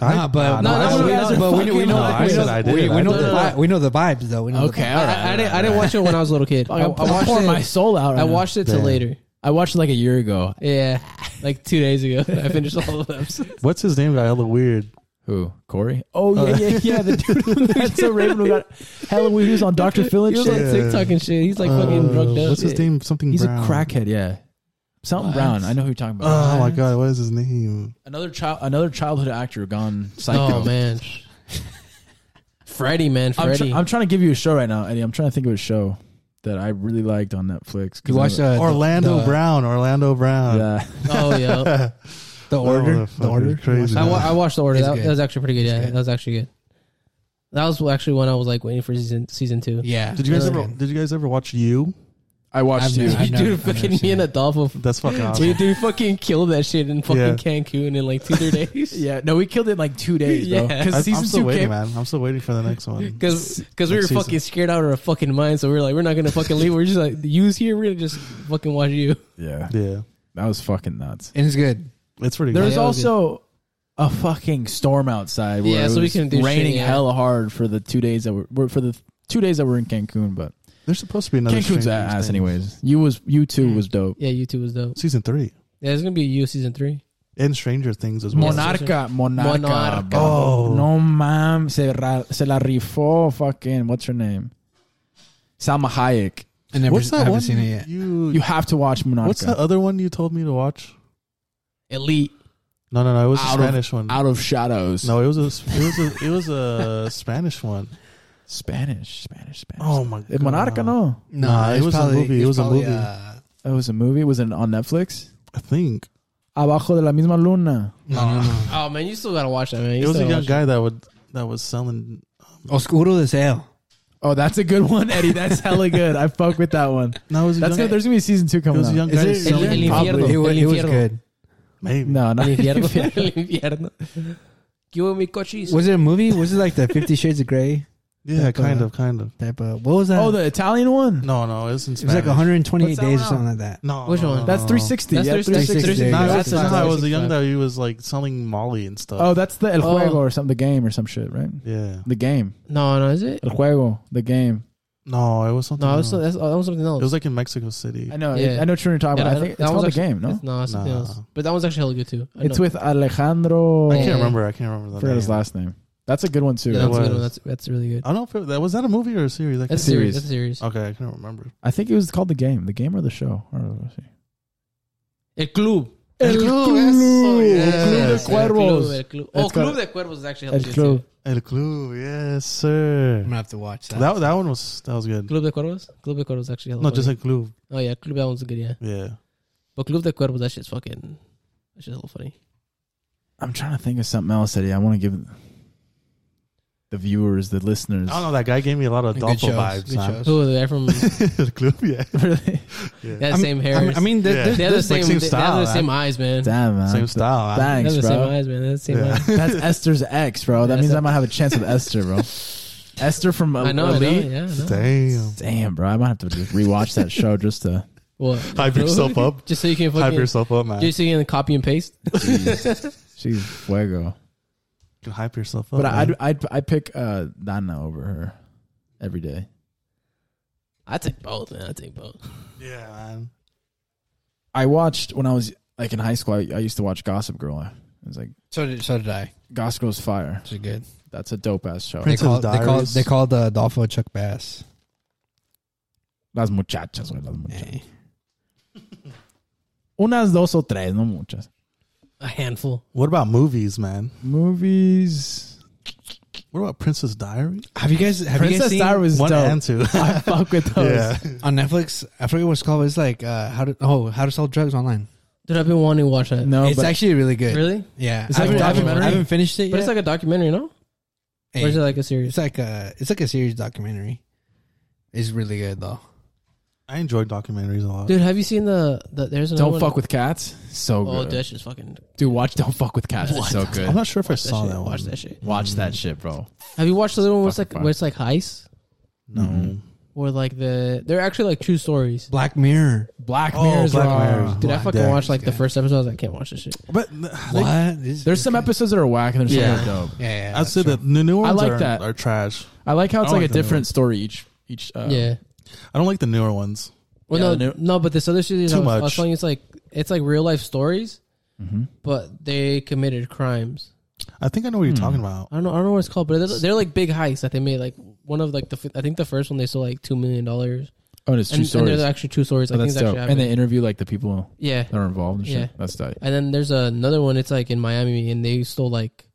[SPEAKER 7] I,
[SPEAKER 4] Nah, but
[SPEAKER 6] No, that's
[SPEAKER 4] but
[SPEAKER 6] what
[SPEAKER 4] we
[SPEAKER 6] you guys
[SPEAKER 4] know-
[SPEAKER 6] are
[SPEAKER 4] but we know- we
[SPEAKER 5] fucking
[SPEAKER 4] know
[SPEAKER 5] lying.
[SPEAKER 4] we know-
[SPEAKER 7] I said I did.
[SPEAKER 4] we-
[SPEAKER 7] I
[SPEAKER 4] we know
[SPEAKER 7] did.
[SPEAKER 4] the vi- we know the vibes though. We know the
[SPEAKER 5] Okay,
[SPEAKER 4] vibes.
[SPEAKER 5] all right.
[SPEAKER 6] I, I, didn't, I didn't watch it when I was a little kid. I, I
[SPEAKER 5] I, I poured
[SPEAKER 6] watched
[SPEAKER 5] my
[SPEAKER 6] it.
[SPEAKER 5] soul out.
[SPEAKER 6] I
[SPEAKER 5] right now.
[SPEAKER 6] watched it till
[SPEAKER 7] Damn.
[SPEAKER 6] later.
[SPEAKER 5] I watched it like a year ago.
[SPEAKER 6] Yeah, like two days ago. [laughs] I finished all of them. [laughs]
[SPEAKER 7] what's his name? Got hella weird.
[SPEAKER 5] Who? Corey? Oh yeah, yeah, yeah. The dude from [laughs] that's so Raven who got hella weird. He was on Doctor Phil and
[SPEAKER 6] He was on
[SPEAKER 5] shit.
[SPEAKER 7] Yeah.
[SPEAKER 6] TikTok and shit. He's like fucking
[SPEAKER 7] Uh,
[SPEAKER 6] drugged up.
[SPEAKER 7] What's his name? Something.
[SPEAKER 5] He's
[SPEAKER 7] Brown.
[SPEAKER 5] a crackhead. Yeah, something
[SPEAKER 6] What?
[SPEAKER 5] Brown. I know who you're talking about.
[SPEAKER 7] Oh my god, what is his name?
[SPEAKER 5] Another child, another childhood actor gone psycho.
[SPEAKER 6] Oh man, Freddy, man,
[SPEAKER 5] I'm,
[SPEAKER 6] Freddy.
[SPEAKER 5] try- I'm trying to give you a show right now, Eddie. I'm trying to think of a show that I really liked on Netflix. 'cause
[SPEAKER 4] You
[SPEAKER 5] I-
[SPEAKER 4] watched uh,
[SPEAKER 7] Orlando
[SPEAKER 4] the,
[SPEAKER 7] Brown. Orlando Brown.
[SPEAKER 5] Yeah.
[SPEAKER 6] [laughs] oh
[SPEAKER 7] [laughs]
[SPEAKER 6] yeah,
[SPEAKER 4] the, the order.
[SPEAKER 7] motherfucker's
[SPEAKER 4] The order.
[SPEAKER 7] Oh, crazy.
[SPEAKER 6] I, wa- I watched the order.
[SPEAKER 4] It's
[SPEAKER 6] That,
[SPEAKER 4] good.
[SPEAKER 6] that was actually pretty good. Yeah,
[SPEAKER 4] good.
[SPEAKER 6] that was actually good. That was actually when I was like waiting for season season two.
[SPEAKER 4] Yeah.
[SPEAKER 7] Did you guys
[SPEAKER 4] Really
[SPEAKER 7] ever?
[SPEAKER 4] good.
[SPEAKER 7] Did you guys ever watch You?
[SPEAKER 5] I watched
[SPEAKER 4] I've
[SPEAKER 5] you.
[SPEAKER 4] never- I've never-
[SPEAKER 6] [laughs] Dude,
[SPEAKER 4] I've never
[SPEAKER 6] fucking
[SPEAKER 4] seen
[SPEAKER 6] me and
[SPEAKER 4] it.
[SPEAKER 6] Adolfo.
[SPEAKER 7] That's fucking
[SPEAKER 6] We,
[SPEAKER 7] awesome.
[SPEAKER 6] dude, we fucking killed that shit in fucking
[SPEAKER 7] Yeah.
[SPEAKER 6] Cancun in like two,
[SPEAKER 7] [laughs]
[SPEAKER 6] three days.
[SPEAKER 5] Yeah, no, we killed it in like two days, bro.
[SPEAKER 6] Yeah.
[SPEAKER 5] Because
[SPEAKER 7] I,
[SPEAKER 5] season
[SPEAKER 7] am still
[SPEAKER 5] two
[SPEAKER 7] waiting,
[SPEAKER 5] came.
[SPEAKER 7] man. I'm still waiting for the next one.
[SPEAKER 6] Cause, cause we were
[SPEAKER 7] Next season.
[SPEAKER 6] fucking scared out of our fucking mind, so we were like, we're not gonna fucking leave. We're just like, use here. We're gonna just fucking watch you.
[SPEAKER 5] Yeah,
[SPEAKER 7] Yeah,
[SPEAKER 5] that was fucking nuts.
[SPEAKER 4] And it's good.
[SPEAKER 7] it's pretty.
[SPEAKER 5] There
[SPEAKER 7] good.
[SPEAKER 5] was
[SPEAKER 6] that was
[SPEAKER 5] also a fucking storm outside. Where
[SPEAKER 6] Yeah,
[SPEAKER 5] it
[SPEAKER 6] so we
[SPEAKER 5] was
[SPEAKER 6] couldn't do shit,
[SPEAKER 5] raining
[SPEAKER 6] yeah.
[SPEAKER 5] hella hard for the two days that were were- for the two days that were in Cancun, but
[SPEAKER 7] There's supposed to be another.
[SPEAKER 5] Cancun's
[SPEAKER 7] Stranger
[SPEAKER 5] ass,
[SPEAKER 7] Things.
[SPEAKER 5] anyways. You was you
[SPEAKER 6] Mm.
[SPEAKER 5] too was dope.
[SPEAKER 6] Yeah, you two was dope.
[SPEAKER 7] Season three
[SPEAKER 6] Yeah, it's gonna be you season three.
[SPEAKER 7] and Stranger Things as well.
[SPEAKER 5] Monarca, Monarca,
[SPEAKER 6] Monarca.
[SPEAKER 5] bro.
[SPEAKER 7] Oh.
[SPEAKER 5] no, ma'am. Se, ra- se la rifó. Fucking what's her name? Salma Hayek.
[SPEAKER 4] I never
[SPEAKER 7] What's
[SPEAKER 4] I
[SPEAKER 7] that
[SPEAKER 4] haven't
[SPEAKER 7] one?
[SPEAKER 4] seen it yet.
[SPEAKER 7] You.
[SPEAKER 5] You have to watch Monarca.
[SPEAKER 7] what's the other one you told me to watch?
[SPEAKER 6] Elite.
[SPEAKER 7] No, no, no. It was a
[SPEAKER 5] Out of-
[SPEAKER 7] Spanish one.
[SPEAKER 5] Out of Shadows.
[SPEAKER 7] No, it was a. It was a. It was a [laughs] Spanish one.
[SPEAKER 5] Spanish, Spanish, Spanish.
[SPEAKER 7] Oh my
[SPEAKER 5] Eh, Monarca,
[SPEAKER 7] God.
[SPEAKER 5] no.
[SPEAKER 7] Nah, it
[SPEAKER 4] it's
[SPEAKER 7] was a movie. It
[SPEAKER 4] it's
[SPEAKER 7] was a
[SPEAKER 4] probably,
[SPEAKER 7] movie.
[SPEAKER 4] uh,
[SPEAKER 5] It was a movie. Was it on Netflix?
[SPEAKER 7] I think
[SPEAKER 5] Abajo de la misma luna.
[SPEAKER 4] no, no, no.
[SPEAKER 6] Oh man, you still gotta watch that man. You
[SPEAKER 7] it was
[SPEAKER 6] still gotta
[SPEAKER 7] a young
[SPEAKER 6] watch
[SPEAKER 7] guy that would that was selling.
[SPEAKER 4] Oscuro Deseo.
[SPEAKER 5] Oh, that's a good one, Eddie. That's hella good. I fuck with that one.
[SPEAKER 7] No, it was a
[SPEAKER 5] That's
[SPEAKER 7] young.
[SPEAKER 5] good. There's gonna be season two
[SPEAKER 7] it
[SPEAKER 5] coming
[SPEAKER 7] was a
[SPEAKER 5] out.
[SPEAKER 7] young
[SPEAKER 4] Is
[SPEAKER 7] guy
[SPEAKER 4] it-
[SPEAKER 6] El
[SPEAKER 7] selling.
[SPEAKER 6] Infierno?
[SPEAKER 7] Probably.
[SPEAKER 4] It, wa-
[SPEAKER 6] El
[SPEAKER 4] it was
[SPEAKER 6] Infierno.
[SPEAKER 4] good.
[SPEAKER 7] Maybe.
[SPEAKER 5] No, no.
[SPEAKER 7] [laughs]
[SPEAKER 6] El infierno. El [laughs] infierno. ¿Qué hubo, mi cochis?
[SPEAKER 4] Was it a movie? Was it like the Fifty Shades of Grey
[SPEAKER 7] Yeah,
[SPEAKER 4] Like,
[SPEAKER 7] kind
[SPEAKER 4] uh,
[SPEAKER 7] of, kind of.
[SPEAKER 4] type of? What was that?
[SPEAKER 5] Oh, the Italian one.
[SPEAKER 7] No, no, it's in
[SPEAKER 4] it was
[SPEAKER 7] Spanish.
[SPEAKER 4] like 128
[SPEAKER 5] What's that
[SPEAKER 4] days or
[SPEAKER 5] one?
[SPEAKER 4] something like that.
[SPEAKER 7] No,
[SPEAKER 6] Which
[SPEAKER 7] no,
[SPEAKER 6] one?
[SPEAKER 7] no,
[SPEAKER 5] That's
[SPEAKER 7] no.
[SPEAKER 5] 360.
[SPEAKER 6] That's
[SPEAKER 5] yeah,
[SPEAKER 6] 360.
[SPEAKER 5] 360.
[SPEAKER 7] Nah,
[SPEAKER 6] Yeah,
[SPEAKER 7] that's
[SPEAKER 6] that's
[SPEAKER 7] not
[SPEAKER 6] not
[SPEAKER 7] how I was
[SPEAKER 6] 360.
[SPEAKER 7] younger. He was like selling Molly and stuff.
[SPEAKER 5] Oh, that's the El
[SPEAKER 6] Oh.
[SPEAKER 5] Juego or something. The game or some shit, right?
[SPEAKER 7] yeah.
[SPEAKER 5] The game.
[SPEAKER 6] No, no, is it?
[SPEAKER 5] El Juego. The game.
[SPEAKER 7] No, it was something.
[SPEAKER 6] No, it was,
[SPEAKER 7] else.
[SPEAKER 6] that's, that was something else.
[SPEAKER 7] it was like in Mexico City.
[SPEAKER 5] I know.
[SPEAKER 6] Yeah.
[SPEAKER 5] I know what you're talking
[SPEAKER 6] Yeah,
[SPEAKER 5] about. I
[SPEAKER 6] I
[SPEAKER 5] think
[SPEAKER 6] know-
[SPEAKER 5] it's
[SPEAKER 6] that
[SPEAKER 5] called
[SPEAKER 6] was
[SPEAKER 5] the game. No,
[SPEAKER 6] It's, no, it's something
[SPEAKER 7] Nah.
[SPEAKER 6] else. But that one's actually hella good too. I
[SPEAKER 5] it's
[SPEAKER 6] know.
[SPEAKER 5] with Alejandro.
[SPEAKER 7] I can't
[SPEAKER 6] Yeah.
[SPEAKER 7] remember. I can't remember
[SPEAKER 5] I
[SPEAKER 7] the
[SPEAKER 5] forgot
[SPEAKER 7] name.
[SPEAKER 5] his last name. That's a good one too.
[SPEAKER 6] Yeah, that's, a good
[SPEAKER 7] was.
[SPEAKER 6] one. that's that's really good.
[SPEAKER 7] I don't know if it, that was that a movie or a series. I
[SPEAKER 6] That's
[SPEAKER 7] can't-
[SPEAKER 5] series.
[SPEAKER 6] serious. That's serious.
[SPEAKER 7] okay, I can't remember.
[SPEAKER 5] I think it was called the game. The game or the show. Or- let's see.
[SPEAKER 6] El Club.
[SPEAKER 5] El Club,
[SPEAKER 6] eso,
[SPEAKER 5] El
[SPEAKER 6] yes.
[SPEAKER 5] Club de
[SPEAKER 6] El
[SPEAKER 5] Cuervos.
[SPEAKER 6] El Club.
[SPEAKER 5] That's
[SPEAKER 6] Oh, Club
[SPEAKER 5] called-
[SPEAKER 6] de Cuervos is actually
[SPEAKER 5] El
[SPEAKER 6] hella good.
[SPEAKER 5] Club.
[SPEAKER 6] Club.
[SPEAKER 7] El Club, yes, sir.
[SPEAKER 4] I'm gonna have to watch that.
[SPEAKER 7] That that one was that was good.
[SPEAKER 6] Club de Cuervos? Club de Cuervos is actually hella
[SPEAKER 7] No, just
[SPEAKER 6] funny.
[SPEAKER 7] like Club.
[SPEAKER 6] Oh, yeah, Club, that one's good, yeah.
[SPEAKER 7] Yeah,
[SPEAKER 6] But Club de Cuervos, that shit's fucking. That shit's hella funny.
[SPEAKER 5] I'm trying to think of something else that I want to give the viewers, the listeners.
[SPEAKER 7] I don't know. That guy gave me a lot of
[SPEAKER 4] Good
[SPEAKER 7] Adolfo
[SPEAKER 4] shows,
[SPEAKER 7] vibes.
[SPEAKER 4] good
[SPEAKER 7] man.
[SPEAKER 4] shows.
[SPEAKER 6] Who, the guy from.
[SPEAKER 7] [laughs] El Club, yeah.
[SPEAKER 5] [laughs] Really?
[SPEAKER 6] They
[SPEAKER 7] yeah.
[SPEAKER 6] had
[SPEAKER 4] I
[SPEAKER 6] the
[SPEAKER 4] mean-
[SPEAKER 6] same hair.
[SPEAKER 4] I mean, I mean there-
[SPEAKER 7] Yeah.
[SPEAKER 4] there's-
[SPEAKER 6] they have the
[SPEAKER 7] Like,
[SPEAKER 6] same,
[SPEAKER 7] same
[SPEAKER 6] they-
[SPEAKER 7] style,
[SPEAKER 6] They have the
[SPEAKER 7] man.
[SPEAKER 6] same eyes, man. They
[SPEAKER 5] Damn, man.
[SPEAKER 7] Same style. man.
[SPEAKER 5] Thanks,
[SPEAKER 6] have the same
[SPEAKER 5] bro.
[SPEAKER 6] eyes, man. They have the same
[SPEAKER 7] Yeah.
[SPEAKER 6] eyes.
[SPEAKER 5] That's Esther's ex, bro. That
[SPEAKER 6] Yeah,
[SPEAKER 5] means
[SPEAKER 6] so-
[SPEAKER 5] I might have a chance with Esther,
[SPEAKER 6] [laughs]
[SPEAKER 5] bro. Esther from uh,
[SPEAKER 6] I know, I know,
[SPEAKER 5] Elite.
[SPEAKER 6] yeah. I know.
[SPEAKER 7] [laughs] Damn.
[SPEAKER 5] Damn, bro. I might have to just rewatch that show just to.
[SPEAKER 6] What?
[SPEAKER 7] Hype yourself up.
[SPEAKER 6] Just so you can
[SPEAKER 7] Hype
[SPEAKER 6] fucking.
[SPEAKER 7] yourself up, man.
[SPEAKER 6] Just so you can copy and paste? [laughs]
[SPEAKER 5] She's fuego.
[SPEAKER 7] You can hype yourself up.
[SPEAKER 5] But I,
[SPEAKER 7] man.
[SPEAKER 5] I'd, I'd I pick uh, Dana over her every day.
[SPEAKER 6] I take both, man. I take both.
[SPEAKER 7] yeah, man.
[SPEAKER 5] I watched when I was like in high school. I, I used to watch Gossip Girl. It was like
[SPEAKER 4] so did so did I.
[SPEAKER 5] Gossip Girl's fire.
[SPEAKER 4] Which is good.
[SPEAKER 5] That's a dope ass show.
[SPEAKER 4] They
[SPEAKER 7] Princess
[SPEAKER 4] called, they called
[SPEAKER 7] Diaries.
[SPEAKER 4] they called uh, Adolfo Chuck Bass.
[SPEAKER 5] Las muchachas, güey, las muchachas. Unas dos o tres, no muchas.
[SPEAKER 6] A handful.
[SPEAKER 7] What about movies, man?
[SPEAKER 5] Movies.
[SPEAKER 7] What about Princess Diary?
[SPEAKER 4] Have you guys have you guys
[SPEAKER 5] Princess
[SPEAKER 4] seen
[SPEAKER 5] Diaries was
[SPEAKER 7] One
[SPEAKER 5] dope.
[SPEAKER 7] and two.
[SPEAKER 5] I fuck with those.
[SPEAKER 7] [laughs] yeah.
[SPEAKER 4] on Netflix? I forget what it's called. But it's like uh, how to oh how to sell drugs online.
[SPEAKER 6] Dude, I've been wanting to watch that.
[SPEAKER 5] No,
[SPEAKER 4] it's
[SPEAKER 5] Oh, but
[SPEAKER 4] actually really good.
[SPEAKER 6] Really?
[SPEAKER 4] Yeah,
[SPEAKER 5] It's
[SPEAKER 4] I,
[SPEAKER 5] like
[SPEAKER 4] haven't,
[SPEAKER 5] a
[SPEAKER 4] I haven't-
[SPEAKER 5] documentary?
[SPEAKER 4] I haven't finished it
[SPEAKER 6] But
[SPEAKER 4] yet.
[SPEAKER 6] it's like a documentary, no?
[SPEAKER 4] Hey,
[SPEAKER 6] Or is it like a series?
[SPEAKER 4] it's like a it's like a series documentary. It's really good though.
[SPEAKER 7] I enjoy documentaries a lot.
[SPEAKER 6] Dude, have you seen the, the there's another
[SPEAKER 5] Don't
[SPEAKER 6] one-
[SPEAKER 5] fuck with cats. So
[SPEAKER 6] Oh,
[SPEAKER 5] good.
[SPEAKER 6] Dash is fucking.
[SPEAKER 5] Dude, watch Don't Fuck with Cats. It's
[SPEAKER 6] What?
[SPEAKER 5] so
[SPEAKER 7] I'm
[SPEAKER 5] good.
[SPEAKER 7] [laughs] not sure if I
[SPEAKER 6] That
[SPEAKER 7] saw
[SPEAKER 6] shit.
[SPEAKER 7] that one.
[SPEAKER 6] Watch that shit.
[SPEAKER 5] Watch that shit, bro.
[SPEAKER 6] Have you watched the other one where it's like
[SPEAKER 5] Fucking
[SPEAKER 6] where it's like heist,
[SPEAKER 7] No.
[SPEAKER 5] Mhm.
[SPEAKER 6] or like the they're actually like true stories.
[SPEAKER 4] Black Mirror.
[SPEAKER 5] Black
[SPEAKER 7] Oh,
[SPEAKER 5] Mirror.
[SPEAKER 7] Black
[SPEAKER 5] bro.
[SPEAKER 7] Mirror.
[SPEAKER 6] Dude, I
[SPEAKER 4] Black
[SPEAKER 6] fucking
[SPEAKER 7] Mirror.
[SPEAKER 6] watched like the
[SPEAKER 4] Yeah.
[SPEAKER 6] first episode. I was like, I can't watch this shit.
[SPEAKER 7] But
[SPEAKER 4] What?
[SPEAKER 7] like,
[SPEAKER 4] It's-
[SPEAKER 5] There's some episodes that are whack and there's
[SPEAKER 6] Yeah.
[SPEAKER 5] some that are dope.
[SPEAKER 4] Yeah, yeah,
[SPEAKER 7] I'd
[SPEAKER 4] that's
[SPEAKER 7] say
[SPEAKER 4] true.
[SPEAKER 7] that the new ones
[SPEAKER 5] I like
[SPEAKER 7] are,
[SPEAKER 5] that.
[SPEAKER 7] are trash.
[SPEAKER 5] I like how it's
[SPEAKER 7] I
[SPEAKER 5] like
[SPEAKER 7] like
[SPEAKER 5] a
[SPEAKER 7] the new
[SPEAKER 5] different story each each. Uh,
[SPEAKER 6] yeah.
[SPEAKER 7] I don't like the newer ones.
[SPEAKER 6] Well,
[SPEAKER 5] yeah,
[SPEAKER 6] no,
[SPEAKER 5] the
[SPEAKER 6] no, but this other series I
[SPEAKER 7] Too
[SPEAKER 6] was, I was
[SPEAKER 7] much.
[SPEAKER 6] telling you, it's like it's like real life stories,
[SPEAKER 5] Mm-hmm.
[SPEAKER 6] but they committed crimes.
[SPEAKER 7] I think I know what you're talking about.
[SPEAKER 6] I don't know, I don't know what it's called, but they're, they're like big heists that they made. Like one of like the f- I think the first one they sold like two million dollars,
[SPEAKER 5] Oh, and it's two
[SPEAKER 6] and, and
[SPEAKER 5] stories.
[SPEAKER 6] they're actually two stories.
[SPEAKER 5] Oh,
[SPEAKER 6] I think
[SPEAKER 5] that's
[SPEAKER 6] it's actually
[SPEAKER 5] dope. And
[SPEAKER 6] happened.
[SPEAKER 5] they interview like the people
[SPEAKER 6] yeah,
[SPEAKER 5] that are involved and shit.
[SPEAKER 6] Yeah.
[SPEAKER 5] That's dope.
[SPEAKER 6] And then there's another one. It's like in Miami, and they stole like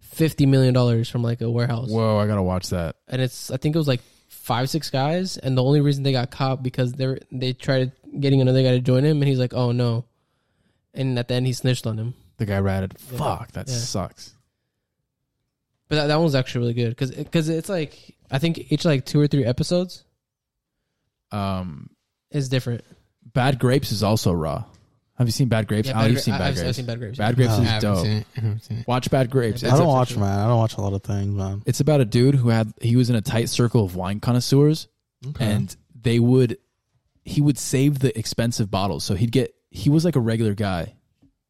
[SPEAKER 6] fifty million dollars from like a warehouse.
[SPEAKER 5] Whoa, I gotta watch that.
[SPEAKER 6] And it's I think it was like five six guys, and the only reason they got caught because they were they tried getting another guy to join him, and he's like, oh no, and at the end he snitched on him.
[SPEAKER 5] The guy ratted.
[SPEAKER 6] Yeah.
[SPEAKER 5] Fuck, that
[SPEAKER 6] Yeah.
[SPEAKER 5] sucks.
[SPEAKER 6] But that, that one's actually really good because because it's like I think each like two or three episodes
[SPEAKER 5] Um,
[SPEAKER 6] is different.
[SPEAKER 5] Bad Grapes is also raw. Have you seen Bad Grapes?
[SPEAKER 6] Yeah,
[SPEAKER 5] Oh,
[SPEAKER 6] Bad
[SPEAKER 5] you've
[SPEAKER 6] Gra-
[SPEAKER 5] seen
[SPEAKER 6] I-
[SPEAKER 5] Bad
[SPEAKER 6] I've-
[SPEAKER 5] Grapes.
[SPEAKER 6] I've seen Bad Grapes,
[SPEAKER 5] Bad
[SPEAKER 7] yeah.
[SPEAKER 5] Grapes
[SPEAKER 4] I
[SPEAKER 5] is
[SPEAKER 4] haven't
[SPEAKER 5] dope.
[SPEAKER 4] seen it. I haven't seen it.
[SPEAKER 5] Watch Bad Grapes.
[SPEAKER 6] Yeah,
[SPEAKER 7] I
[SPEAKER 5] It's
[SPEAKER 7] don't
[SPEAKER 5] a-
[SPEAKER 7] watch, man. I don't watch a lot of things, man.
[SPEAKER 5] It's about a dude who had he was in a tight circle of wine connoisseurs,
[SPEAKER 7] Uh-huh.
[SPEAKER 5] and they would he would save the expensive bottles. So he'd get he was like a regular guy,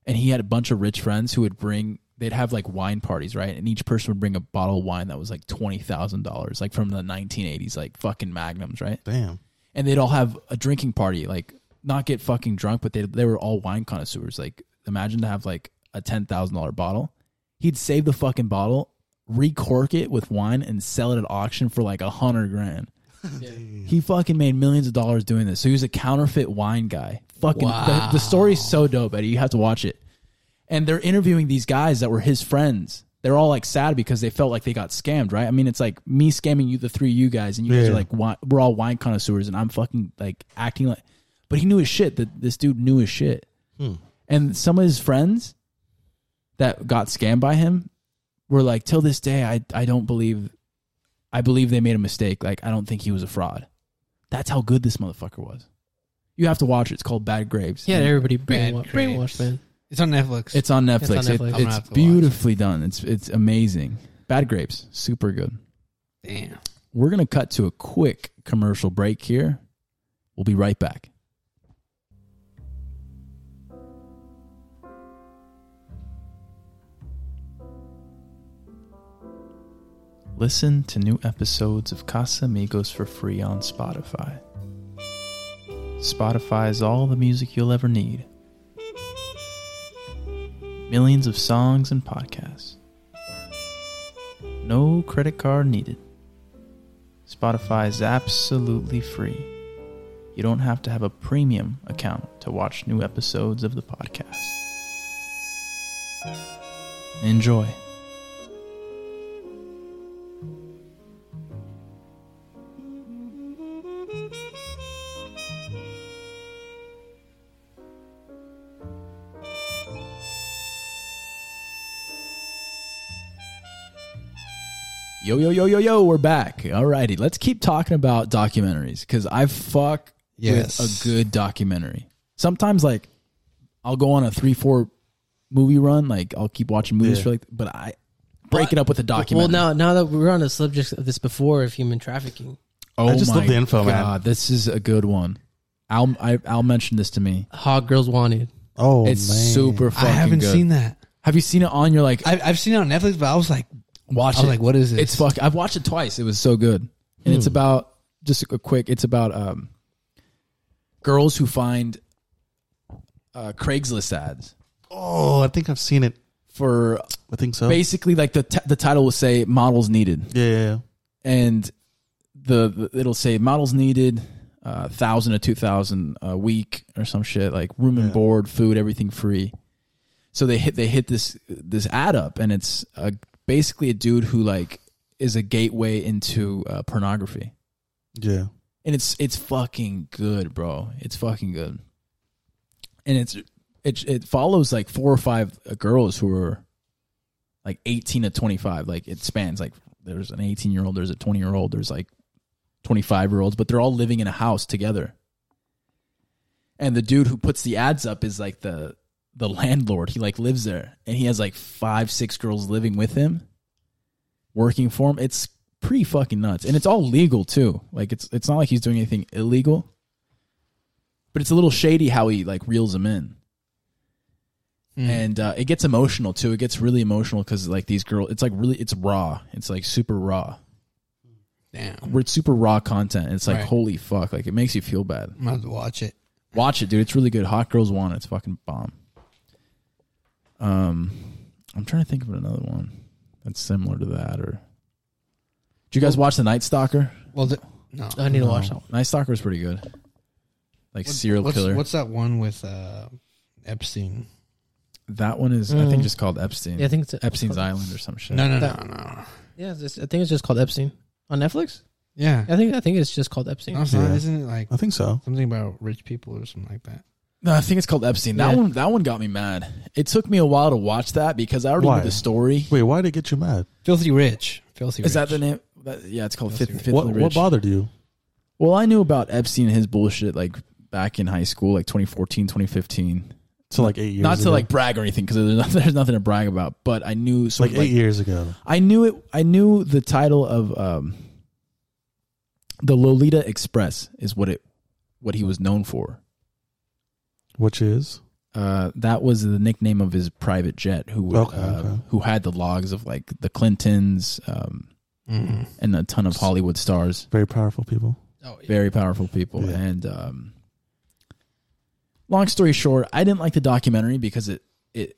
[SPEAKER 5] and he had a bunch of rich friends who would bring they'd have like wine parties, right? And each person would bring a bottle of wine that was like twenty thousand dollars, like from the nineteen eighties, like fucking magnums, right?
[SPEAKER 7] Damn.
[SPEAKER 5] and they'd all have a drinking party, like not get fucking drunk, but they they were all wine connoisseurs. Like imagine to have like a ten thousand dollar bottle. He'd save the fucking bottle, recork it with wine, and sell it at auction for like a hundred grand. He fucking made millions of dollars doing this. So he was a counterfeit wine guy. Fucking the, the story's so dope, Eddie. You have to watch it. And they're interviewing these guys that were his friends. They're all like sad because they felt like they got scammed, right? I mean, it's like me scamming you, the three of you guys, and you guys
[SPEAKER 7] Yeah.
[SPEAKER 5] are like, wine, we're all wine connoisseurs, and I'm fucking like acting like. But he knew his shit. That this dude knew his shit. And some of his friends that got scammed by him were like, till this day, I I don't believe, I believe they made a mistake. Like I don't think he was a fraud. That's how good this motherfucker was. You have to watch it. It's called Bad Graves.
[SPEAKER 6] Yeah, everybody
[SPEAKER 4] Bad
[SPEAKER 6] brainwashed,
[SPEAKER 4] Grapes.
[SPEAKER 6] brainwashed man.
[SPEAKER 4] It's on Netflix.
[SPEAKER 5] It's on Netflix.
[SPEAKER 6] on
[SPEAKER 5] It-
[SPEAKER 6] Netflix. I'm
[SPEAKER 4] gonna have
[SPEAKER 5] it's
[SPEAKER 4] to watch
[SPEAKER 5] beautifully done. It's it's amazing. Bad grapes, super good.
[SPEAKER 4] damn.
[SPEAKER 5] We're gonna cut to a quick commercial break here. We'll be right back. Listen to new episodes of Casamigos for free on Spotify. Spotify is all the music you'll ever need. Millions of songs and podcasts. No credit card needed. Spotify is absolutely free. You don't have to have a premium account to watch new episodes of the podcast. Enjoy. Yo, yo, yo, yo, yo, we're back. Alrighty, let's keep talking about documentaries because I fuck
[SPEAKER 4] Yes.
[SPEAKER 5] with a good documentary. Sometimes, like, I'll go on a three, four movie run, like, I'll keep watching movies
[SPEAKER 7] Yeah.
[SPEAKER 5] for like, but I break it up with a
[SPEAKER 6] Well,
[SPEAKER 5] documentary.
[SPEAKER 6] now now that we're on the subject of this before of human trafficking,
[SPEAKER 5] oh
[SPEAKER 7] I just
[SPEAKER 5] my
[SPEAKER 7] love the info, man.
[SPEAKER 5] God, this is a good one. Al, I, Al mentioned this to me.
[SPEAKER 6] Hot Girls Wanted.
[SPEAKER 7] Oh,
[SPEAKER 5] it's super fucking
[SPEAKER 4] I haven't
[SPEAKER 5] good.
[SPEAKER 4] seen that.
[SPEAKER 5] Have you seen it on your like?
[SPEAKER 4] I've, I've seen it on Netflix, but I was like,
[SPEAKER 5] watch
[SPEAKER 4] I was
[SPEAKER 5] it.
[SPEAKER 4] like, what is this? Hmm.
[SPEAKER 5] It's fuck. I've watched it twice. It was so good. And it's about just a quick. It's about um, girls who find uh, Craigslist ads
[SPEAKER 7] Oh, I think I've seen it.
[SPEAKER 5] for
[SPEAKER 7] I think
[SPEAKER 4] Oh.
[SPEAKER 7] so.
[SPEAKER 5] basically like the t- the title will say models needed,
[SPEAKER 7] Yeah, yeah, yeah.
[SPEAKER 5] and the, the it'll say models needed. Uh, thousand to two thousand a week or some shit like room and
[SPEAKER 7] Yeah.
[SPEAKER 5] board, food, everything free. So they hit they hit this this ad up, and it's uh basically a dude who like is a gateway into uh, pornography.
[SPEAKER 7] Yeah.
[SPEAKER 5] and it's it's fucking good, bro. It's fucking good, and it's it it follows like four or five uh, girls who are like eighteen to twenty five. Like it spans like there's an eighteen year old, there's a twenty year old, there's like twenty five year olds, but they're all living in a house together. And the dude who puts the ads up is like the the landlord. He like lives there, and he has like five six girls living with him working for him. It's pretty fucking nuts, and it's all legal too. Like it's it's not like he's doing anything illegal, but it's a little shady how he like reels him in, and uh, it gets emotional too. It gets really emotional because like these girls, it's like really it's raw. It's like super raw.
[SPEAKER 4] damn.
[SPEAKER 5] We're it's super raw content. It's like
[SPEAKER 4] Right.
[SPEAKER 5] holy fuck. Like it makes you feel bad.
[SPEAKER 4] I'm gonna have to watch it.
[SPEAKER 5] Watch it, dude. It's really good. Hot Girls Want It. It's fucking bomb. Um, I'm trying to think of another one that's similar to that. Or did you guys watch The Night Stalker?
[SPEAKER 4] Well, the, no.
[SPEAKER 6] I need to watch that. one.
[SPEAKER 5] Night Stalker was pretty good. Like serial
[SPEAKER 4] what's,
[SPEAKER 5] killer.
[SPEAKER 4] What's that one with uh, Epstein?
[SPEAKER 5] that one is I think just called Epstein.
[SPEAKER 6] Yeah, I think it's
[SPEAKER 5] Epstein's Island or some shit.
[SPEAKER 4] No, no, no,
[SPEAKER 6] That-
[SPEAKER 4] no.
[SPEAKER 6] Yeah, it's- I think it's just called Epstein on Netflix.
[SPEAKER 4] Yeah.
[SPEAKER 6] I think I think it's just called Epstein.
[SPEAKER 4] No, it's not,
[SPEAKER 7] Yeah.
[SPEAKER 4] isn't it like
[SPEAKER 7] I think so.
[SPEAKER 4] something about rich people or something like that?
[SPEAKER 5] No, I think it's called Epstein. That
[SPEAKER 6] Yeah.
[SPEAKER 5] one that one got me mad. It took me a while to watch that because I already
[SPEAKER 7] Why?
[SPEAKER 5] knew the story.
[SPEAKER 7] Wait, why did it get you mad?
[SPEAKER 4] Filthy rich. Filthy
[SPEAKER 5] Is that
[SPEAKER 4] rich.
[SPEAKER 5] the name? That, yeah, it's called Fifth, Fifth
[SPEAKER 7] What,
[SPEAKER 5] Rich.
[SPEAKER 7] what bothered you?
[SPEAKER 5] Well, I knew about Epstein and his bullshit like back in high school, like 2014, 2015.
[SPEAKER 7] To like eight years.
[SPEAKER 5] Not to
[SPEAKER 7] ago?
[SPEAKER 5] like brag or anything because there's, not- there's nothing [laughs] to brag about, but I knew sort
[SPEAKER 7] like
[SPEAKER 5] of,
[SPEAKER 7] eight years ago.
[SPEAKER 5] I knew it. I knew the title of um, the Lolita Express is what it what he was known for.
[SPEAKER 7] Which is
[SPEAKER 5] Uh, that was the nickname of his private jet, who would,
[SPEAKER 7] Okay,
[SPEAKER 5] uh,
[SPEAKER 7] okay.
[SPEAKER 5] who had the logs of like the Clintons um, and a ton of Hollywood stars.
[SPEAKER 7] very powerful people.
[SPEAKER 6] Oh,
[SPEAKER 5] very powerful people
[SPEAKER 7] Yeah.
[SPEAKER 5] and um long story short i didn't like the documentary because it it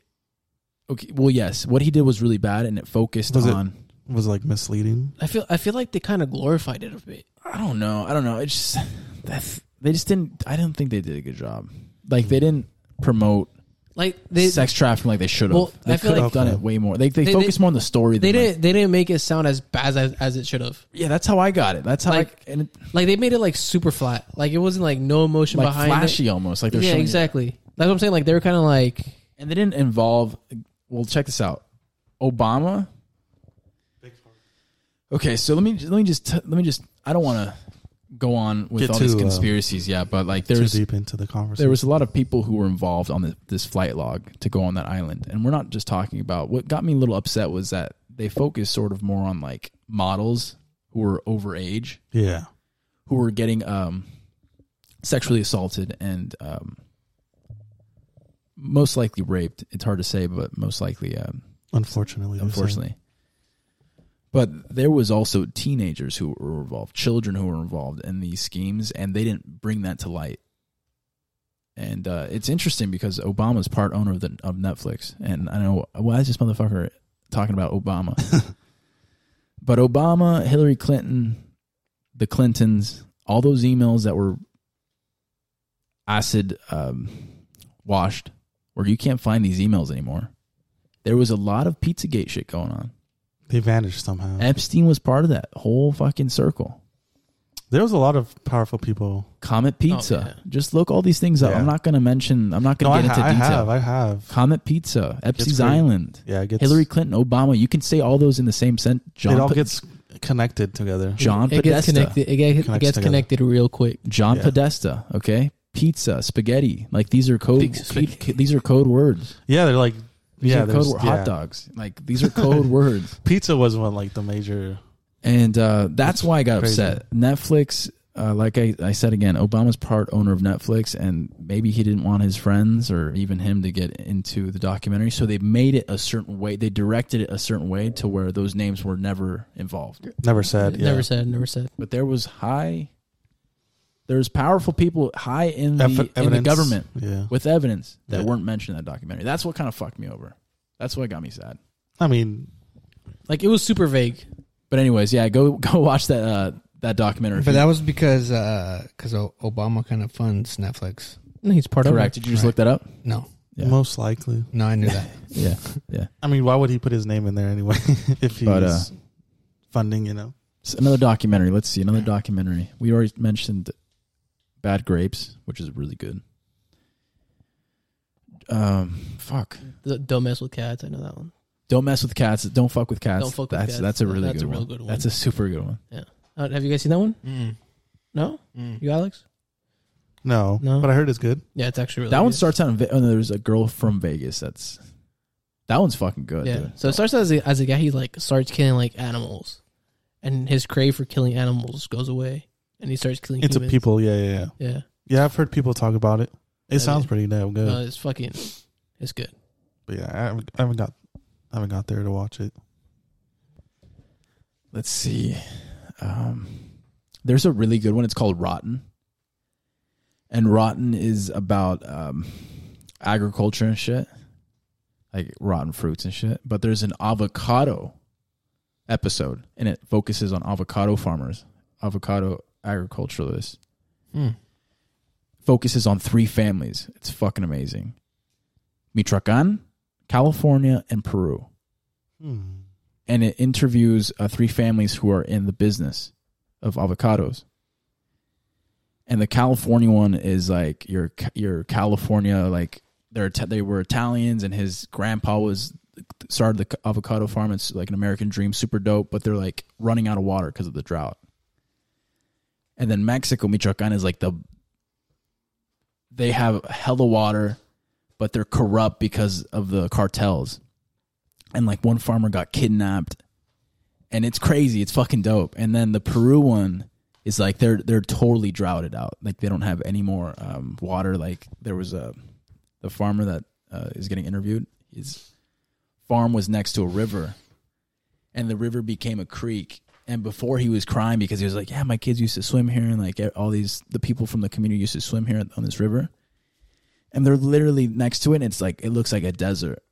[SPEAKER 5] okay well yes what he did was really bad and it focused
[SPEAKER 7] Was it-
[SPEAKER 5] on
[SPEAKER 7] Was it like misleading.
[SPEAKER 6] I feel I feel like they kind of glorified it a bit.
[SPEAKER 5] i don't know i don't know it's just [sighs] that's they just didn't i didn't think they did a good job like they didn't promote
[SPEAKER 6] Like they
[SPEAKER 5] sex trafficking like they should have
[SPEAKER 6] Well,
[SPEAKER 5] they
[SPEAKER 6] I feel
[SPEAKER 5] could have
[SPEAKER 7] like-
[SPEAKER 5] done
[SPEAKER 7] Okay.
[SPEAKER 5] it way more they, they,
[SPEAKER 6] They-
[SPEAKER 5] focused
[SPEAKER 6] they-
[SPEAKER 5] more on the story
[SPEAKER 6] they
[SPEAKER 5] than, like-
[SPEAKER 6] didn't they didn't make it sound as bad as as it should have.
[SPEAKER 5] yeah that's how i got it that's how like,
[SPEAKER 6] Like-
[SPEAKER 5] I, and it,
[SPEAKER 6] Like they made it like super flat. Like it wasn't like no emotion
[SPEAKER 5] like
[SPEAKER 6] behind
[SPEAKER 5] flashy almost like
[SPEAKER 6] it.
[SPEAKER 5] they're
[SPEAKER 6] Yeah,
[SPEAKER 5] showing you-
[SPEAKER 6] exactly. That's what I'm saying. Like they were kind of like
[SPEAKER 5] and they didn't involve. Well, check this out, Obama. Okay, so let me let me just let me just. I don't want to go on with
[SPEAKER 7] Get
[SPEAKER 5] all these
[SPEAKER 7] too, uh,
[SPEAKER 5] conspiracies, yeah, but like
[SPEAKER 7] Too
[SPEAKER 5] there's
[SPEAKER 7] deep into the conversation.
[SPEAKER 5] there was a lot of people who were involved on the, this flight log to go on that island and we're not just talking about what got me a little upset was that they focused sort of more on like models who were over age
[SPEAKER 7] yeah,
[SPEAKER 5] who were getting um sexually assaulted and um most likely raped it's hard to say but most likely um
[SPEAKER 7] unfortunately. you're
[SPEAKER 5] unfortunately but there was also teenagers who were involved children who were involved in these schemes and they didn't bring that to light and uh, it's interesting because obama's part owner of, the, of netflix and i know why is this motherfucker talking about obama but obama hillary clinton the clintons all those emails that were acid um, washed where you can't find these emails anymore there was a lot of Pizzagate shit going on.
[SPEAKER 7] saying. They vanished somehow.
[SPEAKER 5] Epstein was part of that whole fucking circle.
[SPEAKER 7] there was a lot of powerful people.
[SPEAKER 6] Oh,
[SPEAKER 5] Comet Pizza. Just look all these things up.
[SPEAKER 7] Yeah.
[SPEAKER 5] I'm not going to mention, I'm not
[SPEAKER 7] No,
[SPEAKER 5] going to
[SPEAKER 7] I,
[SPEAKER 5] get
[SPEAKER 7] ha- I
[SPEAKER 5] into
[SPEAKER 7] have.
[SPEAKER 5] detail.
[SPEAKER 7] I have.
[SPEAKER 5] Comet Pizza, Epstein's
[SPEAKER 7] pretty-
[SPEAKER 5] Island,
[SPEAKER 7] Yeah, it gets,
[SPEAKER 5] Hillary Clinton, Obama. You can say all those in the same sentence. John,
[SPEAKER 7] it all
[SPEAKER 5] Pe-
[SPEAKER 7] gets connected together.
[SPEAKER 5] John
[SPEAKER 6] it gets
[SPEAKER 5] Podesta.
[SPEAKER 6] connected. It, get, it
[SPEAKER 7] Connects
[SPEAKER 6] gets
[SPEAKER 7] together.
[SPEAKER 6] connected real quick.
[SPEAKER 5] John
[SPEAKER 7] Yeah.
[SPEAKER 5] Podesta, okay? Pizza, spaghetti. Like these are code
[SPEAKER 6] Big
[SPEAKER 5] pe-
[SPEAKER 6] spaghetti.
[SPEAKER 5] these are code words.
[SPEAKER 7] Yeah, they're like
[SPEAKER 5] These
[SPEAKER 7] yeah,
[SPEAKER 5] are code
[SPEAKER 7] there's-
[SPEAKER 5] word- hot
[SPEAKER 7] yeah.
[SPEAKER 5] dogs. Like these are
[SPEAKER 7] [laughs]
[SPEAKER 5] code words.
[SPEAKER 7] Pizza was one like the major.
[SPEAKER 5] And uh, that's why I got
[SPEAKER 7] Crazy.
[SPEAKER 5] upset. Netflix, uh, like I, I said again, Obama's part owner of Netflix, and maybe he didn't want his friends or even him to get into the documentary. So they made it a certain way. They directed it a certain way to where those names were never involved.
[SPEAKER 7] Never said. Yeah.
[SPEAKER 6] Never said. Never said.
[SPEAKER 5] But there was high, there's powerful people high in the,
[SPEAKER 7] Eff-
[SPEAKER 5] in the
[SPEAKER 7] evidence.
[SPEAKER 5] government
[SPEAKER 7] Yeah.
[SPEAKER 5] with evidence that
[SPEAKER 7] Yeah.
[SPEAKER 5] weren't mentioned in that documentary. That's what kind of fucked me over. That's what got me sad.
[SPEAKER 7] I mean,
[SPEAKER 6] Like it was super vague.
[SPEAKER 5] But anyways, yeah, go [laughs] go watch that uh, that documentary.
[SPEAKER 4] But that was because because Obama kind of funds Netflix.
[SPEAKER 6] No, he's part
[SPEAKER 5] correct.
[SPEAKER 6] of
[SPEAKER 5] Did you just look that up?
[SPEAKER 4] No,
[SPEAKER 5] Yeah.
[SPEAKER 7] most likely.
[SPEAKER 4] no, I knew
[SPEAKER 6] [laughs]
[SPEAKER 4] that.
[SPEAKER 5] Yeah, yeah.
[SPEAKER 7] I mean, why would he put his name in there anyway [laughs] if he's
[SPEAKER 5] But, uh,
[SPEAKER 7] funding? You know,
[SPEAKER 5] So another documentary. Let's see another documentary. We already mentioned Bad Grapes, which is really good. Um, fuck.
[SPEAKER 6] it. D- Don't mess with cats. I know that one.
[SPEAKER 5] Don't mess with cats. Don't fuck with cats.
[SPEAKER 6] Don't fuck with
[SPEAKER 5] that's,
[SPEAKER 6] cats.
[SPEAKER 5] That's a really good,
[SPEAKER 6] That's a real
[SPEAKER 5] one.
[SPEAKER 6] good one.
[SPEAKER 5] That's a super good one.
[SPEAKER 6] Uh, have you guys seen that one?
[SPEAKER 4] Mm.
[SPEAKER 6] No.
[SPEAKER 4] Mm.
[SPEAKER 6] You Alex?
[SPEAKER 7] no,
[SPEAKER 6] No.
[SPEAKER 7] but I heard it's good.
[SPEAKER 6] Yeah, it's actually really
[SPEAKER 5] That one
[SPEAKER 6] good.
[SPEAKER 5] starts out. In Ve- oh, no, there's a girl from Vegas. That's that one's fucking good.
[SPEAKER 6] Yeah.
[SPEAKER 5] dude.
[SPEAKER 6] So it starts as a, as a guy he like starts killing like animals, and his crave for killing animals goes away, and he starts killing.
[SPEAKER 7] It's a
[SPEAKER 6] humans.
[SPEAKER 7] people. Yeah, yeah, yeah.
[SPEAKER 6] Yeah.
[SPEAKER 7] Yeah, I've heard people talk about it. It
[SPEAKER 6] Yeah,
[SPEAKER 7] sounds
[SPEAKER 6] yeah.
[SPEAKER 7] pretty damn good.
[SPEAKER 5] Uh,
[SPEAKER 6] No, it's fucking. It's good.
[SPEAKER 7] but yeah, I haven't, I haven't got, I haven't got there to watch it.
[SPEAKER 5] Let's see. Um, there's a really good one. It's called Rotten. And Rotten is about um, agriculture and shit, like rotten fruits and shit. But there's an avocado episode, and it focuses on avocado farmers, avocado agriculturalists.
[SPEAKER 4] Mm.
[SPEAKER 5] Focuses on three families. It's fucking amazing. Michoacan, California, and Peru
[SPEAKER 7] Hmm.
[SPEAKER 5] and it interviews uh, three families who are in the business of avocados. And the California one is like your your California like they're Ita- they were Italians and his grandpa was started the avocado farm. It's like an American dream, super dope. But they're like running out of water because of the drought. And then Mexico, Michoacan is like the they have hella water, but they're corrupt because of the cartels and like one farmer got kidnapped and it's crazy it's fucking dope and then the peru one is like they're they're totally droughted out like they don't have any more um, water like there was a the farmer that uh, is getting interviewed his farm was next to a river and the river became a creek and before he was crying because he was like yeah my kids used to swim here and like all these the people from the community used to swim here on this river and they're literally next to it and it's like it looks like a desert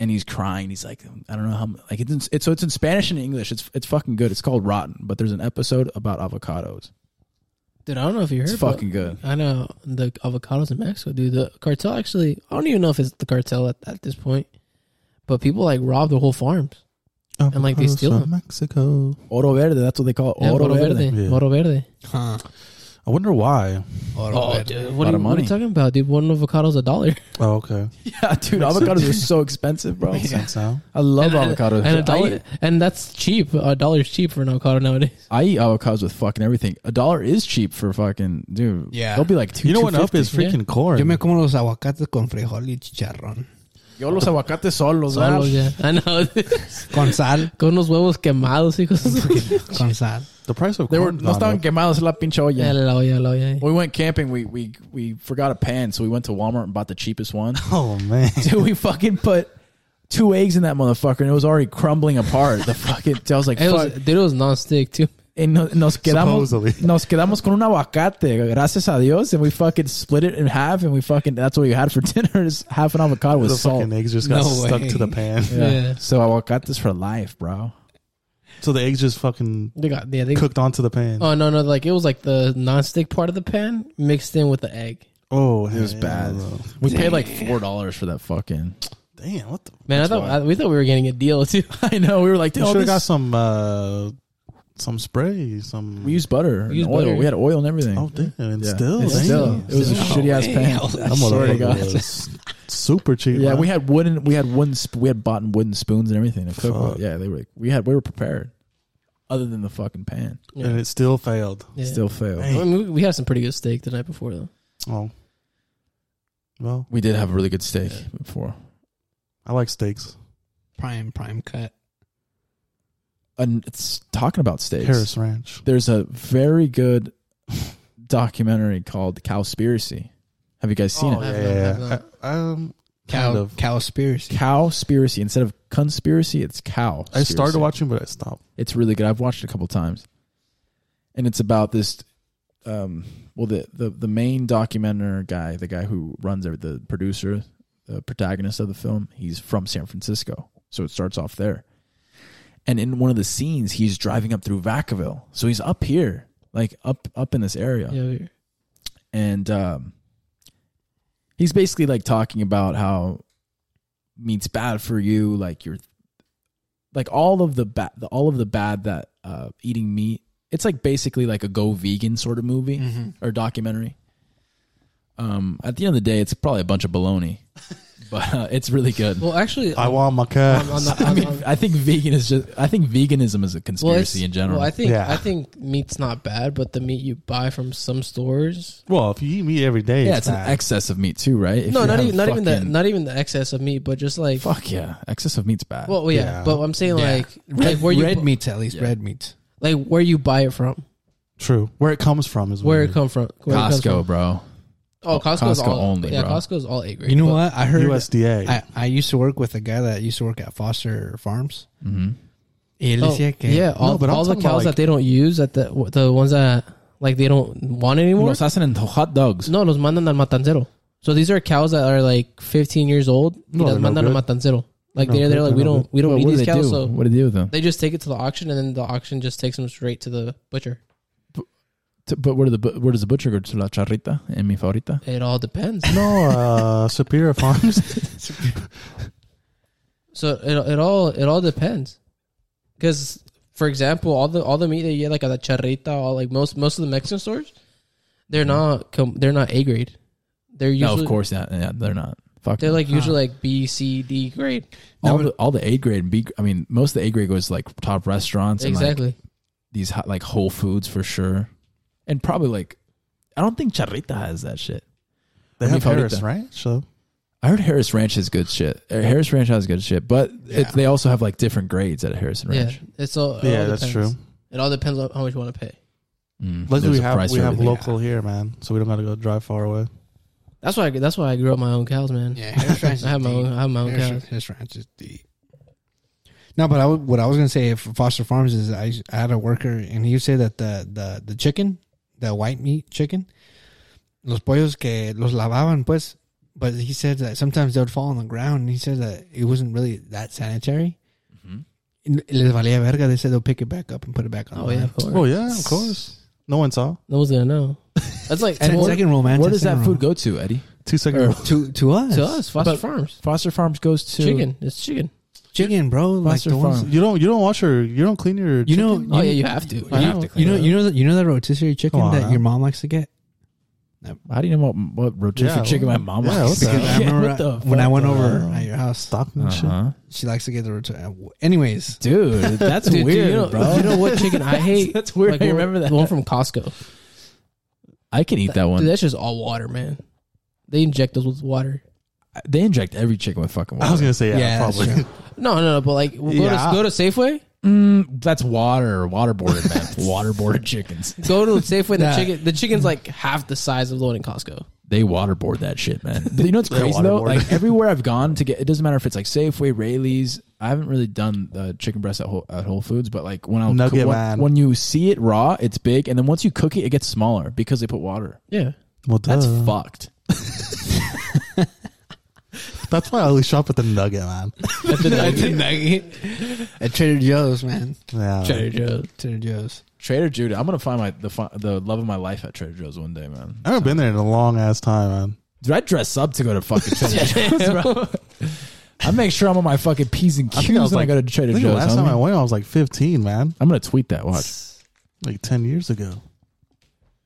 [SPEAKER 5] and he's crying. He's like, I don't know how. m- Like it's, in, it's so it's in Spanish and English. It's it's fucking good. It's called Rotten, but there's an episode about avocados.
[SPEAKER 6] Dude, I don't know if you heard.
[SPEAKER 5] It's
[SPEAKER 6] but
[SPEAKER 5] fucking good.
[SPEAKER 6] I know the avocados in Mexico, dude. The cartel actually, I don't even know if it's the cartel at, at this point, but people like rob the whole farms. And, like, they
[SPEAKER 7] Avocados
[SPEAKER 6] steal
[SPEAKER 7] from
[SPEAKER 6] them.
[SPEAKER 7] Mexico.
[SPEAKER 5] Oro verde. That's what they call it.
[SPEAKER 6] Yeah,
[SPEAKER 5] Oro
[SPEAKER 6] Moro
[SPEAKER 5] verde.
[SPEAKER 6] Verde.
[SPEAKER 7] Yeah.
[SPEAKER 6] Moro Verde.
[SPEAKER 4] Huh.
[SPEAKER 7] I wonder why.
[SPEAKER 6] Oh, dude, what,
[SPEAKER 5] Lot
[SPEAKER 6] are you,
[SPEAKER 5] of
[SPEAKER 6] what are
[SPEAKER 5] money.
[SPEAKER 6] you talking about, dude? One avocado's a dollar.
[SPEAKER 7] Oh, okay.
[SPEAKER 5] [laughs] Yeah, dude, avocados are so expensive, bro.
[SPEAKER 7] Makes sense now.
[SPEAKER 5] I [laughs] love
[SPEAKER 6] and,
[SPEAKER 5] avocados.
[SPEAKER 6] and a
[SPEAKER 5] I,
[SPEAKER 6] dollar,
[SPEAKER 5] eat,
[SPEAKER 6] and that's cheap. A dollar's cheap for an avocado nowadays.
[SPEAKER 5] I eat avocados with fucking everything. A dollar is cheap for fucking dude.
[SPEAKER 4] Yeah.
[SPEAKER 5] they'll be like two.
[SPEAKER 7] You know what up is
[SPEAKER 6] yeah.
[SPEAKER 7] freaking corn.
[SPEAKER 4] Yo me como los aguacates con frijol y chicharrón.
[SPEAKER 5] Yo los aguacates solos, ah.
[SPEAKER 6] Solo, yeah. [laughs] I know.
[SPEAKER 4] Con
[SPEAKER 6] [laughs]
[SPEAKER 4] sal.
[SPEAKER 6] Con unos huevos
[SPEAKER 5] [laughs]
[SPEAKER 6] quemados, hijos.
[SPEAKER 4] con sal.
[SPEAKER 7] the price of
[SPEAKER 5] They were
[SPEAKER 7] corn.
[SPEAKER 5] no estaban quemados en la pinche olla.
[SPEAKER 6] Yeah, la olla, la olla.
[SPEAKER 5] When we went camping, we we we forgot a pan, so we went to Walmart and bought the cheapest one.
[SPEAKER 7] oh man.
[SPEAKER 5] Dude, we fucking put two eggs in that motherfucker, and it was already crumbling apart. The fucking, I was like,
[SPEAKER 6] It
[SPEAKER 5] fuck.
[SPEAKER 6] was, dude, it was nonstick too.
[SPEAKER 5] and no- nos quedamos,
[SPEAKER 7] Supposedly.
[SPEAKER 5] [laughs] nos quedamos con un aguacate, gracias a Dios, and we fucking split it in half, and we fucking, that's what we had for [laughs] dinner is half an avocado with
[SPEAKER 7] the
[SPEAKER 5] salt.
[SPEAKER 7] fucking eggs just got
[SPEAKER 4] No
[SPEAKER 7] stuck
[SPEAKER 4] way.
[SPEAKER 7] to the pan.
[SPEAKER 5] [laughs] yeah.
[SPEAKER 6] Yeah.
[SPEAKER 5] So aguacates for life, bro.
[SPEAKER 7] So the eggs just fucking
[SPEAKER 6] They got yeah, they
[SPEAKER 7] cooked onto the pan.
[SPEAKER 6] Oh no, no, like it was like the nonstick part of the pan mixed in with the egg.
[SPEAKER 7] oh,
[SPEAKER 5] It was
[SPEAKER 7] hell
[SPEAKER 5] bad.
[SPEAKER 7] no.
[SPEAKER 5] We paid like four dollars for that fucking.
[SPEAKER 7] Damn, what the?
[SPEAKER 6] Man, I thought I, we thought we were getting a deal too.
[SPEAKER 5] [laughs] I know. We were like, dude,
[SPEAKER 7] You
[SPEAKER 5] all
[SPEAKER 7] should have got
[SPEAKER 5] this-
[SPEAKER 7] some, uh, some spray, some.
[SPEAKER 5] we used butter,
[SPEAKER 6] We used
[SPEAKER 5] and oil.
[SPEAKER 6] butter.
[SPEAKER 5] We had oil and everything.
[SPEAKER 7] oh damn, and
[SPEAKER 5] Yeah.
[SPEAKER 7] still,
[SPEAKER 5] And
[SPEAKER 7] damn.
[SPEAKER 5] still, it was a shitty ass pan.
[SPEAKER 7] That
[SPEAKER 5] [laughs]
[SPEAKER 7] motherfucker was super cheap.
[SPEAKER 5] Yeah,
[SPEAKER 7] man.
[SPEAKER 5] we had wooden. We had wooden. Sp- we had bought wooden spoons and everything to cook
[SPEAKER 7] Fuck.
[SPEAKER 5] with. Yeah, they were. Like, we had. We were prepared. Other than the fucking pan,
[SPEAKER 7] and it still failed.
[SPEAKER 6] Yeah.
[SPEAKER 5] still failed.
[SPEAKER 6] I
[SPEAKER 7] Dang.
[SPEAKER 6] mean, [laughs] we- we had some pretty good steak the night before though.
[SPEAKER 7] Oh, well,
[SPEAKER 5] We did have a really good steak before.
[SPEAKER 7] I like steaks.
[SPEAKER 4] Prime, prime cut.
[SPEAKER 5] And it's talking about steaks.
[SPEAKER 7] Harris Ranch.
[SPEAKER 5] There's a very good documentary called Cowspiracy. Have you guys seen it?
[SPEAKER 6] I've
[SPEAKER 7] Oh, yeah,
[SPEAKER 6] not-
[SPEAKER 7] yeah,
[SPEAKER 6] I've
[SPEAKER 7] yeah.
[SPEAKER 6] not.
[SPEAKER 7] I- um,
[SPEAKER 4] Cow,
[SPEAKER 7] kind of.
[SPEAKER 4] cowspiracy.
[SPEAKER 5] Cowspiracy instead of conspiracy, it's cow.
[SPEAKER 7] I started watching, but I stopped.
[SPEAKER 5] It's really good. I've watched it a couple times, and it's about this. Um, well, the the the main documenter guy, the guy who runs every- the producer, the protagonist of the film, he's from San Francisco, so it starts off there. And in one of the scenes, he's driving up through Vacaville, so he's up here, like up up in this area
[SPEAKER 6] Yeah, we-
[SPEAKER 5] and um, he's basically like talking about how meat's bad for you, like you're like all of the bad, all of the bad that uh, eating meat. It's like basically like a go vegan sort of movie
[SPEAKER 6] Mm-hmm.
[SPEAKER 5] or documentary. Um, at the end of the day, it's probably a bunch of baloney, [laughs] but uh, it's really good.
[SPEAKER 6] Well, actually,
[SPEAKER 7] I want my
[SPEAKER 6] on,
[SPEAKER 7] cat.
[SPEAKER 6] on the,
[SPEAKER 5] I
[SPEAKER 6] on,
[SPEAKER 5] mean, [laughs]
[SPEAKER 6] on-
[SPEAKER 5] I think vegan is just. I think veganism is a
[SPEAKER 6] well, it's-
[SPEAKER 5] conspiracy in general.
[SPEAKER 6] Well, I think
[SPEAKER 7] Yeah.
[SPEAKER 6] I think meat's not bad, but the meat you buy from some stores.
[SPEAKER 7] Well, if you eat meat every day,
[SPEAKER 5] yeah, it's an
[SPEAKER 7] bad.
[SPEAKER 5] excess of meat too, right? If
[SPEAKER 6] no,
[SPEAKER 5] you
[SPEAKER 6] not
[SPEAKER 5] have
[SPEAKER 6] even not even the
[SPEAKER 5] fucking-
[SPEAKER 6] not even the excess of meat, but just like
[SPEAKER 5] Fuck yeah, excess of meat's bad.
[SPEAKER 6] Well, yeah,
[SPEAKER 7] Yeah.
[SPEAKER 6] but I'm saying
[SPEAKER 4] Yeah.
[SPEAKER 6] like like where you
[SPEAKER 4] red
[SPEAKER 6] bu-
[SPEAKER 4] meats, at least
[SPEAKER 5] Yeah.
[SPEAKER 4] red meats.
[SPEAKER 6] like where you buy it from,
[SPEAKER 7] True. Where it comes from is
[SPEAKER 6] where it
[SPEAKER 7] weird.
[SPEAKER 6] come from, where it comes
[SPEAKER 5] Costco,
[SPEAKER 6] from.
[SPEAKER 5] bro.
[SPEAKER 6] Oh, Costco's
[SPEAKER 5] Costco
[SPEAKER 6] all
[SPEAKER 5] only,
[SPEAKER 6] Yeah,
[SPEAKER 5] bro.
[SPEAKER 6] Costco's all A grade.
[SPEAKER 4] You know
[SPEAKER 6] but-
[SPEAKER 4] what? I heard.
[SPEAKER 7] USDA.
[SPEAKER 4] I, I used to work with a guy that used to work at Foster Farms. Y él
[SPEAKER 6] Mm-hmm. Oh,
[SPEAKER 4] decía que-
[SPEAKER 6] yeah, all,
[SPEAKER 7] but I'm
[SPEAKER 6] all the
[SPEAKER 7] talking about,
[SPEAKER 6] cows
[SPEAKER 7] like-
[SPEAKER 6] that they don't use, that the the ones that like they don't want anymore.
[SPEAKER 5] Los hacen en hot dogs.
[SPEAKER 6] no, los mandan al matancero. So these are cows that are like 15 years old. No,
[SPEAKER 7] No,
[SPEAKER 6] las
[SPEAKER 7] they're no
[SPEAKER 6] mandan al
[SPEAKER 7] good.
[SPEAKER 6] matancero. Like
[SPEAKER 7] No
[SPEAKER 6] they're they're
[SPEAKER 7] good,
[SPEAKER 6] like
[SPEAKER 7] they're
[SPEAKER 6] we
[SPEAKER 7] no
[SPEAKER 6] don't
[SPEAKER 7] good.
[SPEAKER 6] we don't
[SPEAKER 5] Well,
[SPEAKER 6] need
[SPEAKER 5] what do
[SPEAKER 6] these
[SPEAKER 5] they
[SPEAKER 6] cows.
[SPEAKER 5] do?
[SPEAKER 6] So
[SPEAKER 5] what do they do with them?
[SPEAKER 6] they just take it to the auction, and then the auction just takes them straight to the butcher.
[SPEAKER 5] T- but where do the bu- where does the butcher go to la charrita and mi favorita?
[SPEAKER 6] It all depends.
[SPEAKER 7] [laughs] no, uh, Superior [laughs] Farms.
[SPEAKER 6] So it it all it all depends, because for example, all the all the meat that you get like at the charrita, all like most most of the Mexican stores, they're not com- they're not A grade. They're usually
[SPEAKER 5] no, of course not. Yeah, they're not. Fuck.
[SPEAKER 6] They're
[SPEAKER 5] no.
[SPEAKER 6] like usually like B, C, D grade.
[SPEAKER 5] all the all the A grade and B. gr- I mean, most of the A grade goes to, like top restaurants and like
[SPEAKER 6] Exactly.
[SPEAKER 5] these hot, like Whole Foods for sure, and probably like I don't think charrita has that shit.
[SPEAKER 7] They have
[SPEAKER 5] Mi favorita.
[SPEAKER 7] Harris Ranch, so
[SPEAKER 5] I heard Harris Ranch has good shit. Uh, Harris Ranch has good shit, but it, they also have like different grades at Harris
[SPEAKER 6] yeah,
[SPEAKER 5] Ranch.
[SPEAKER 6] it's all. it
[SPEAKER 7] yeah,
[SPEAKER 6] all
[SPEAKER 7] that's
[SPEAKER 6] depends.
[SPEAKER 7] true.
[SPEAKER 6] It all depends on how much you want to pay.
[SPEAKER 5] Mm,
[SPEAKER 7] Luckily,
[SPEAKER 5] there's
[SPEAKER 7] we
[SPEAKER 5] a
[SPEAKER 7] have
[SPEAKER 5] price
[SPEAKER 7] we
[SPEAKER 5] for
[SPEAKER 7] have
[SPEAKER 5] everything.
[SPEAKER 7] local here, man, so we don't gotta go drive far away.
[SPEAKER 6] That's why. I, that's why I grew up my own cows, man.
[SPEAKER 4] Yeah, Harris Ranch. is
[SPEAKER 6] [laughs] I have my
[SPEAKER 4] deep.
[SPEAKER 6] own. I have my own
[SPEAKER 4] Harris,
[SPEAKER 6] cows.
[SPEAKER 4] Harris Ranch is deep. No, but I would- what I was gonna say for Foster Farms is I, I had a worker and he would say that the the the chicken, the white meat chicken, los pollos que los lavaban pues, but he said that sometimes they would fall on the ground and he said that it wasn't really that sanitary.
[SPEAKER 6] Mm-hmm.
[SPEAKER 4] And Les valía verga. They said they'll pick it back up and put it back on.
[SPEAKER 6] Oh
[SPEAKER 4] the
[SPEAKER 6] yeah,
[SPEAKER 4] line.
[SPEAKER 6] of course.
[SPEAKER 7] Oh yeah, of course. No one saw
[SPEAKER 6] No one's gonna know. That's like
[SPEAKER 4] Ten
[SPEAKER 6] well,
[SPEAKER 4] second rule, man.
[SPEAKER 5] Where
[SPEAKER 4] Ten
[SPEAKER 5] does that
[SPEAKER 4] second
[SPEAKER 5] food go to, Eddie?
[SPEAKER 7] two second.
[SPEAKER 4] rule. to to us?
[SPEAKER 6] to us. Foster
[SPEAKER 5] But-
[SPEAKER 6] Farms
[SPEAKER 5] Foster Farms goes to
[SPEAKER 6] chicken. It's chicken.
[SPEAKER 4] chicken, bro. Like
[SPEAKER 5] Foster
[SPEAKER 4] the ones.
[SPEAKER 5] Farm.
[SPEAKER 7] You don't. You don't wash your. You don't clean your.
[SPEAKER 4] You know,
[SPEAKER 6] Oh yeah, you have to.
[SPEAKER 7] I
[SPEAKER 6] You
[SPEAKER 7] know.
[SPEAKER 6] have to.
[SPEAKER 4] you know, you know, that you know that rotisserie chicken
[SPEAKER 7] on,
[SPEAKER 4] that
[SPEAKER 7] man.
[SPEAKER 4] your mom likes to get.
[SPEAKER 5] How do you know what, what rotisserie
[SPEAKER 7] Yeah,
[SPEAKER 5] chicken my
[SPEAKER 7] what-
[SPEAKER 5] mom
[SPEAKER 7] yeah,
[SPEAKER 5] likes?
[SPEAKER 7] what the-
[SPEAKER 4] Because I
[SPEAKER 5] Yeah,
[SPEAKER 4] remember
[SPEAKER 5] [laughs] what the
[SPEAKER 4] uh, when
[SPEAKER 5] fuck?
[SPEAKER 4] I went over
[SPEAKER 7] Uh,
[SPEAKER 4] at your house,
[SPEAKER 7] Stockman shit.
[SPEAKER 5] Uh-huh.
[SPEAKER 4] she likes to get the rotisserie. Anyways,
[SPEAKER 5] Dude, that's
[SPEAKER 6] Dude, do
[SPEAKER 5] weird,
[SPEAKER 6] you know, [laughs]
[SPEAKER 5] bro.
[SPEAKER 6] You know what chicken I hate?
[SPEAKER 5] That's weird. I
[SPEAKER 6] the one-
[SPEAKER 5] remember that.
[SPEAKER 6] The one from Costco.
[SPEAKER 5] I can eat that one.
[SPEAKER 6] Dude, that's just all water, man. They inject those with water.
[SPEAKER 5] they inject every chicken with fucking water.
[SPEAKER 7] I was gonna say yeah,
[SPEAKER 4] Yeah, that's
[SPEAKER 7] probably.
[SPEAKER 6] No, no, no. But like, go,
[SPEAKER 7] Yeah.
[SPEAKER 6] to, go to Safeway.
[SPEAKER 5] Mm, that's water, waterboarded, man. waterboarded chickens.
[SPEAKER 6] Go to Safeway. The
[SPEAKER 4] Nah.
[SPEAKER 6] chicken, the chicken's like half the size of the one in Costco.
[SPEAKER 5] They waterboard that shit, man. You know what's
[SPEAKER 7] They're
[SPEAKER 5] crazy though?
[SPEAKER 7] waterboarded.
[SPEAKER 5] Like everywhere I've gone to get, it doesn't matter if it's like Safeway, Rayleigh's. I haven't really done the chicken breast at Whole, at Whole Foods, but like when I
[SPEAKER 7] Nugget
[SPEAKER 5] when,
[SPEAKER 7] Man.
[SPEAKER 5] when you see it raw, it's big, and then once you cook it, it gets smaller because they put water.
[SPEAKER 6] [laughs] Yeah.
[SPEAKER 7] [laughs] well,
[SPEAKER 5] That's
[SPEAKER 7] duh.
[SPEAKER 5] fucked.
[SPEAKER 7] That's why I always shop at the Nugget, man.
[SPEAKER 4] at Trader Joe's, man,
[SPEAKER 7] Yeah.
[SPEAKER 6] Trader Joe's.
[SPEAKER 4] Trader Joe's.
[SPEAKER 5] Trader Judah. I'm gonna find my the fi- the love of my life at Trader Joe's one day, man.
[SPEAKER 7] I haven't been there in a long ass time, man.
[SPEAKER 5] Dude, I dress up to go to fucking Trader Joe's, bro. I make sure I'm on my fucking P's and
[SPEAKER 7] I
[SPEAKER 5] Q's
[SPEAKER 7] think I was
[SPEAKER 5] when
[SPEAKER 7] like-
[SPEAKER 5] I go to
[SPEAKER 7] I
[SPEAKER 5] Trader
[SPEAKER 7] think the
[SPEAKER 5] Joe's.
[SPEAKER 7] last time
[SPEAKER 5] homie.
[SPEAKER 7] I went, I was like 15, man.
[SPEAKER 5] I'm gonna tweet that. Watch
[SPEAKER 7] Like 10 years ago.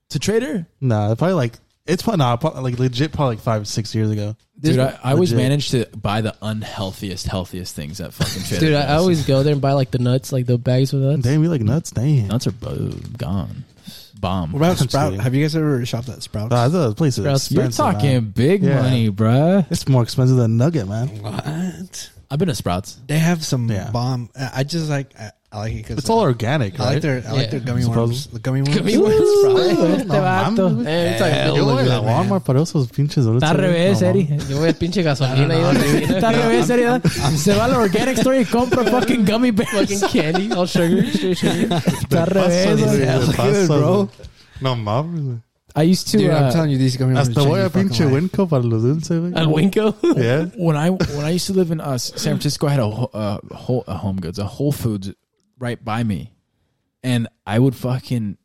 [SPEAKER 5] to Trader.
[SPEAKER 7] Nah, probably like it's probably nah, probably, like legit, probably like five, six years ago.
[SPEAKER 5] Dude, I, I always
[SPEAKER 7] Legit.
[SPEAKER 5] manage to buy the unhealthiest, healthiest things at fucking Trader
[SPEAKER 6] Dude,
[SPEAKER 5] Joe's.
[SPEAKER 6] I, I always go there and buy like the nuts, like the bags with nuts.
[SPEAKER 7] Damn, you like nuts? Damn.
[SPEAKER 5] nuts are bo- gone, bomb.
[SPEAKER 4] What about
[SPEAKER 7] [laughs] I'm
[SPEAKER 4] Sprout?
[SPEAKER 7] kidding. Uh,
[SPEAKER 4] Have you guys ever shopped at Sprouts?
[SPEAKER 7] Nah, that place is
[SPEAKER 6] Sprouts,
[SPEAKER 5] You're
[SPEAKER 7] expensive,
[SPEAKER 5] talking
[SPEAKER 7] man.
[SPEAKER 5] big
[SPEAKER 7] Yeah.
[SPEAKER 5] money, bruh.
[SPEAKER 7] It's more expensive than Nugget, man.
[SPEAKER 4] what?
[SPEAKER 5] I've been to Sprouts.
[SPEAKER 4] They have some
[SPEAKER 7] Yeah.
[SPEAKER 4] bomb. I I just like. I, I like it because
[SPEAKER 7] It's all organic,
[SPEAKER 4] I
[SPEAKER 7] right?
[SPEAKER 4] like their. I like their
[SPEAKER 6] Yeah.
[SPEAKER 4] gummy
[SPEAKER 7] Supposed-
[SPEAKER 4] worms. The gummy worms.
[SPEAKER 6] Gummy
[SPEAKER 4] [laughs]
[SPEAKER 6] worms,
[SPEAKER 4] Sprouts.
[SPEAKER 7] No, mami.
[SPEAKER 6] Eh, it's like-
[SPEAKER 4] Hell
[SPEAKER 6] yo,
[SPEAKER 4] yeah,
[SPEAKER 6] voy-
[SPEAKER 7] La Walmart para esos pinches doritos,
[SPEAKER 5] Está al
[SPEAKER 7] güey.
[SPEAKER 5] revés,
[SPEAKER 7] No,
[SPEAKER 5] Eddie.
[SPEAKER 6] yo voy al pinche gasolina. yo voy
[SPEAKER 5] Está al revés, [laughs] Eddie. Se va al organic store y compra fucking gummy bears.
[SPEAKER 6] fucking candy, all [laughs] sugar, sugar, sugar.
[SPEAKER 5] Está al
[SPEAKER 7] mames.
[SPEAKER 5] revés,
[SPEAKER 7] Pasas,
[SPEAKER 5] güey.
[SPEAKER 7] güey,
[SPEAKER 4] look at it,
[SPEAKER 7] pasas,
[SPEAKER 4] bro.
[SPEAKER 7] güey. No mames. güey.
[SPEAKER 5] I used to.
[SPEAKER 4] Dude,
[SPEAKER 5] uh,
[SPEAKER 4] I'm telling you, these gummy worms.
[SPEAKER 7] Hasta
[SPEAKER 4] change
[SPEAKER 7] voy
[SPEAKER 4] your
[SPEAKER 7] a
[SPEAKER 4] fucking
[SPEAKER 7] pinche
[SPEAKER 4] life.
[SPEAKER 7] Winco para los dulces, güey.
[SPEAKER 6] Al Winko.
[SPEAKER 7] Yeah.
[SPEAKER 5] when I when I used to live in uh, San Francisco, I had a whole, uh, whole a Home Goods, a Whole Foods right by me, and I would fucking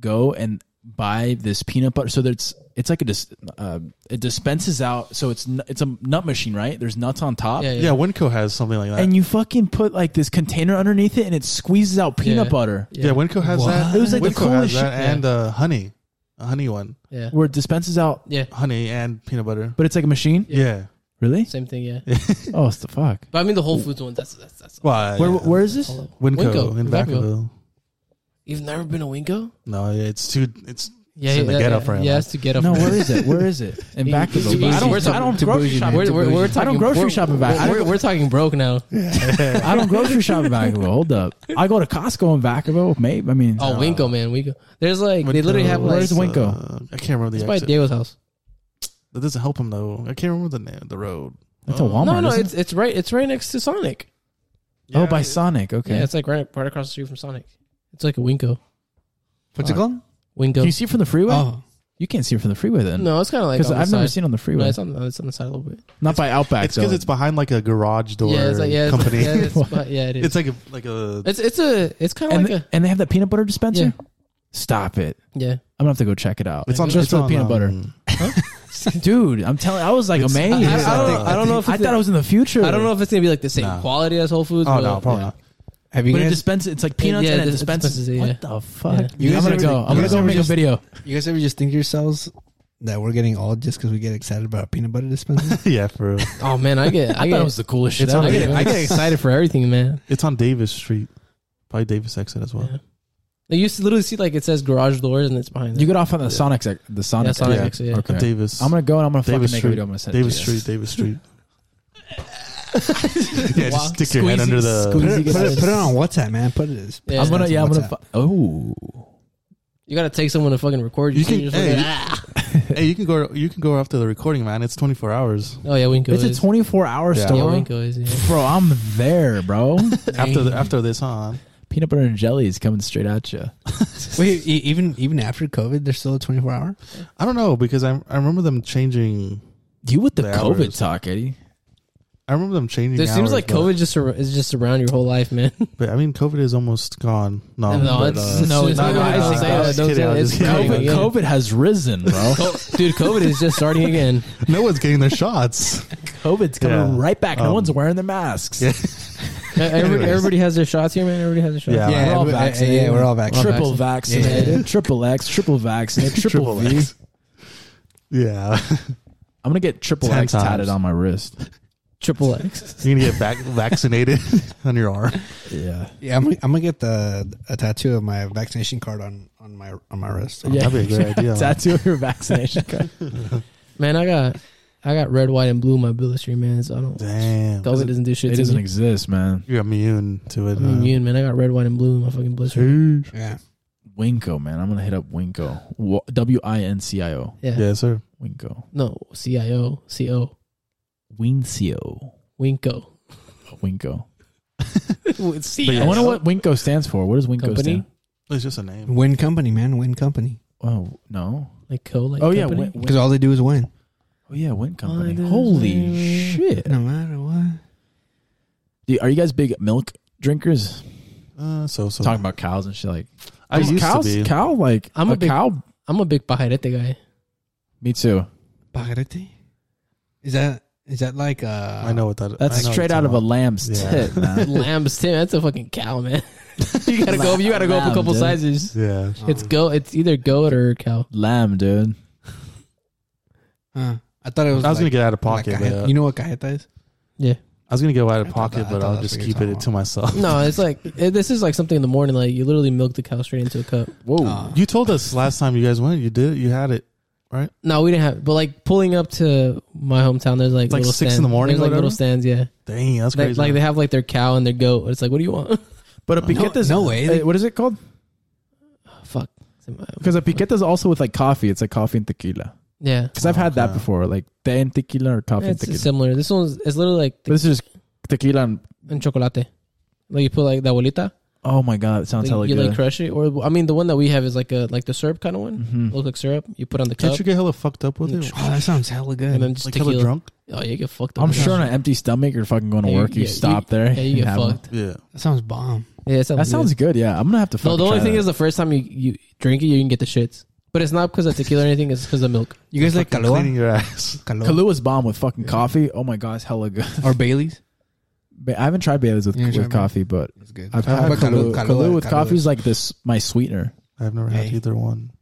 [SPEAKER 5] go and buy this peanut butter. So that's it's like a dis, uh, it dispenses out. So it's nu- it's a nut machine, right? There's nuts on top.
[SPEAKER 6] Yeah, yeah.
[SPEAKER 7] Yeah, Winco has something like that.
[SPEAKER 5] And you fucking put like this container underneath it, and it squeezes out peanut
[SPEAKER 6] Yeah.
[SPEAKER 5] butter,
[SPEAKER 7] yeah, Winco has that.
[SPEAKER 5] It was like the
[SPEAKER 7] Winco has
[SPEAKER 5] coolest
[SPEAKER 7] that
[SPEAKER 5] shit,
[SPEAKER 7] and uh, honey, a honey one,
[SPEAKER 6] Yeah.
[SPEAKER 5] where it dispenses out,
[SPEAKER 6] Yeah.
[SPEAKER 7] honey and peanut butter.
[SPEAKER 5] but it's like a machine.
[SPEAKER 7] Yeah.
[SPEAKER 5] Really?
[SPEAKER 6] Same thing, yeah.
[SPEAKER 5] Oh, it's the fuck.
[SPEAKER 6] But I mean, the Whole Foods one, that's, that's, that's
[SPEAKER 7] Why?
[SPEAKER 5] Where where is this?
[SPEAKER 7] uh, Winco,
[SPEAKER 6] Winco,
[SPEAKER 7] in
[SPEAKER 6] Vacaville.
[SPEAKER 7] Vacaville.
[SPEAKER 6] You've never been a Winko?
[SPEAKER 7] No, yeah, it's too. It's
[SPEAKER 6] Yeah,
[SPEAKER 7] It's in the
[SPEAKER 6] yeah,
[SPEAKER 7] ghetto
[SPEAKER 6] yeah,
[SPEAKER 7] for him.
[SPEAKER 6] Yeah, it's to get up.
[SPEAKER 5] No, where is it? Where is it? [laughs] In
[SPEAKER 6] He-
[SPEAKER 5] back of
[SPEAKER 6] he's-
[SPEAKER 5] the. I
[SPEAKER 6] we're
[SPEAKER 5] don't.
[SPEAKER 6] talking
[SPEAKER 5] I don't grocery
[SPEAKER 4] bougie,
[SPEAKER 5] shop.
[SPEAKER 4] man.
[SPEAKER 6] We're, we're, we're talking,
[SPEAKER 5] I don't grocery
[SPEAKER 6] we're-
[SPEAKER 5] shopping back. I
[SPEAKER 6] We're, we're,
[SPEAKER 5] don't,
[SPEAKER 6] we're talking broke [laughs] now.
[SPEAKER 5] I don't grocery shop in Vacaville. Hold up. I go to Costco in Vacaville. Maybe I mean.
[SPEAKER 6] Oh, Winko, man, Winko. There's like they literally have like
[SPEAKER 5] Where's
[SPEAKER 6] it's
[SPEAKER 5] Winco?
[SPEAKER 7] Uh, I can't remember the
[SPEAKER 6] by
[SPEAKER 7] exit.
[SPEAKER 6] Diego's house.
[SPEAKER 7] That doesn't help him though. I can't remember the name, the road. Oh,
[SPEAKER 5] That's a Walmart.
[SPEAKER 6] No, no,
[SPEAKER 5] isn't
[SPEAKER 6] it's it's right it's right next to Sonic.
[SPEAKER 5] it? oh, by Sonic. Okay.
[SPEAKER 6] Yeah, it's like right right across the street from Sonic. It's like a Winko.
[SPEAKER 4] What's it called?
[SPEAKER 5] Can you
[SPEAKER 6] Winko.
[SPEAKER 5] see it from the freeway?
[SPEAKER 4] Oh,
[SPEAKER 5] You can't see it from the freeway then.
[SPEAKER 6] No, it's kind of like
[SPEAKER 5] Because
[SPEAKER 6] on the
[SPEAKER 5] I've never
[SPEAKER 6] side.
[SPEAKER 5] seen it on the
[SPEAKER 6] No,
[SPEAKER 5] freeway.
[SPEAKER 6] it's on the, it's on the side a little bit.
[SPEAKER 5] Not by Outback.
[SPEAKER 7] It's because
[SPEAKER 5] though.
[SPEAKER 7] it's behind like a garage door
[SPEAKER 6] yeah, it's like yeah, it's,
[SPEAKER 7] company.
[SPEAKER 6] Yeah,
[SPEAKER 7] [laughs]
[SPEAKER 6] it's, but- yeah, it is.
[SPEAKER 7] it's like a like a.
[SPEAKER 6] It's it's a it's kind of
[SPEAKER 5] and,
[SPEAKER 6] like a
[SPEAKER 5] and they have that peanut butter dispenser.
[SPEAKER 6] Yeah.
[SPEAKER 5] Stop it.
[SPEAKER 6] yeah.
[SPEAKER 5] I'm gonna have to go check it out.
[SPEAKER 7] It's on
[SPEAKER 5] just
[SPEAKER 7] it's
[SPEAKER 5] for the
[SPEAKER 7] on,
[SPEAKER 5] peanut butter,
[SPEAKER 7] um,
[SPEAKER 6] [laughs]
[SPEAKER 5] dude. I'm telling. I was like
[SPEAKER 7] It's-
[SPEAKER 5] amazed.
[SPEAKER 7] I- I
[SPEAKER 6] don't- I don't know if
[SPEAKER 5] I
[SPEAKER 6] it's-
[SPEAKER 5] thought it was in the future.
[SPEAKER 6] I don't know if it's gonna be like the same
[SPEAKER 7] Nah.
[SPEAKER 6] quality as Whole Foods.
[SPEAKER 7] Oh
[SPEAKER 6] but,
[SPEAKER 7] no, probably not. [laughs]
[SPEAKER 4] have you
[SPEAKER 5] But it
[SPEAKER 4] guys?
[SPEAKER 5] dispenses. It's like peanuts
[SPEAKER 6] yeah,
[SPEAKER 5] and it
[SPEAKER 6] it dis-
[SPEAKER 5] dispenses.
[SPEAKER 6] dispenses it,
[SPEAKER 5] What
[SPEAKER 6] yeah.
[SPEAKER 5] the fuck?
[SPEAKER 6] Yeah.
[SPEAKER 4] You
[SPEAKER 5] I'm
[SPEAKER 4] guys
[SPEAKER 5] gonna
[SPEAKER 4] ever-
[SPEAKER 5] go. I'm
[SPEAKER 4] you
[SPEAKER 5] gonna
[SPEAKER 4] guys
[SPEAKER 5] go
[SPEAKER 4] ever
[SPEAKER 5] make
[SPEAKER 4] just-
[SPEAKER 5] a video.
[SPEAKER 4] You guys ever just think to yourselves that we're getting old just because we get excited about our peanut butter dispenser?
[SPEAKER 7] yeah, for real.
[SPEAKER 6] Oh man, [laughs] I get I,
[SPEAKER 5] I
[SPEAKER 6] get
[SPEAKER 5] thought it was the coolest shit.
[SPEAKER 7] It's on
[SPEAKER 5] ever.
[SPEAKER 6] I get, I get excited for everything, man.
[SPEAKER 7] It's on Davis Street, probably Davis exit as well.
[SPEAKER 6] Yeah. Like, you s- literally see like it says garage doors and it's behind.
[SPEAKER 5] You
[SPEAKER 6] You
[SPEAKER 5] get off on the Sonic, sec- the Sonic.
[SPEAKER 6] Yeah, Sonic
[SPEAKER 5] sec-
[SPEAKER 6] exit, yeah.
[SPEAKER 5] Okay.
[SPEAKER 7] Davis.
[SPEAKER 5] I'm gonna go and I'm gonna
[SPEAKER 7] Davis
[SPEAKER 5] fucking make a
[SPEAKER 7] Street.
[SPEAKER 5] video. I'm gonna send
[SPEAKER 7] Davis
[SPEAKER 5] it to you.
[SPEAKER 7] Street. Davis Street. yeah,
[SPEAKER 6] Wow.
[SPEAKER 7] just stick your head under the.
[SPEAKER 4] Put
[SPEAKER 5] Squeezy
[SPEAKER 4] it, put, it,
[SPEAKER 5] gets-
[SPEAKER 4] put it on WhatsApp, man. Put it.
[SPEAKER 6] Yeah.
[SPEAKER 5] I'm gonna. Yeah, I'm gonna.
[SPEAKER 4] WhatsApp.
[SPEAKER 5] fu- Oh,
[SPEAKER 6] you gotta take someone to fucking record you.
[SPEAKER 7] You
[SPEAKER 6] so you
[SPEAKER 7] can-
[SPEAKER 6] just fucking-
[SPEAKER 7] hey. [laughs] Hey, you can go. You can go after the recording, man. It's 24 hours
[SPEAKER 6] Oh yeah, Winko.
[SPEAKER 5] it's a
[SPEAKER 6] is.
[SPEAKER 5] 24 hour
[SPEAKER 7] Yeah.
[SPEAKER 6] Yeah,
[SPEAKER 5] store,
[SPEAKER 6] Winko is. Yeah.
[SPEAKER 5] bro. I'm there, bro.
[SPEAKER 7] after the, after this, huh?
[SPEAKER 5] Peanut butter and jelly is coming straight at you.
[SPEAKER 4] Wait, e- even even after COVID, there's still a 24 hour.
[SPEAKER 7] I don't know because I I remember them changing.
[SPEAKER 5] You with the
[SPEAKER 7] The
[SPEAKER 5] COVID
[SPEAKER 7] hours.
[SPEAKER 5] talk, Eddie?
[SPEAKER 7] I remember them changing.
[SPEAKER 6] It seems
[SPEAKER 7] hours,
[SPEAKER 6] like
[SPEAKER 7] but-
[SPEAKER 6] COVID just ar- is just around your whole
[SPEAKER 5] [laughs]
[SPEAKER 6] life, man.
[SPEAKER 7] But I mean, COVID is almost gone. No,
[SPEAKER 6] No,
[SPEAKER 7] but,
[SPEAKER 6] it's-
[SPEAKER 7] uh,
[SPEAKER 6] no, it's
[SPEAKER 7] no,
[SPEAKER 6] not
[SPEAKER 7] no,
[SPEAKER 6] rising.
[SPEAKER 7] no,
[SPEAKER 6] Say
[SPEAKER 7] no,
[SPEAKER 6] that,
[SPEAKER 7] just
[SPEAKER 6] don't
[SPEAKER 7] kidding,
[SPEAKER 6] say
[SPEAKER 7] I was
[SPEAKER 6] it's
[SPEAKER 7] just kidding.
[SPEAKER 6] COVID.
[SPEAKER 7] [laughs]
[SPEAKER 6] Yeah.
[SPEAKER 5] COVID has risen, bro.
[SPEAKER 6] Co- Dude, COVID is just starting again.
[SPEAKER 7] No one's getting their shots.
[SPEAKER 5] COVID's coming
[SPEAKER 7] Yeah.
[SPEAKER 5] right back. No
[SPEAKER 7] Um,
[SPEAKER 5] one's wearing their masks.
[SPEAKER 6] Everybody, E-, everybody has their shots here, man. Everybody has their shots.
[SPEAKER 7] Yeah. [laughs]
[SPEAKER 4] yeah,
[SPEAKER 5] We're all
[SPEAKER 4] everybody- yeah,
[SPEAKER 5] vaccinated.
[SPEAKER 4] yeah, we're all vaccinated.
[SPEAKER 5] triple vaccinated,
[SPEAKER 4] Yeah.
[SPEAKER 5] triple X, triple vaccinated, triple, V.
[SPEAKER 7] X. Yeah. [laughs]
[SPEAKER 5] I'm gonna get triple
[SPEAKER 7] Ten
[SPEAKER 5] X tatted
[SPEAKER 7] times.
[SPEAKER 5] on my
[SPEAKER 7] [laughs]
[SPEAKER 5] wrist.
[SPEAKER 6] Triple X.
[SPEAKER 7] You're gonna get vac- vaccinated [laughs] on your arm.
[SPEAKER 5] Yeah,
[SPEAKER 4] Yeah, I'm, gonna- I'm gonna get the a tattoo of my vaccination card on on my on my wrist.
[SPEAKER 5] Yeah.
[SPEAKER 7] That'd be
[SPEAKER 5] [laughs]
[SPEAKER 7] a great idea.
[SPEAKER 5] tattoo of your vaccination card.
[SPEAKER 6] Man, I got I got red, white, and blue in my billistry, man. So I don't.
[SPEAKER 7] Damn.
[SPEAKER 6] COVID doesn't do shit
[SPEAKER 5] It
[SPEAKER 6] to
[SPEAKER 5] doesn't
[SPEAKER 6] me.
[SPEAKER 5] exist, man.
[SPEAKER 7] You're immune to it.
[SPEAKER 6] I'm immune, man. I got red, white, and blue in my fucking blister.
[SPEAKER 7] immune.
[SPEAKER 4] yeah.
[SPEAKER 5] Winco, man. I'm gonna hit up Winco. W- W i n c i o.
[SPEAKER 6] Yeah.
[SPEAKER 7] Yes, sir.
[SPEAKER 5] Winco.
[SPEAKER 6] No, C I O C O
[SPEAKER 5] Wincio. [laughs]
[SPEAKER 6] Winko.
[SPEAKER 5] Winco.
[SPEAKER 6] C
[SPEAKER 5] I wonder what Winco stands for. What does Winco
[SPEAKER 6] company
[SPEAKER 5] stand?
[SPEAKER 7] It's just a name.
[SPEAKER 4] Win company, man. Win company.
[SPEAKER 5] Oh no.
[SPEAKER 6] like co like
[SPEAKER 5] oh yeah.
[SPEAKER 6] company?
[SPEAKER 5] Win, Win-
[SPEAKER 4] Because all they do is win.
[SPEAKER 5] oh yeah. Win company.
[SPEAKER 6] does
[SPEAKER 5] Holy
[SPEAKER 6] it-
[SPEAKER 5] shit.
[SPEAKER 4] No matter what.
[SPEAKER 5] Dude, are you guys big milk drinkers?
[SPEAKER 7] Uh, so so.
[SPEAKER 5] Talking about cows and shit. Like
[SPEAKER 7] I used
[SPEAKER 5] cows,
[SPEAKER 7] to be.
[SPEAKER 5] cow. Like
[SPEAKER 6] I'm
[SPEAKER 5] a,
[SPEAKER 6] a big-
[SPEAKER 5] cow.
[SPEAKER 6] I'm a big pajarete guy.
[SPEAKER 5] Me too.
[SPEAKER 4] Pajarete? Is that is that like uh
[SPEAKER 7] I know what that.
[SPEAKER 5] That's
[SPEAKER 7] I know
[SPEAKER 5] straight
[SPEAKER 7] what
[SPEAKER 5] out
[SPEAKER 7] you're
[SPEAKER 5] of a
[SPEAKER 7] talking
[SPEAKER 5] lamb's
[SPEAKER 7] Yeah.
[SPEAKER 5] tit, man.
[SPEAKER 6] Lamb's Tim. That's a fucking cow, man. [laughs] you gotta go. You gotta go up a
[SPEAKER 5] Lamb,
[SPEAKER 6] couple
[SPEAKER 5] dude.
[SPEAKER 6] sizes.
[SPEAKER 7] about. Yeah.
[SPEAKER 4] um,
[SPEAKER 6] It's go. It's either goat or cow.
[SPEAKER 5] Lamb, dude.
[SPEAKER 4] Huh. I thought it was
[SPEAKER 7] I was
[SPEAKER 4] like-
[SPEAKER 7] gonna get out of
[SPEAKER 4] like
[SPEAKER 7] pocket,
[SPEAKER 4] cajeta.
[SPEAKER 7] but uh,
[SPEAKER 4] You know what cajeta is?
[SPEAKER 7] I was gonna go out of
[SPEAKER 4] I thought
[SPEAKER 7] pocket,
[SPEAKER 4] that- I
[SPEAKER 7] but
[SPEAKER 4] thought
[SPEAKER 7] I'll
[SPEAKER 4] that's
[SPEAKER 7] just
[SPEAKER 4] what
[SPEAKER 7] keep
[SPEAKER 4] you're
[SPEAKER 7] it
[SPEAKER 4] talking
[SPEAKER 7] to myself.
[SPEAKER 4] [laughs]
[SPEAKER 6] No, it's like it, this is like something in the morning. Like you literally milk the cow straight into a cup.
[SPEAKER 5] Whoa.
[SPEAKER 4] Uh,
[SPEAKER 7] [laughs] You told us last time you guys went. You did. You had it.
[SPEAKER 6] No, we didn't have. But like pulling up to my hometown, there's like
[SPEAKER 7] It's like
[SPEAKER 6] little
[SPEAKER 7] six in
[SPEAKER 6] stands.
[SPEAKER 7] the morning
[SPEAKER 6] There's like
[SPEAKER 7] or
[SPEAKER 6] little
[SPEAKER 7] whatever?
[SPEAKER 6] stands. Yeah,
[SPEAKER 7] Dang, that's
[SPEAKER 6] like,
[SPEAKER 7] crazy.
[SPEAKER 6] like they have like their cow and their goat. It's like, what do you want? [laughs]
[SPEAKER 5] But a
[SPEAKER 4] no,
[SPEAKER 5] piqueta is
[SPEAKER 4] no way.
[SPEAKER 5] uh, what is it called?
[SPEAKER 6] Oh, Fuck.
[SPEAKER 5] Because a piqueta is also with like coffee. It's like coffee and tequila.
[SPEAKER 6] Yeah,
[SPEAKER 5] Because I've had that
[SPEAKER 7] Okay.
[SPEAKER 5] before, like te and tequila or coffee and
[SPEAKER 6] it's
[SPEAKER 5] tequila.
[SPEAKER 6] similar. This one's it's literally like
[SPEAKER 5] But this is just tequila and
[SPEAKER 6] and chocolate. Like you put like the abuelita,
[SPEAKER 5] oh my god, it sounds hella
[SPEAKER 6] like, you like
[SPEAKER 5] good.
[SPEAKER 6] crush it. Or I mean, the one that we have is like a like the syrup kind of one.
[SPEAKER 5] Mhm.
[SPEAKER 6] Looks like syrup. You put on the cup
[SPEAKER 7] Can't you get hella fucked up with
[SPEAKER 6] and
[SPEAKER 7] it?
[SPEAKER 4] Oh, that sounds hella good.
[SPEAKER 6] and then just
[SPEAKER 7] Like hella
[SPEAKER 6] tequila.
[SPEAKER 7] drunk.
[SPEAKER 6] Oh, you get fucked. up.
[SPEAKER 5] I'm sure on an empty stomach, you're fucking going to
[SPEAKER 6] Yeah,
[SPEAKER 5] work. You
[SPEAKER 6] yeah,
[SPEAKER 5] stop there.
[SPEAKER 6] Yeah, you
[SPEAKER 5] and
[SPEAKER 6] get
[SPEAKER 5] have one.
[SPEAKER 6] fucked.
[SPEAKER 7] Yeah.
[SPEAKER 4] that sounds bomb.
[SPEAKER 6] Yeah, it
[SPEAKER 5] That sounds good. Yeah, I'm gonna have to.
[SPEAKER 6] No,
[SPEAKER 5] Fucking
[SPEAKER 6] the only thing
[SPEAKER 5] is.
[SPEAKER 6] is the first time you, you drink it, you can get the shits. But it's not because of tequila or anything. It's because of milk.
[SPEAKER 4] You guys like
[SPEAKER 7] Fucking
[SPEAKER 4] Kahlua?
[SPEAKER 7] Cleaning your ass.
[SPEAKER 4] Kahlua?
[SPEAKER 5] Kalua's bomb with fucking coffee. Oh my god, it's hella [laughs] good.
[SPEAKER 4] or Bailey's?
[SPEAKER 5] Ba- I haven't tried Bailey's with,
[SPEAKER 4] You haven't
[SPEAKER 5] with
[SPEAKER 4] tried
[SPEAKER 5] coffee, but
[SPEAKER 4] That's good.
[SPEAKER 5] I've had Kahlua. Kahlua, with coffee is like this my sweetener.
[SPEAKER 7] [laughs] I've never had
[SPEAKER 4] Hey.
[SPEAKER 7] either one.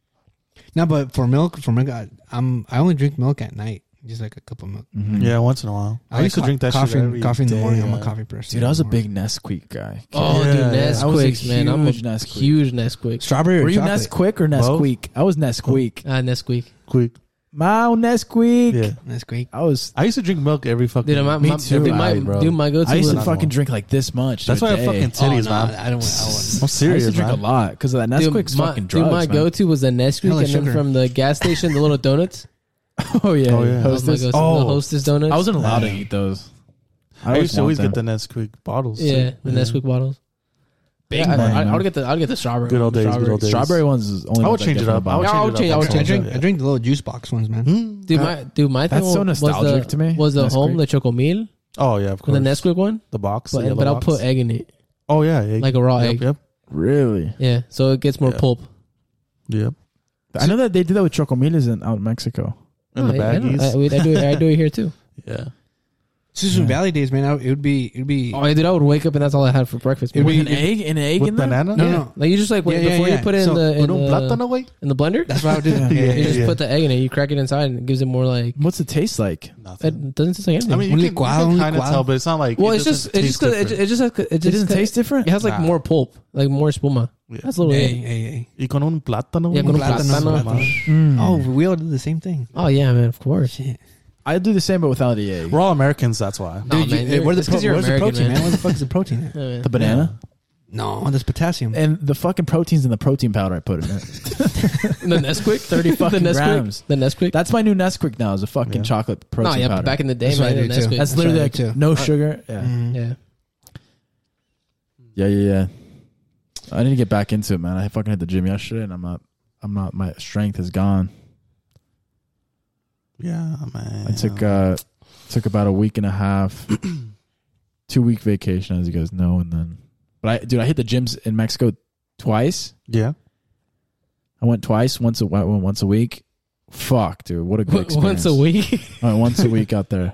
[SPEAKER 4] No, but for milk, for milk, I, I'm I only drink milk at night, just like a cup of milk.
[SPEAKER 5] Mhm.
[SPEAKER 7] Yeah, once in a while.
[SPEAKER 4] Hmm.
[SPEAKER 7] I,
[SPEAKER 4] like
[SPEAKER 7] used to
[SPEAKER 4] co-
[SPEAKER 7] drink that
[SPEAKER 4] coffee.
[SPEAKER 7] shit every
[SPEAKER 4] coffee in the
[SPEAKER 7] day,
[SPEAKER 4] morning. I'm
[SPEAKER 7] uh,
[SPEAKER 4] a coffee person.
[SPEAKER 5] dude, I was a
[SPEAKER 4] in the morning.
[SPEAKER 5] big Nesquik guy.
[SPEAKER 6] Oh,
[SPEAKER 7] Yeah,
[SPEAKER 6] dude,
[SPEAKER 7] I was
[SPEAKER 5] a
[SPEAKER 6] Nesquik, man. I'm a
[SPEAKER 5] huge Nesquik.
[SPEAKER 6] huge Nesquik.
[SPEAKER 4] strawberry.
[SPEAKER 5] Were you
[SPEAKER 4] chocolate.
[SPEAKER 5] Nesquik or Nesquik? I was Nesquik.
[SPEAKER 6] Ah, Nesquik.
[SPEAKER 7] quick.
[SPEAKER 5] My Nesquik.
[SPEAKER 7] Yeah.
[SPEAKER 4] That's great.
[SPEAKER 5] I was.
[SPEAKER 7] I used to drink milk every fucking.
[SPEAKER 6] Dude, my,
[SPEAKER 5] Me
[SPEAKER 6] my,
[SPEAKER 5] too,
[SPEAKER 6] dude, my,
[SPEAKER 5] right, bro.
[SPEAKER 6] dude, my go-to
[SPEAKER 5] I used to
[SPEAKER 6] was-
[SPEAKER 7] another
[SPEAKER 5] fucking
[SPEAKER 7] one.
[SPEAKER 5] drink like this much.
[SPEAKER 7] That's
[SPEAKER 5] to
[SPEAKER 7] why
[SPEAKER 5] a
[SPEAKER 7] I fucking
[SPEAKER 5] day.
[SPEAKER 4] Oh,
[SPEAKER 7] titties,
[SPEAKER 4] no,
[SPEAKER 7] man.
[SPEAKER 4] I don't. I wouldn't.
[SPEAKER 7] I'm
[SPEAKER 5] I
[SPEAKER 7] serious,
[SPEAKER 5] used to drink
[SPEAKER 7] man.
[SPEAKER 5] a lot because of that
[SPEAKER 6] Oh, dude,
[SPEAKER 5] Nesquik's
[SPEAKER 6] my,
[SPEAKER 5] fucking
[SPEAKER 6] dude,
[SPEAKER 5] drugs.
[SPEAKER 6] my
[SPEAKER 5] man.
[SPEAKER 6] go-to was the Nesquik,
[SPEAKER 4] Hella
[SPEAKER 6] and then
[SPEAKER 4] sugar.
[SPEAKER 6] from the gas station, the
[SPEAKER 5] [laughs]
[SPEAKER 6] little donuts.
[SPEAKER 5] Oh yeah,
[SPEAKER 7] Oh, yeah.
[SPEAKER 5] yeah.
[SPEAKER 6] Those
[SPEAKER 7] That
[SPEAKER 5] Hostess.
[SPEAKER 6] my go-to,
[SPEAKER 7] Oh.
[SPEAKER 6] the Hostess donuts.
[SPEAKER 5] I wasn't allowed to eat those.
[SPEAKER 7] I used to always get the
[SPEAKER 5] them.
[SPEAKER 7] Nesquik bottles.
[SPEAKER 6] yeah,
[SPEAKER 7] too.
[SPEAKER 6] the Nesquik bottles. Big
[SPEAKER 5] man,
[SPEAKER 6] I, I
[SPEAKER 5] man.
[SPEAKER 6] would get the I'd get the strawberry.
[SPEAKER 7] Good old
[SPEAKER 6] one, the
[SPEAKER 7] days, good
[SPEAKER 6] strawberry.
[SPEAKER 7] old days.
[SPEAKER 5] strawberry ones. Is only
[SPEAKER 7] I would
[SPEAKER 5] ones
[SPEAKER 7] change
[SPEAKER 5] get
[SPEAKER 7] it
[SPEAKER 5] from
[SPEAKER 7] up.
[SPEAKER 5] the
[SPEAKER 7] I would
[SPEAKER 5] bottle.
[SPEAKER 6] I'll
[SPEAKER 7] change it
[SPEAKER 6] change-
[SPEAKER 7] up.
[SPEAKER 6] I'll
[SPEAKER 7] I'll
[SPEAKER 4] I
[SPEAKER 6] change
[SPEAKER 7] change
[SPEAKER 4] drink.
[SPEAKER 7] it.
[SPEAKER 4] I drink the little juice box ones, man.
[SPEAKER 7] Mm.
[SPEAKER 6] Dude, my dude, my thing
[SPEAKER 5] That's so
[SPEAKER 6] was
[SPEAKER 5] nostalgic
[SPEAKER 6] the,
[SPEAKER 5] to me,
[SPEAKER 6] Was the
[SPEAKER 5] Nesquik.
[SPEAKER 6] home the chocomil
[SPEAKER 7] Oh yeah, of
[SPEAKER 6] with
[SPEAKER 7] course.
[SPEAKER 6] the Nesquik one,
[SPEAKER 7] the box. the
[SPEAKER 6] but
[SPEAKER 7] yellow
[SPEAKER 6] but I'll
[SPEAKER 7] box.
[SPEAKER 6] put egg in it,
[SPEAKER 7] Oh yeah, egg.
[SPEAKER 6] like a raw
[SPEAKER 7] Yep,
[SPEAKER 6] egg.
[SPEAKER 7] yep,
[SPEAKER 5] Really?
[SPEAKER 6] Yeah, so it gets more
[SPEAKER 7] Yeah.
[SPEAKER 6] pulp.
[SPEAKER 7] yep.
[SPEAKER 5] I know that they did that with chocomiles in out in Mexico.
[SPEAKER 7] And
[SPEAKER 6] No,
[SPEAKER 7] the
[SPEAKER 6] I- I know. Oh, I,
[SPEAKER 7] baggies.
[SPEAKER 6] we- I do it. I do it here too.
[SPEAKER 7] Yeah.
[SPEAKER 4] Susan
[SPEAKER 5] Yeah.
[SPEAKER 4] Valley days, man. I, it would be. It would be.
[SPEAKER 6] Oh, yeah, dude, I would wake up and that's all I had for breakfast.
[SPEAKER 4] It'd
[SPEAKER 6] man.
[SPEAKER 4] be-
[SPEAKER 5] An egg, an egg
[SPEAKER 7] With
[SPEAKER 5] in there?
[SPEAKER 7] banana.
[SPEAKER 4] no, no.
[SPEAKER 6] like you just like
[SPEAKER 4] Yeah,
[SPEAKER 6] wait-
[SPEAKER 4] yeah,
[SPEAKER 6] before
[SPEAKER 4] yeah.
[SPEAKER 6] you put it in
[SPEAKER 4] So,
[SPEAKER 6] the in
[SPEAKER 7] Con un
[SPEAKER 6] the,
[SPEAKER 7] plátano, güey.
[SPEAKER 6] in the blender,
[SPEAKER 4] That's what I would do.
[SPEAKER 5] [laughs] Yeah.
[SPEAKER 6] you just
[SPEAKER 7] yeah.
[SPEAKER 6] put the egg in it. You crack it inside and it gives it more like
[SPEAKER 5] What's it taste like?
[SPEAKER 7] Nothing.
[SPEAKER 6] it doesn't taste like anything.
[SPEAKER 7] I mean, you
[SPEAKER 4] Un
[SPEAKER 7] can, you
[SPEAKER 4] licuado,
[SPEAKER 7] can
[SPEAKER 4] un
[SPEAKER 7] kind of
[SPEAKER 4] licuado.
[SPEAKER 7] tell, but it's not like.
[SPEAKER 6] well,
[SPEAKER 7] it
[SPEAKER 6] it's just
[SPEAKER 7] doesn't
[SPEAKER 6] it's just
[SPEAKER 7] taste
[SPEAKER 6] cause it,
[SPEAKER 7] different.
[SPEAKER 6] it just has, it just
[SPEAKER 5] It doesn't taste different.
[SPEAKER 6] It has like
[SPEAKER 7] Nah.
[SPEAKER 6] more pulp, like more espuma.
[SPEAKER 7] Yeah.
[SPEAKER 6] That's a little
[SPEAKER 4] Hey,
[SPEAKER 6] egg.
[SPEAKER 4] hey, hey.
[SPEAKER 7] Y con un plátano.
[SPEAKER 6] Yeah,
[SPEAKER 7] güey.
[SPEAKER 6] con un
[SPEAKER 4] plátano.
[SPEAKER 7] plátano.
[SPEAKER 5] Mm.
[SPEAKER 4] Oh, we all did the same thing.
[SPEAKER 6] Oh yeah, man, of course.
[SPEAKER 4] Shit.
[SPEAKER 5] I do the same, but without the egg.
[SPEAKER 7] We're all Americans, that's why.
[SPEAKER 6] No, man,
[SPEAKER 4] you,
[SPEAKER 6] you're-
[SPEAKER 4] where the
[SPEAKER 6] it's 'cause
[SPEAKER 4] pro-
[SPEAKER 6] you're
[SPEAKER 4] where's
[SPEAKER 6] American,
[SPEAKER 4] the protein, man?
[SPEAKER 6] man.
[SPEAKER 4] Where the fuck's the protein at?
[SPEAKER 6] Yeah, man.
[SPEAKER 5] The banana
[SPEAKER 4] No, there's potassium.
[SPEAKER 5] and the fucking proteins in the protein powder I put in
[SPEAKER 7] [laughs]
[SPEAKER 5] it.
[SPEAKER 6] The Nesquik, thirty
[SPEAKER 5] fucking
[SPEAKER 6] the Nesquik,
[SPEAKER 5] grams.
[SPEAKER 6] The Nesquik.
[SPEAKER 5] That's my new Nesquik now. Is a fucking
[SPEAKER 7] Yeah.
[SPEAKER 5] chocolate protein
[SPEAKER 6] no, yeah,
[SPEAKER 5] powder.
[SPEAKER 6] back in the day,
[SPEAKER 4] That's what
[SPEAKER 6] man.
[SPEAKER 4] I do,
[SPEAKER 6] the
[SPEAKER 4] too.
[SPEAKER 6] Nesquik.
[SPEAKER 5] That's
[SPEAKER 4] That's
[SPEAKER 5] literally
[SPEAKER 4] what I
[SPEAKER 5] like
[SPEAKER 4] do too.
[SPEAKER 5] no
[SPEAKER 7] Mm.
[SPEAKER 5] sugar. Yeah.
[SPEAKER 4] Mhm.
[SPEAKER 6] yeah.
[SPEAKER 5] yeah, yeah, yeah. I need to get back into it, man. I fucking hit the gym yesterday, and I'm not. I'm not. My strength is gone.
[SPEAKER 7] Yeah, man.
[SPEAKER 5] I took uh took about a week and a half, [clears throat] two week vacation, as you guys know, and then. But I, dude, I hit the gyms in Mexico twice.
[SPEAKER 7] Yeah.
[SPEAKER 5] I went twice. Once a I went once a week. Fuck, dude, what a good experience.
[SPEAKER 6] [laughs] Once a week. [laughs]
[SPEAKER 5] I went once a week out there.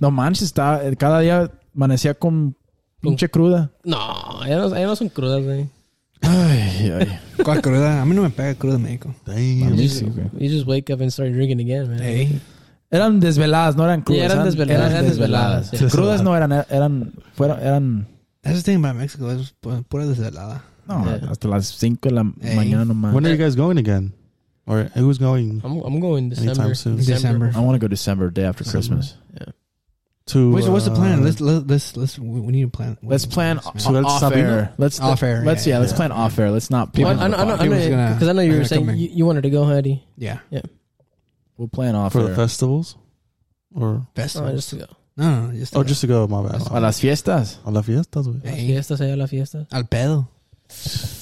[SPEAKER 5] No manches, está cada día amanecía con Pinche cruda.
[SPEAKER 6] No, allá no, allá no son crudas, güey.
[SPEAKER 5] Ay, ay.
[SPEAKER 4] ¿Cuál cruda? A mí no me pega cruda en México.
[SPEAKER 7] Damn.
[SPEAKER 5] mí sí, güey.
[SPEAKER 6] You just wake up and start drinking again, man.
[SPEAKER 4] Hey.
[SPEAKER 5] Eran desveladas, no eran crudas.
[SPEAKER 6] eran desveladas, eran desveladas, sí.
[SPEAKER 5] Crudas no eran, eran, fueron, eran,
[SPEAKER 4] That's the thing about Mexico. Es pu- pura desvelada.
[SPEAKER 5] no,
[SPEAKER 6] Yeah.
[SPEAKER 5] hasta las 5 de la
[SPEAKER 4] Ey.
[SPEAKER 5] mañana nomás.
[SPEAKER 7] When are you guys going again? Or who's going
[SPEAKER 6] I'm, I'm going December.
[SPEAKER 7] anytime soon?
[SPEAKER 4] December.
[SPEAKER 5] I want to go December, day after Christmas.
[SPEAKER 7] To
[SPEAKER 4] What's, what's the plan?
[SPEAKER 7] uh,
[SPEAKER 4] Let's let- let's let's we we need to plan.
[SPEAKER 5] Let's plan
[SPEAKER 4] Yes, man.
[SPEAKER 7] So that's
[SPEAKER 5] off
[SPEAKER 7] Sabino?
[SPEAKER 5] air. Let's
[SPEAKER 4] Off air,
[SPEAKER 5] Let's yeah,
[SPEAKER 4] yeah,
[SPEAKER 5] let's
[SPEAKER 4] yeah.
[SPEAKER 5] plan off air. Let's not.
[SPEAKER 6] Well,
[SPEAKER 5] plan
[SPEAKER 6] I,
[SPEAKER 5] on
[SPEAKER 6] know,
[SPEAKER 5] the
[SPEAKER 6] I know, I
[SPEAKER 5] podcast.
[SPEAKER 6] know,
[SPEAKER 4] People's gonna-
[SPEAKER 6] because I know you
[SPEAKER 4] they're
[SPEAKER 6] were
[SPEAKER 4] gonna
[SPEAKER 6] saying
[SPEAKER 4] come
[SPEAKER 6] you, you wanted to go, Heidi.
[SPEAKER 4] Yeah.
[SPEAKER 5] We'll plan off
[SPEAKER 7] for the
[SPEAKER 5] air.
[SPEAKER 7] festivals, or
[SPEAKER 4] Best.
[SPEAKER 6] Oh, just to go.
[SPEAKER 4] no, no, just
[SPEAKER 7] oh, just to go. My bad.
[SPEAKER 5] A las fiestas.
[SPEAKER 7] A la fiestas, güey.
[SPEAKER 6] Las
[SPEAKER 4] Hey.
[SPEAKER 6] fiestas, allá las fiestas.
[SPEAKER 4] al pedo.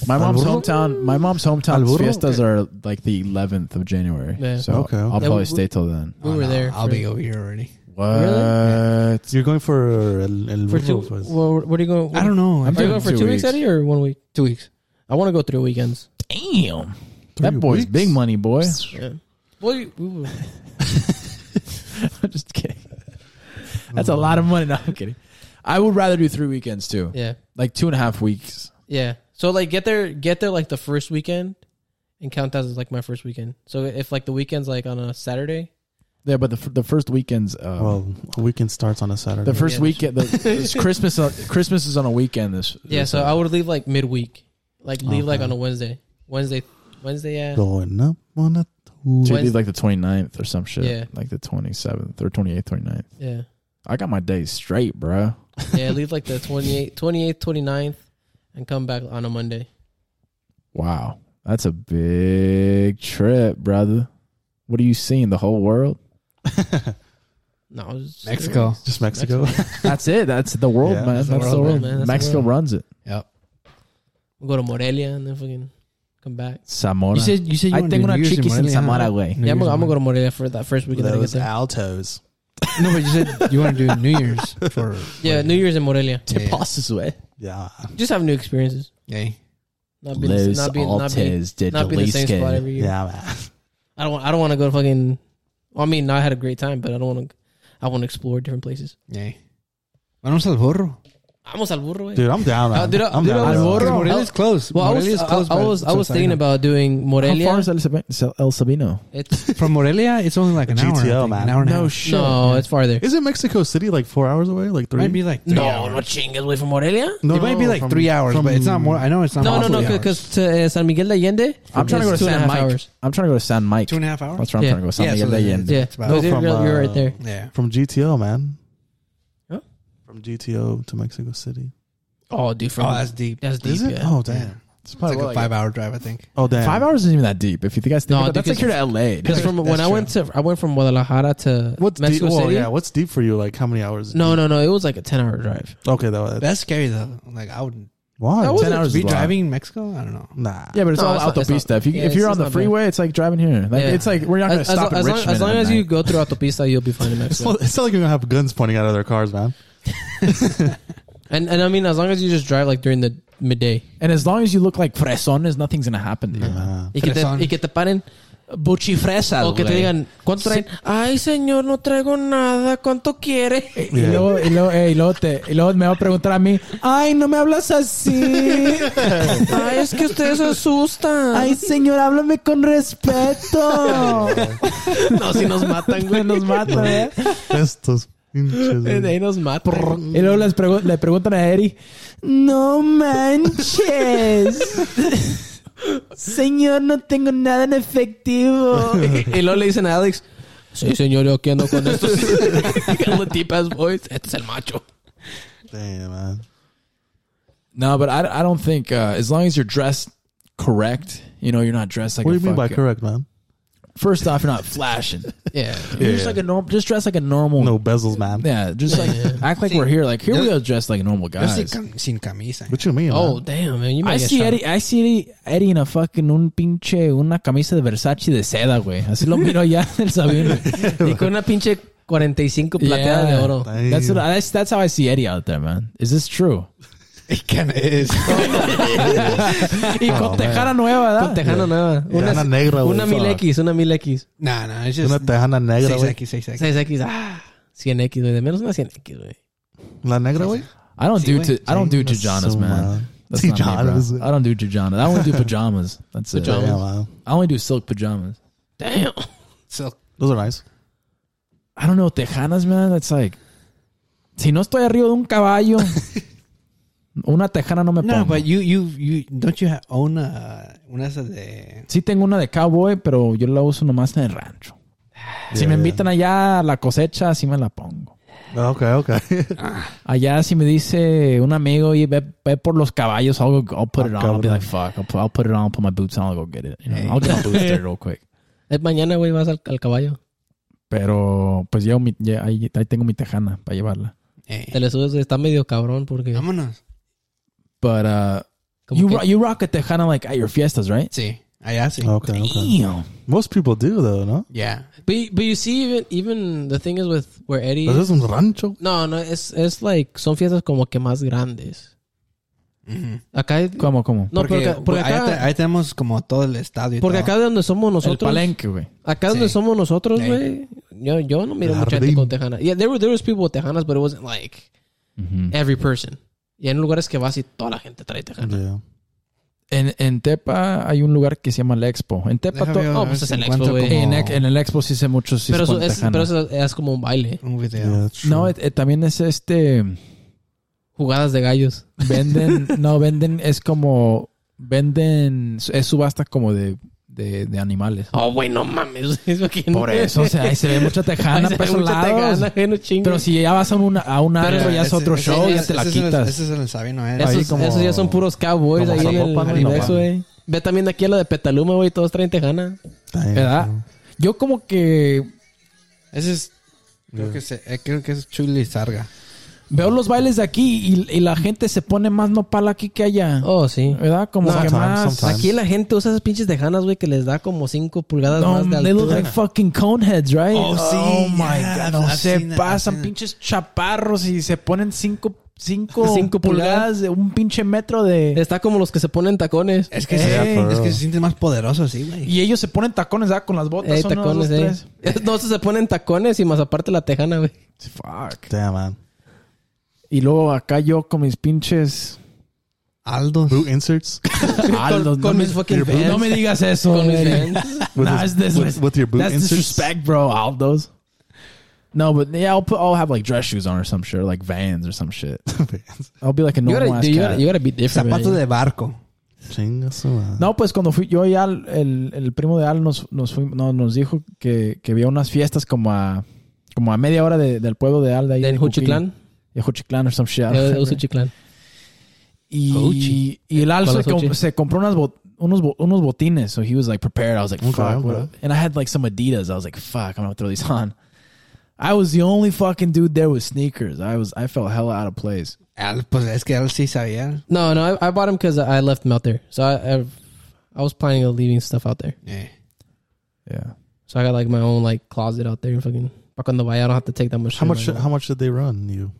[SPEAKER 5] My
[SPEAKER 7] Al
[SPEAKER 5] mom's
[SPEAKER 7] burro?
[SPEAKER 5] hometown. My mom's
[SPEAKER 7] Al
[SPEAKER 5] hometown
[SPEAKER 7] burro?
[SPEAKER 5] fiestas are like the 11th of January.
[SPEAKER 6] Yeah.
[SPEAKER 5] So
[SPEAKER 7] Okay.
[SPEAKER 5] I'll
[SPEAKER 6] Yeah,
[SPEAKER 5] probably
[SPEAKER 6] we-
[SPEAKER 5] stay till then.
[SPEAKER 6] We
[SPEAKER 4] Oh,
[SPEAKER 6] were
[SPEAKER 4] no,
[SPEAKER 6] there.
[SPEAKER 4] I'll
[SPEAKER 6] for,
[SPEAKER 4] be over here already.
[SPEAKER 5] What?
[SPEAKER 7] You're going for el, el
[SPEAKER 6] for two.
[SPEAKER 7] Burro Fest.
[SPEAKER 6] Well, what are you going?
[SPEAKER 4] I don't know.
[SPEAKER 5] I'm
[SPEAKER 6] Are you
[SPEAKER 5] doing
[SPEAKER 6] going for
[SPEAKER 5] two
[SPEAKER 6] two, weeks,
[SPEAKER 5] weeks.
[SPEAKER 6] Eddie, or one week?
[SPEAKER 4] two weeks.
[SPEAKER 6] I want to go three weekends.
[SPEAKER 5] Damn. That boy's
[SPEAKER 7] weeks?
[SPEAKER 5] big money, boy.
[SPEAKER 6] Yeah. Well, you, we were-
[SPEAKER 5] I'm [laughs] just kidding. That's a lot of money. No, I'm kidding. I would rather do three weekends too.
[SPEAKER 6] yeah,
[SPEAKER 5] Like two and a half weeks.
[SPEAKER 6] yeah. So like, get there, get there like the first weekend, and count as like my first weekend. So if like the weekend's like on a Saturday,
[SPEAKER 5] Yeah, but the, f- the first weekend's. Uh,
[SPEAKER 7] Well, a weekend starts on a Saturday.
[SPEAKER 5] the first
[SPEAKER 6] Yeah.
[SPEAKER 5] weekend. The, it's Christmas. uh, Christmas is on a weekend. This.
[SPEAKER 6] yeah.
[SPEAKER 5] this
[SPEAKER 6] So I would leave like midweek, like leave like
[SPEAKER 7] Okay.
[SPEAKER 6] on a Wednesday, Wednesday, Wednesday. Yeah,
[SPEAKER 7] going up on a
[SPEAKER 5] So
[SPEAKER 7] tour.
[SPEAKER 5] it'd be like the 29th or some shit.
[SPEAKER 6] Yeah.
[SPEAKER 5] Like the 27th or 28th, 29th.
[SPEAKER 6] yeah,
[SPEAKER 5] I got my days straight, bro.
[SPEAKER 6] yeah. leave like the 28th, 28th, 29th, and come back on a Monday.
[SPEAKER 5] Wow. That's a big trip, brother. What are you seeing? The whole world?
[SPEAKER 6] No, I was just-
[SPEAKER 4] Mexico.
[SPEAKER 7] Just Mexico.
[SPEAKER 5] That's it. That's the world,
[SPEAKER 7] Yeah,
[SPEAKER 5] man. That's,
[SPEAKER 7] that's the
[SPEAKER 5] the
[SPEAKER 6] world,
[SPEAKER 5] world.
[SPEAKER 6] man. That's the
[SPEAKER 5] Mexico
[SPEAKER 6] world.
[SPEAKER 5] runs it.
[SPEAKER 4] Yep.
[SPEAKER 6] We'll go to Morelia and then fucking come back.
[SPEAKER 5] Samora.
[SPEAKER 4] You said you said you
[SPEAKER 5] I
[SPEAKER 4] wanted
[SPEAKER 5] tengo
[SPEAKER 4] to do
[SPEAKER 5] una
[SPEAKER 4] New Year's
[SPEAKER 5] chiquis en
[SPEAKER 4] Morelia, huh?
[SPEAKER 5] Samara, güey.
[SPEAKER 4] New
[SPEAKER 6] Yeah, I'm,
[SPEAKER 4] Year's
[SPEAKER 6] gonna- I'm
[SPEAKER 4] in
[SPEAKER 6] gonna go to Morelia for that first weekend. that I get there.
[SPEAKER 7] altos.
[SPEAKER 4] Morelia. No, but you said you want to do New Year's for
[SPEAKER 6] Yeah, New Year's in Morelia.
[SPEAKER 4] Yeah.
[SPEAKER 5] passes away.
[SPEAKER 7] [laughs] Yeah.
[SPEAKER 6] Just have new experiences.
[SPEAKER 4] Hey,
[SPEAKER 6] Not being,
[SPEAKER 5] Los
[SPEAKER 6] not being, not being,
[SPEAKER 5] Altes de
[SPEAKER 6] not be the same spot
[SPEAKER 5] Jalisco.
[SPEAKER 6] every year.
[SPEAKER 7] Yeah, man.
[SPEAKER 6] I don't. I don't want to go to fucking. Well, I mean, I had a great time, but I don't want to. I want to explore different places.
[SPEAKER 4] hey. Vamos al burro.
[SPEAKER 6] Vamos al burro. Way.
[SPEAKER 7] Dude, I'm down.
[SPEAKER 6] Uh,
[SPEAKER 7] Man.
[SPEAKER 6] dude, I-
[SPEAKER 7] I'm
[SPEAKER 6] dude, I
[SPEAKER 7] down.
[SPEAKER 6] was-
[SPEAKER 7] man.
[SPEAKER 6] Burro.
[SPEAKER 4] Morelia's close.
[SPEAKER 6] Well, I was.
[SPEAKER 4] Morelia's
[SPEAKER 6] I,
[SPEAKER 4] close.
[SPEAKER 6] I
[SPEAKER 4] by
[SPEAKER 6] was. I was thinking
[SPEAKER 4] Salina.
[SPEAKER 6] about doing
[SPEAKER 5] How far
[SPEAKER 6] Morelia.
[SPEAKER 5] is El Sabino? El Sabino? [laughs]
[SPEAKER 6] It's
[SPEAKER 4] from Morelia. It's only like an hour. I
[SPEAKER 7] GTO,
[SPEAKER 4] think,
[SPEAKER 7] man.
[SPEAKER 4] An hour and a
[SPEAKER 5] No
[SPEAKER 4] half.
[SPEAKER 5] shit.
[SPEAKER 6] no, it's farther.
[SPEAKER 7] Isn't Mexico City like four hours away? Like three?
[SPEAKER 4] Might be like three
[SPEAKER 6] No,
[SPEAKER 4] hours.
[SPEAKER 6] no chingas away from Morelia.
[SPEAKER 7] no,
[SPEAKER 4] it might be like
[SPEAKER 7] from-
[SPEAKER 4] three hours,
[SPEAKER 7] from-
[SPEAKER 4] but it's not more. I know it's not.
[SPEAKER 6] No,
[SPEAKER 4] more
[SPEAKER 6] no,
[SPEAKER 4] than
[SPEAKER 6] no,
[SPEAKER 4] three
[SPEAKER 6] because to uh, San Miguel de Allende.
[SPEAKER 5] I'm trying to go to
[SPEAKER 6] it's two and a
[SPEAKER 5] San
[SPEAKER 6] half
[SPEAKER 5] Mike.
[SPEAKER 6] hours.
[SPEAKER 5] I'm trying to go to San Mike.
[SPEAKER 4] hours. two and a half hours.
[SPEAKER 5] That's where I'm
[SPEAKER 6] Yeah.
[SPEAKER 5] trying to go. San
[SPEAKER 4] Yeah,
[SPEAKER 5] Miguel
[SPEAKER 4] so
[SPEAKER 5] de
[SPEAKER 4] then-
[SPEAKER 5] Allende.
[SPEAKER 6] Yeah,
[SPEAKER 4] It's about-
[SPEAKER 6] no,
[SPEAKER 7] No,
[SPEAKER 6] you're,
[SPEAKER 7] from,
[SPEAKER 6] you're- you're right
[SPEAKER 7] uh,
[SPEAKER 6] there.
[SPEAKER 4] Yeah,
[SPEAKER 7] From GTO, man.
[SPEAKER 6] Huh?
[SPEAKER 7] From GTO to Mexico City.
[SPEAKER 6] Oh, dude, from
[SPEAKER 4] oh, that's deep.
[SPEAKER 6] that's deep.
[SPEAKER 7] Is it?
[SPEAKER 6] Yeah.
[SPEAKER 7] Oh, damn.
[SPEAKER 4] Yeah.
[SPEAKER 5] It's
[SPEAKER 4] It's
[SPEAKER 5] probably
[SPEAKER 4] like a
[SPEAKER 5] what,
[SPEAKER 4] five-hour drive, I think.
[SPEAKER 7] Oh, damn.
[SPEAKER 5] Five hours isn't even that deep. If you think I think
[SPEAKER 6] No,
[SPEAKER 5] about it,
[SPEAKER 6] I think
[SPEAKER 5] that's like here to LA.
[SPEAKER 6] Because
[SPEAKER 5] dude.
[SPEAKER 6] from when
[SPEAKER 4] That's
[SPEAKER 6] I went to, I went from Guadalajara to
[SPEAKER 7] What's
[SPEAKER 6] Mexico
[SPEAKER 5] oh,
[SPEAKER 7] deep? Well,
[SPEAKER 6] City.
[SPEAKER 7] yeah, what's deep for you? Like how many hours?
[SPEAKER 6] No, no, no. It was like a ten hour drive.
[SPEAKER 7] Okay, that was.
[SPEAKER 4] That's scary though. Like I would
[SPEAKER 7] Why?
[SPEAKER 6] That was-
[SPEAKER 5] ten hours
[SPEAKER 4] be
[SPEAKER 5] is a lot.
[SPEAKER 4] driving in Mexico. I don't know.
[SPEAKER 7] Nah.
[SPEAKER 5] Yeah, but it's
[SPEAKER 6] No,
[SPEAKER 5] all
[SPEAKER 6] it's not- it's
[SPEAKER 5] autopista.
[SPEAKER 6] not-
[SPEAKER 5] if you
[SPEAKER 6] yeah,
[SPEAKER 5] if you're
[SPEAKER 6] it's-
[SPEAKER 5] on
[SPEAKER 6] it's
[SPEAKER 5] the
[SPEAKER 6] not bad.
[SPEAKER 5] freeway, it's like driving here. Like,
[SPEAKER 6] Yeah.
[SPEAKER 5] It's like we're not going to
[SPEAKER 6] As, as,
[SPEAKER 5] stop
[SPEAKER 6] as,
[SPEAKER 5] in
[SPEAKER 6] long,
[SPEAKER 5] Richmond.
[SPEAKER 6] as long
[SPEAKER 5] at
[SPEAKER 6] as
[SPEAKER 5] night.
[SPEAKER 6] you go through autopista, you'll be fine
[SPEAKER 5] [laughs]
[SPEAKER 6] in Mexico.
[SPEAKER 7] Well, it's not like you're gonna have guns pointing out of their cars, man.
[SPEAKER 6] and and I mean, as long as you just drive like during the midday,
[SPEAKER 5] and as long as you look like fresones, nothing's gonna happen to you. man.
[SPEAKER 6] y que te,
[SPEAKER 4] Fresón.
[SPEAKER 6] y que te paren
[SPEAKER 5] Buchifresas,
[SPEAKER 6] o que te
[SPEAKER 5] güey.
[SPEAKER 6] digan cuánto traen. Ay, señor, no traigo nada. ¿Cuánto [laughs] quiere?
[SPEAKER 5] Y luego, y luego, eh, y luego te- y luego me va a preguntar a mí, ay, no me hablas así.
[SPEAKER 6] Ay, es que ustedes se asustan.
[SPEAKER 5] Ay, señor, háblame con respeto.
[SPEAKER 6] no, si nos matan, güey,
[SPEAKER 5] Nos matan, ¿eh?
[SPEAKER 7] Estos pinches.
[SPEAKER 6] De ahí [laughs] nos matan.
[SPEAKER 5] Y luego les pregu- le preguntan a Eri, no manches. Señor, no tengo nada en efectivo.
[SPEAKER 6] [laughs] y luego le dicen a Alex. Sí, señor, yo aquí ando con [laughs] estos. the deep ass boys. Este es el macho.
[SPEAKER 7] Damn, man.
[SPEAKER 5] No, but I, I don't think uh, as long as you're dressed correct, you know, you're not dressed like
[SPEAKER 7] What
[SPEAKER 5] a
[SPEAKER 7] do you mean by
[SPEAKER 5] fuck-
[SPEAKER 7] correct, man?
[SPEAKER 5] First off, you're not
[SPEAKER 7] [laughs]
[SPEAKER 5] flashing.
[SPEAKER 6] Yeah.
[SPEAKER 5] You're just
[SPEAKER 7] Yeah.
[SPEAKER 5] like a normal, just dress like a normal.
[SPEAKER 7] No bezels, man.
[SPEAKER 5] Yeah, just [laughs] like act like we're here. Like here we are, dressed like normal
[SPEAKER 4] Yo sin,
[SPEAKER 5] guys.
[SPEAKER 4] cam- sin camisa.
[SPEAKER 7] [laughs] What you mean?
[SPEAKER 6] Oh,
[SPEAKER 7] man?
[SPEAKER 6] damn, man. You might
[SPEAKER 5] I
[SPEAKER 6] get
[SPEAKER 5] see
[SPEAKER 6] shot.
[SPEAKER 5] Eddie, I see Eddie, Eddie in a fucking un pinche una camisa de Versace de seda, güey. Así lo miro ya en el Sabino.
[SPEAKER 6] Y con una pinche 45 plateada
[SPEAKER 5] Yeah.
[SPEAKER 6] de oro.
[SPEAKER 7] Damn.
[SPEAKER 5] That's what I- that's that's how I see Eddie out there, man. Is this true?
[SPEAKER 4] It kind of [laughs] is.
[SPEAKER 7] Ah,
[SPEAKER 5] y con tejana nueva,
[SPEAKER 6] Con
[SPEAKER 5] ¿verdad?
[SPEAKER 6] tejana nueva. Una,
[SPEAKER 7] Tejana negra, güey.
[SPEAKER 6] una 1000X, una 1000X.
[SPEAKER 4] nah, nah. It's just
[SPEAKER 7] Una tejana negra, güey.
[SPEAKER 4] 6X, 6X.
[SPEAKER 6] 6X, ah. 100X, güey. De menos una 100X, güey.
[SPEAKER 7] La negra, güey.
[SPEAKER 5] I don't do to, I don't do
[SPEAKER 7] That's
[SPEAKER 5] jajanas,
[SPEAKER 7] so wild.
[SPEAKER 5] man. That's not me, bro.
[SPEAKER 7] Tijanas.
[SPEAKER 5] I don't do jajanas. I only do pajamas. That's it.
[SPEAKER 7] Yeah, wow.
[SPEAKER 5] I only do silk pajamas.
[SPEAKER 6] Damn.
[SPEAKER 4] So
[SPEAKER 7] Those are nice.
[SPEAKER 5] I don't know tejanas, man. That's like, si no estoy arriba de un caballo, una tejana no me
[SPEAKER 4] no,
[SPEAKER 5] pongo.
[SPEAKER 4] but you you you don't you ha- own a una esa de
[SPEAKER 5] Sí tengo una de cowboy, pero yo la uso nomás en el rancho. si me invitan allá a la cosecha, así me la pongo.
[SPEAKER 7] Okay, okay.
[SPEAKER 5] Allá si me dice un amigo y ve, ve por los caballos, I'll, go, I'll put it on. I'll be like, fuck, I'll put, I'll put it on, put my boots on, I'll go get it. You know, I'll get my boots there real quick.
[SPEAKER 6] Eh, Mañana, güey, vas al, al caballo.
[SPEAKER 5] Pero pues llevo mi, ya- ahí, ahí tengo mi tejana para llevarla.
[SPEAKER 4] eh,
[SPEAKER 6] Te le subes, está medio cabrón porque.
[SPEAKER 4] vámonos.
[SPEAKER 5] But uh,
[SPEAKER 6] como
[SPEAKER 5] you,
[SPEAKER 6] que-
[SPEAKER 5] ro- you rock a tejana like at your fiestas, right?
[SPEAKER 4] Sí, allá sí.
[SPEAKER 7] Okay, okay.
[SPEAKER 5] Damn.
[SPEAKER 7] Most people do though, Ah. no?
[SPEAKER 4] Yeah.
[SPEAKER 6] but, you- but you see, even, even the thing is with where Eddie.
[SPEAKER 7] But this
[SPEAKER 6] is-
[SPEAKER 7] is rancho.
[SPEAKER 6] no, no, es, es like. Son fiestas como que más grandes. Acá.
[SPEAKER 5] ¿Cómo, cómo?
[SPEAKER 6] No, porque, porque,
[SPEAKER 4] allá, te-
[SPEAKER 6] acá.
[SPEAKER 4] ahí tenemos como todo el estadio. y
[SPEAKER 6] Porque
[SPEAKER 4] todo.
[SPEAKER 6] acá de donde somos
[SPEAKER 5] El
[SPEAKER 6] nosotros.
[SPEAKER 5] palenque, güey.
[SPEAKER 6] Acá donde
[SPEAKER 4] Sí.
[SPEAKER 6] somos nosotros,
[SPEAKER 4] Sí.
[SPEAKER 6] güey. Yo, yo no miro
[SPEAKER 7] El
[SPEAKER 6] mucha gente
[SPEAKER 7] jardín.
[SPEAKER 6] con tejanas. Yeah, there, were, there was people with tejanas, but it wasn't like every person. Y en lugares que vas y toda la gente trae tejanas.
[SPEAKER 7] Yeah.
[SPEAKER 5] En, en Tepa hay un lugar que se llama el Expo. En Tepa,
[SPEAKER 4] Deja
[SPEAKER 5] to-
[SPEAKER 4] ver
[SPEAKER 6] oh,
[SPEAKER 4] a
[SPEAKER 6] pues
[SPEAKER 4] ver
[SPEAKER 6] es
[SPEAKER 4] si
[SPEAKER 6] el
[SPEAKER 4] encuentro
[SPEAKER 6] expo, güey.
[SPEAKER 5] en,
[SPEAKER 4] como
[SPEAKER 5] ex- en el Expo sí se mucho. Sí se
[SPEAKER 6] pero, eso
[SPEAKER 5] pone
[SPEAKER 6] es,
[SPEAKER 5] tejana.
[SPEAKER 6] pero eso es como un baile.
[SPEAKER 4] Un video.
[SPEAKER 7] Yeah, true.
[SPEAKER 5] No, eh, también es este...
[SPEAKER 6] Jugadas de gallos. [laughs]
[SPEAKER 5] Venden, no, venden, es como, venden, es subasta como de, de, de animales.
[SPEAKER 6] Oh, güey, no mames. [laughs] Es lo que-
[SPEAKER 5] Por eso, o sea, ahí se ve mucha
[SPEAKER 6] Ay,
[SPEAKER 5] tejana
[SPEAKER 6] [laughs] se ve
[SPEAKER 5] por esos
[SPEAKER 6] mucha
[SPEAKER 5] lados.
[SPEAKER 6] tejana, güey, no chingues.
[SPEAKER 5] Pero si ya vas a, una, a un árbol, ya es
[SPEAKER 4] Ese-
[SPEAKER 5] otro
[SPEAKER 4] ese-
[SPEAKER 5] show,
[SPEAKER 4] ese-
[SPEAKER 5] ya te la
[SPEAKER 4] ese es el-
[SPEAKER 5] quitas.
[SPEAKER 4] Ese es el Sabino, eh.
[SPEAKER 6] esos,
[SPEAKER 7] como-
[SPEAKER 6] esos ya son puros cowboys ahí
[SPEAKER 7] como
[SPEAKER 6] en el
[SPEAKER 7] Zapopan, güey, no
[SPEAKER 6] anexo, güey. Ve también de aquí a la de Petaluma, güey. Todos traen tejana.
[SPEAKER 7] Damn.
[SPEAKER 5] ¿Verdad? Yo como que
[SPEAKER 4] Ese es. Creo que, se, eh, creo que es Chuli Sarga.
[SPEAKER 5] veo los bailes de aquí y, y la gente se pone más nopal aquí que allá.
[SPEAKER 6] Oh, sí.
[SPEAKER 5] ¿Verdad? Como que
[SPEAKER 7] Sometimes,
[SPEAKER 5] más...
[SPEAKER 7] sometimes.
[SPEAKER 6] Aquí la gente usa esas pinches tejanas, güey, que les da como 5 pulgadas
[SPEAKER 5] No,
[SPEAKER 6] más de
[SPEAKER 5] they look
[SPEAKER 6] altura.
[SPEAKER 5] like fucking coneheads, right?
[SPEAKER 4] Oh, sí,
[SPEAKER 5] Oh my
[SPEAKER 4] yeah,
[SPEAKER 5] god, no
[SPEAKER 4] I've
[SPEAKER 5] se
[SPEAKER 4] seen that, I've
[SPEAKER 5] pasan
[SPEAKER 4] seen that.
[SPEAKER 5] pinches chaparros y se ponen cinco, cinco,
[SPEAKER 6] Cinco
[SPEAKER 5] pulgadas de un pinche metro de.
[SPEAKER 6] Está como los que se ponen tacones.
[SPEAKER 4] Es que,
[SPEAKER 5] Eh,
[SPEAKER 4] se,
[SPEAKER 7] for
[SPEAKER 4] es que
[SPEAKER 7] real.
[SPEAKER 4] se siente más poderoso así, güey.
[SPEAKER 5] Y ellos se ponen tacones, ¿verdad? Con las botas.
[SPEAKER 6] Ey,
[SPEAKER 5] uno, dos,
[SPEAKER 6] tacones, eh.
[SPEAKER 5] tres.
[SPEAKER 6] [laughs] Entonces se ponen tacones y más aparte la tejana, güey.
[SPEAKER 5] Fuck.
[SPEAKER 7] Damn man.
[SPEAKER 5] Y luego acá yo con mis pinches.
[SPEAKER 4] Aldo.
[SPEAKER 7] Boot inserts [laughs]
[SPEAKER 5] Aldos,
[SPEAKER 6] [laughs] con
[SPEAKER 5] me-
[SPEAKER 6] mis fucking
[SPEAKER 5] no
[SPEAKER 6] Vans.
[SPEAKER 5] me digas eso.
[SPEAKER 6] Con mis
[SPEAKER 5] güey.
[SPEAKER 6] Vans.
[SPEAKER 7] with,
[SPEAKER 5] Nah,
[SPEAKER 7] his-
[SPEAKER 5] it's this-
[SPEAKER 7] with, with your boot
[SPEAKER 5] That's
[SPEAKER 7] inserts.
[SPEAKER 5] disrespect, bro. Aldos. No, but yeah, I'll put. I'll have like dress shoes on or some shit, or like Vans or some shit. I'll be like a
[SPEAKER 6] You
[SPEAKER 5] normal
[SPEAKER 6] gotta,
[SPEAKER 5] ass
[SPEAKER 6] dude, you
[SPEAKER 5] cat.
[SPEAKER 6] gotta, you gotta be different,
[SPEAKER 4] Zapato
[SPEAKER 6] man.
[SPEAKER 4] de barco.
[SPEAKER 7] Chinga su madre.
[SPEAKER 5] No, pues cuando fui yo y Al, el, el primo de Al nos, nos, fuimos- no, nos dijo que, que había unas fiestas como a, como a media hora de- del pueblo de Al de ahí.
[SPEAKER 6] De
[SPEAKER 5] de
[SPEAKER 6] en Juchitlán.
[SPEAKER 5] Cuquillo. De Juchitlán or some shit. I don't [laughs]
[SPEAKER 6] Eh,
[SPEAKER 5] remember.
[SPEAKER 6] uso chiclán.
[SPEAKER 5] Y,
[SPEAKER 6] Juchi.
[SPEAKER 5] y el Al
[SPEAKER 6] ¿Cuál
[SPEAKER 5] se,
[SPEAKER 6] es Juchi?
[SPEAKER 5] comp- se compró unas bot- unos, bo- unos botines. So he was like prepared. I was like,
[SPEAKER 7] Okay,
[SPEAKER 5] fuck.
[SPEAKER 7] okay.
[SPEAKER 5] what- And I had like some Adidas. I was like, fuck, I'm gonna throw these [laughs] on. I was the only fucking dude there with sneakers. I was I felt hella out of place.
[SPEAKER 4] Al, pues es que Al sí sabía.
[SPEAKER 6] No, no, I, I bought them because I left them out there. So I, I, I was planning on leaving stuff out there.
[SPEAKER 4] Eh.
[SPEAKER 5] Yeah.
[SPEAKER 6] So I got like my own like closet out there and fucking. Back on the way, I don't have to take that much.
[SPEAKER 7] How
[SPEAKER 6] shit,
[SPEAKER 7] much?
[SPEAKER 6] like,
[SPEAKER 7] How much did they run you?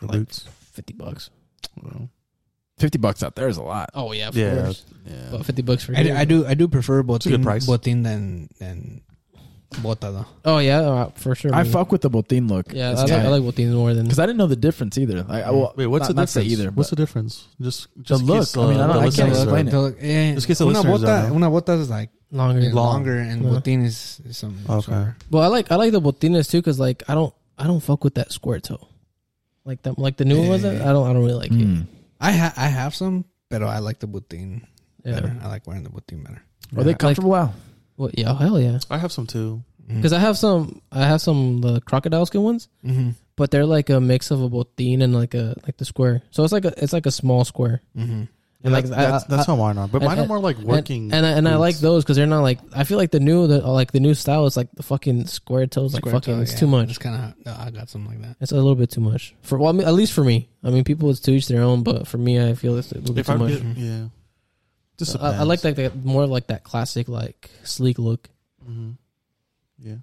[SPEAKER 7] The
[SPEAKER 6] Like-
[SPEAKER 7] boots.
[SPEAKER 6] Fifty bucks.
[SPEAKER 7] Well,
[SPEAKER 5] Fifty bucks out there is a lot.
[SPEAKER 6] Oh yeah, of
[SPEAKER 7] Yeah,
[SPEAKER 6] course.
[SPEAKER 7] yeah.
[SPEAKER 6] But fifty bucks for
[SPEAKER 4] I, do-
[SPEAKER 6] here.
[SPEAKER 4] I do I do prefer
[SPEAKER 7] a good
[SPEAKER 4] botín,
[SPEAKER 7] price.
[SPEAKER 4] botín than than bota though.
[SPEAKER 6] Oh yeah, uh, for sure.
[SPEAKER 5] I
[SPEAKER 6] man.
[SPEAKER 5] fuck with the botin look.
[SPEAKER 6] Yeah, I
[SPEAKER 5] It's
[SPEAKER 6] like,
[SPEAKER 5] nice.
[SPEAKER 6] I like botines more than.
[SPEAKER 5] Because I didn't know the difference either. I, I, well,
[SPEAKER 7] Oh, Wait, what's
[SPEAKER 5] not,
[SPEAKER 7] the
[SPEAKER 5] not say
[SPEAKER 7] difference?
[SPEAKER 5] either.
[SPEAKER 7] what's the
[SPEAKER 5] but-
[SPEAKER 7] difference? Just, just in
[SPEAKER 5] look.
[SPEAKER 7] case,
[SPEAKER 5] I mean, I don't- I
[SPEAKER 7] the
[SPEAKER 5] can't
[SPEAKER 7] listeners uh,
[SPEAKER 5] explain
[SPEAKER 7] are-
[SPEAKER 5] it.
[SPEAKER 4] So, eh,
[SPEAKER 7] Just get the
[SPEAKER 4] una
[SPEAKER 7] listeners
[SPEAKER 4] bota,
[SPEAKER 7] out.
[SPEAKER 4] una bota is like
[SPEAKER 6] longer.
[SPEAKER 4] is longer and
[SPEAKER 6] Yeah.
[SPEAKER 4] botín is, is some
[SPEAKER 7] Okay.
[SPEAKER 4] shorter.
[SPEAKER 6] Well, I like I like the botines too because like I don't I don't fuck with that square toe, like them like the new ones. I don't I don't really like
[SPEAKER 5] Mm.
[SPEAKER 4] I ha- I have some, but I like the botín
[SPEAKER 6] it. Yeah.
[SPEAKER 4] better. I like wearing the botín better.
[SPEAKER 5] Are they comfortable? wow.
[SPEAKER 6] Well, yeah, hell yeah.
[SPEAKER 7] I have some too.
[SPEAKER 6] Because I have some I have some the crocodile skin ones,
[SPEAKER 4] Mm-hmm.
[SPEAKER 6] but they're like a mix of a botin and like a like the square. So it's like a it's like a small square.
[SPEAKER 4] Mm-hmm.
[SPEAKER 6] And like
[SPEAKER 7] that's,
[SPEAKER 6] I-
[SPEAKER 7] that's
[SPEAKER 6] I-
[SPEAKER 7] how mine are. But
[SPEAKER 6] and-
[SPEAKER 7] mine are
[SPEAKER 6] and-
[SPEAKER 7] more like working.
[SPEAKER 6] and and I, and I like
[SPEAKER 7] boots.
[SPEAKER 6] those because they're not like I feel like the new the like the new style is like the fucking square toes like fucking it's too much.
[SPEAKER 4] It's kind of uh, I got something like that.
[SPEAKER 6] [laughs] It's a little bit too much for well I mean, at least for me. I mean, people it's to each their own, but for me, I feel it's a little bit
[SPEAKER 7] If
[SPEAKER 6] too
[SPEAKER 7] I
[SPEAKER 6] much.
[SPEAKER 7] get, yeah, just
[SPEAKER 6] I, I like that, that more like that classic like sleek look.
[SPEAKER 7] hmm Yeah,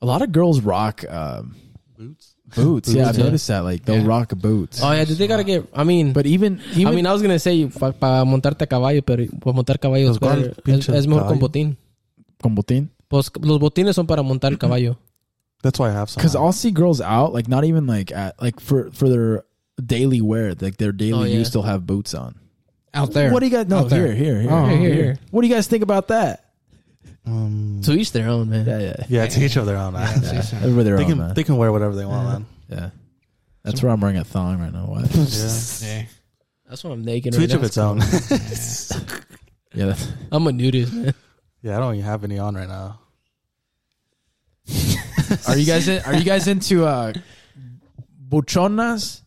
[SPEAKER 5] A lot of girls rock um,
[SPEAKER 7] boots. Uh,
[SPEAKER 5] boots. Yeah, I've
[SPEAKER 6] yeah.
[SPEAKER 5] noticed that. Like they'll
[SPEAKER 4] Yeah.
[SPEAKER 5] rock boots.
[SPEAKER 6] Oh yeah, dude, they gotta get. I mean,
[SPEAKER 5] but even even
[SPEAKER 6] I mean, I was gonna say para montarte a caballo, pero para montar caballo
[SPEAKER 7] Los
[SPEAKER 6] es, better-
[SPEAKER 7] cual
[SPEAKER 6] es,
[SPEAKER 7] pinche
[SPEAKER 6] es mejor con
[SPEAKER 7] caballo.
[SPEAKER 6] botín.
[SPEAKER 5] con botín,
[SPEAKER 6] Pues los botines son para montar el caballo.
[SPEAKER 7] That's why I have some.
[SPEAKER 5] because I'll see girls out like not even like at like for for their daily wear, like their daily
[SPEAKER 6] Oh, yeah.
[SPEAKER 5] use, still have boots on.
[SPEAKER 4] out there.
[SPEAKER 5] What do you guys? No,
[SPEAKER 4] Out there.
[SPEAKER 5] here, here, here,
[SPEAKER 4] Oh,
[SPEAKER 6] Here, here, here.
[SPEAKER 5] What do you guys think about that?
[SPEAKER 7] Um,
[SPEAKER 6] To each their own, man.
[SPEAKER 5] Yeah, yeah.
[SPEAKER 7] yeah, to each of their own. man.
[SPEAKER 4] Yeah, see, so-
[SPEAKER 5] Everywhere they're
[SPEAKER 7] They
[SPEAKER 5] on,
[SPEAKER 7] can
[SPEAKER 5] man.
[SPEAKER 7] they can wear whatever they want, man.
[SPEAKER 5] yeah, that's where I'm wearing a thong right now. Why? [laughs]
[SPEAKER 7] Yeah.
[SPEAKER 4] yeah.
[SPEAKER 6] That's what I'm naked.
[SPEAKER 7] To
[SPEAKER 6] right
[SPEAKER 7] each of
[SPEAKER 6] now.
[SPEAKER 7] its own. [laughs]
[SPEAKER 5] yeah, that's,
[SPEAKER 6] I'm a nudist, man.
[SPEAKER 7] yeah, I don't even have any on right now.
[SPEAKER 5] Are you guys in, are you guys into uh buchonas,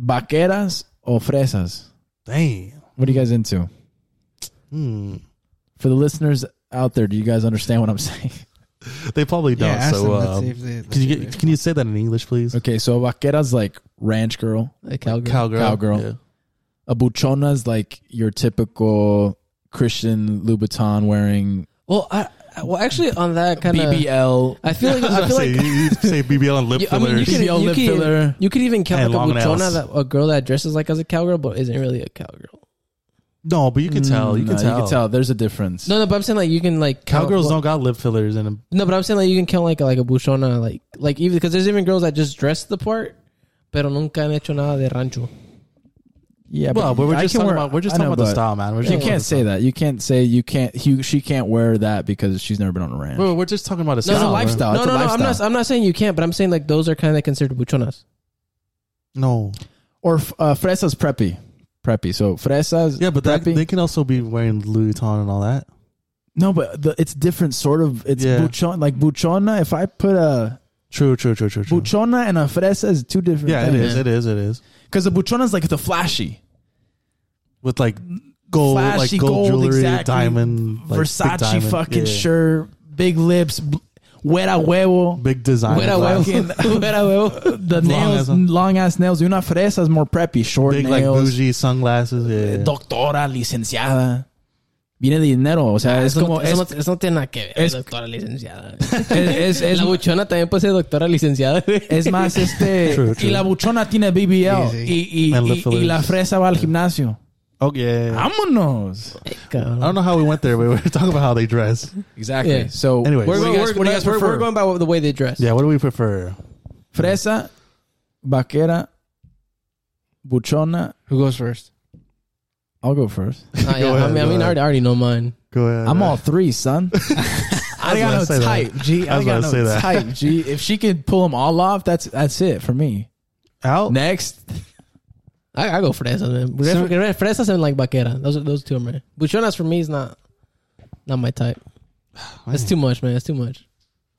[SPEAKER 5] vaqueras, or fresas?
[SPEAKER 7] Damn.
[SPEAKER 5] What are you guys into?
[SPEAKER 7] Hmm.
[SPEAKER 5] For the listeners out there, do you guys understand what I'm [laughs] saying?
[SPEAKER 7] They probably don't.
[SPEAKER 4] Yeah, ask
[SPEAKER 7] so
[SPEAKER 4] them,
[SPEAKER 7] uh,
[SPEAKER 4] let's see if they- let's
[SPEAKER 7] can you
[SPEAKER 4] see
[SPEAKER 7] get,
[SPEAKER 4] if
[SPEAKER 7] can you say that in English, please?
[SPEAKER 5] Okay, so a vaquera's like ranch girl.
[SPEAKER 6] Like cowgirl.
[SPEAKER 7] Cowgirl.
[SPEAKER 5] Cowgirl.
[SPEAKER 7] Yeah.
[SPEAKER 5] A buchona's like your typical Christian Louboutin wearing
[SPEAKER 6] well, I, I- well, actually, on that kind of,
[SPEAKER 5] BBL.
[SPEAKER 6] [laughs] I feel like I
[SPEAKER 7] [laughs] I
[SPEAKER 6] feel
[SPEAKER 7] say,
[SPEAKER 6] like
[SPEAKER 7] you, you say BBL and lip
[SPEAKER 6] You- I
[SPEAKER 7] fillers.
[SPEAKER 6] mean, you
[SPEAKER 5] BBL
[SPEAKER 6] can-
[SPEAKER 5] lip
[SPEAKER 6] can-
[SPEAKER 5] filler.
[SPEAKER 6] you could even count
[SPEAKER 7] And
[SPEAKER 6] like a
[SPEAKER 7] long
[SPEAKER 6] buchona,
[SPEAKER 7] nails.
[SPEAKER 6] that, a girl that dresses like as a cowgirl but isn't really a cowgirl.
[SPEAKER 7] no, but you can tell. You
[SPEAKER 5] Mm,
[SPEAKER 7] can
[SPEAKER 5] no,
[SPEAKER 7] tell.
[SPEAKER 5] You can tell. There's a difference.
[SPEAKER 6] No, no, but I'm saying like you can like count-
[SPEAKER 7] Cowgirls don't got lip fillers in them.
[SPEAKER 6] No, but I'm saying like you can count like like a buchona, like like even because there's even girls that just dress the part, pero nunca han hecho nada de rancho.
[SPEAKER 5] Yeah,
[SPEAKER 7] Well, but we're
[SPEAKER 5] I
[SPEAKER 7] just
[SPEAKER 5] can
[SPEAKER 7] talking
[SPEAKER 5] wear-
[SPEAKER 7] about we're just
[SPEAKER 5] I
[SPEAKER 7] talking
[SPEAKER 5] know,
[SPEAKER 7] about the
[SPEAKER 5] but
[SPEAKER 7] style, man. We're just
[SPEAKER 5] You
[SPEAKER 7] talking about
[SPEAKER 5] can't
[SPEAKER 7] the
[SPEAKER 5] say that. You can't say you can't. He, she can't wear that because she's never been on a ranch.
[SPEAKER 7] Bro, we're just talking about a
[SPEAKER 6] No,
[SPEAKER 7] style.
[SPEAKER 6] no,
[SPEAKER 7] bro.
[SPEAKER 5] lifestyle.
[SPEAKER 6] no,
[SPEAKER 5] it's a
[SPEAKER 6] no, no. I'm not.
[SPEAKER 5] lifestyle.
[SPEAKER 6] I'm not saying you can't, but I'm saying like those are kind of considered buchonas.
[SPEAKER 7] No.
[SPEAKER 5] Or uh, fresas preppy, preppy. So fresas.
[SPEAKER 7] Yeah, but that,
[SPEAKER 5] preppy.
[SPEAKER 7] they can also be wearing Louis Vuitton and all that.
[SPEAKER 5] no, but the, it's different sort of. It's
[SPEAKER 7] Yeah.
[SPEAKER 5] buchon like buchona. If I put a
[SPEAKER 7] True, true, true, true, true.
[SPEAKER 5] buchona and a fresa is two different.
[SPEAKER 7] yeah, it
[SPEAKER 5] things.
[SPEAKER 7] is. It is. It is.
[SPEAKER 5] Because the buchona is like the flashy,
[SPEAKER 7] With like gold,
[SPEAKER 5] flashy
[SPEAKER 7] like gold, jewelry,
[SPEAKER 5] exactly.
[SPEAKER 7] diamond, like, big
[SPEAKER 5] Versace
[SPEAKER 7] diamond.
[SPEAKER 5] fucking
[SPEAKER 7] Yeah.
[SPEAKER 5] shirt, big lips, bl- huera huevo.
[SPEAKER 7] big design,
[SPEAKER 6] Fuera
[SPEAKER 7] like, [laughs]
[SPEAKER 6] huevo. Fuera huevo.
[SPEAKER 5] The nails,
[SPEAKER 7] ass-
[SPEAKER 5] long ass nails. Una fresa is more preppy, short
[SPEAKER 7] big like
[SPEAKER 5] nails. Eh,
[SPEAKER 7] bougie sunglasses. Yeah,
[SPEAKER 5] doctora, licenciada. Viene de dinero, o sea, Ah, es
[SPEAKER 6] Eso no-
[SPEAKER 5] como...
[SPEAKER 6] eso,
[SPEAKER 5] Es,
[SPEAKER 6] no, eso no tiene nada que ver.
[SPEAKER 5] es-
[SPEAKER 6] doctora licenciada.
[SPEAKER 5] es, es, es-
[SPEAKER 6] La buchona también puede ser doctora licenciada.
[SPEAKER 5] [laughs] es
[SPEAKER 6] [laughs]
[SPEAKER 5] más, este...
[SPEAKER 7] True, true.
[SPEAKER 5] Y la buchona tiene BBL.
[SPEAKER 4] Easy.
[SPEAKER 5] Y, y,
[SPEAKER 7] And lip
[SPEAKER 5] y-
[SPEAKER 7] fillers.
[SPEAKER 5] y la fresa va al gimnasio.
[SPEAKER 7] Oh yeah.
[SPEAKER 5] ¡Vámonos!
[SPEAKER 7] I
[SPEAKER 6] Ah,
[SPEAKER 7] don't know how we went there, but we were [laughs] talking about how they dress.
[SPEAKER 5] Exactly.
[SPEAKER 6] Yeah.
[SPEAKER 5] So,
[SPEAKER 7] Anyways.
[SPEAKER 5] what do
[SPEAKER 6] We're going,
[SPEAKER 5] you guys,
[SPEAKER 6] we're,
[SPEAKER 5] what do you guys
[SPEAKER 6] we're- we're
[SPEAKER 5] prefer?
[SPEAKER 6] going by the way they dress.
[SPEAKER 7] Yeah, what do we prefer?
[SPEAKER 6] Uh,
[SPEAKER 5] fresa, vaquera, buchona.
[SPEAKER 4] Who goes first?
[SPEAKER 5] I'll go first.
[SPEAKER 6] Ah, yeah.
[SPEAKER 7] [laughs] Go
[SPEAKER 6] I
[SPEAKER 7] ahead,
[SPEAKER 6] mean, I
[SPEAKER 7] go
[SPEAKER 6] mean, I
[SPEAKER 7] ahead.
[SPEAKER 6] already, I already know mine.
[SPEAKER 7] Go ahead.
[SPEAKER 5] I'm all three, son. I
[SPEAKER 7] I
[SPEAKER 5] got
[SPEAKER 7] was
[SPEAKER 5] no
[SPEAKER 7] gonna say
[SPEAKER 5] type,
[SPEAKER 7] that.
[SPEAKER 5] G.
[SPEAKER 7] I
[SPEAKER 5] I
[SPEAKER 7] was
[SPEAKER 5] got
[SPEAKER 7] gonna
[SPEAKER 5] no
[SPEAKER 7] say that.
[SPEAKER 5] type, G. If she can pull them all off, that's that's it for me.
[SPEAKER 7] [laughs] out.
[SPEAKER 5] Next,
[SPEAKER 6] I, I go fresas, man. Re-
[SPEAKER 4] So-
[SPEAKER 6] re- fresas and like vaquera. Those are those two, man. Buchonas for me is not not my type. It's too much, man. It's too much.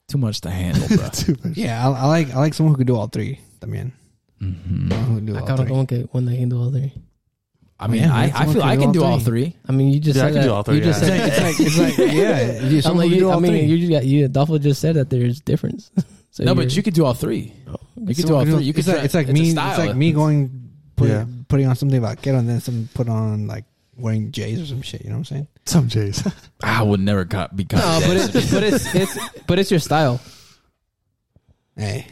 [SPEAKER 5] too much to handle, bro.
[SPEAKER 4] Yeah, I, I like I like someone who could do all three. También. Someone who can do
[SPEAKER 6] I
[SPEAKER 4] all
[SPEAKER 6] kind of
[SPEAKER 4] three.
[SPEAKER 6] don't get one that can do all three.
[SPEAKER 5] I mean,
[SPEAKER 4] Yeah,
[SPEAKER 5] I,
[SPEAKER 4] if
[SPEAKER 5] I
[SPEAKER 4] one
[SPEAKER 5] feel
[SPEAKER 4] can
[SPEAKER 5] I
[SPEAKER 4] do
[SPEAKER 5] can
[SPEAKER 4] all
[SPEAKER 5] do all
[SPEAKER 4] three.
[SPEAKER 5] three.
[SPEAKER 6] I mean, you just
[SPEAKER 7] Yeah, I
[SPEAKER 6] said
[SPEAKER 7] can
[SPEAKER 6] that.
[SPEAKER 7] do all three,
[SPEAKER 6] You just
[SPEAKER 7] yeah.
[SPEAKER 6] said
[SPEAKER 4] It's like it's like yeah, you,
[SPEAKER 6] I'm
[SPEAKER 4] someone who could
[SPEAKER 6] like, you,
[SPEAKER 4] do all
[SPEAKER 6] I mean,
[SPEAKER 4] three.
[SPEAKER 6] you, you, you, Adolfo just said that there's difference. So
[SPEAKER 5] No,
[SPEAKER 6] you're-
[SPEAKER 5] but you could do all three. You could do all
[SPEAKER 4] Someone
[SPEAKER 5] three. You could
[SPEAKER 4] it's like
[SPEAKER 5] try-
[SPEAKER 4] it's like
[SPEAKER 5] a
[SPEAKER 4] me. It's
[SPEAKER 5] style.
[SPEAKER 4] like me going put,
[SPEAKER 7] Yeah.
[SPEAKER 4] putting on something vaquero and then some put on like wearing J's or some shit. You know what I'm saying?
[SPEAKER 7] [laughs] Some J's.
[SPEAKER 5] Ah, I would never co- be
[SPEAKER 6] [laughs] No,
[SPEAKER 5] confident.
[SPEAKER 6] but it's but it's it's but it's your style.
[SPEAKER 4] Hey,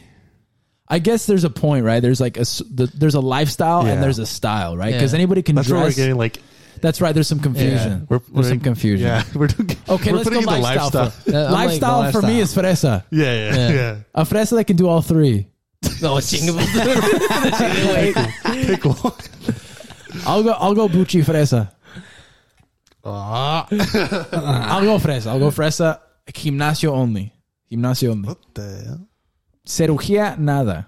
[SPEAKER 5] I guess there's a point, right? There's like a s- the, there's a lifestyle
[SPEAKER 7] Yeah.
[SPEAKER 5] and there's a style, right?
[SPEAKER 6] Yeah.
[SPEAKER 5] Because anybody can
[SPEAKER 7] That's where we're
[SPEAKER 5] dress.
[SPEAKER 7] getting like
[SPEAKER 5] That's right. There's some confusion.
[SPEAKER 7] We're-
[SPEAKER 5] there's
[SPEAKER 7] we're-
[SPEAKER 5] some confusion.
[SPEAKER 7] yeah. [laughs] We're doing,
[SPEAKER 5] Okay,
[SPEAKER 7] we're
[SPEAKER 5] let's go
[SPEAKER 7] putting in the
[SPEAKER 5] lifestyle.
[SPEAKER 7] lifestyle.
[SPEAKER 5] first.
[SPEAKER 6] Yeah, I'm like
[SPEAKER 5] lifestyle
[SPEAKER 6] the
[SPEAKER 5] for me is fresa.
[SPEAKER 7] Yeah, yeah, yeah.
[SPEAKER 5] A fresa that can do all three.
[SPEAKER 6] No, pues. [laughs]
[SPEAKER 7] [laughs] Pickle.
[SPEAKER 5] I'll go. I'll go buchi fresa.
[SPEAKER 7] [laughs] Ah,
[SPEAKER 5] I'll go fresa. I'll go fresa. Gimnasio only. Gimnasio only.
[SPEAKER 7] what the hell?
[SPEAKER 5] Cirugía nada.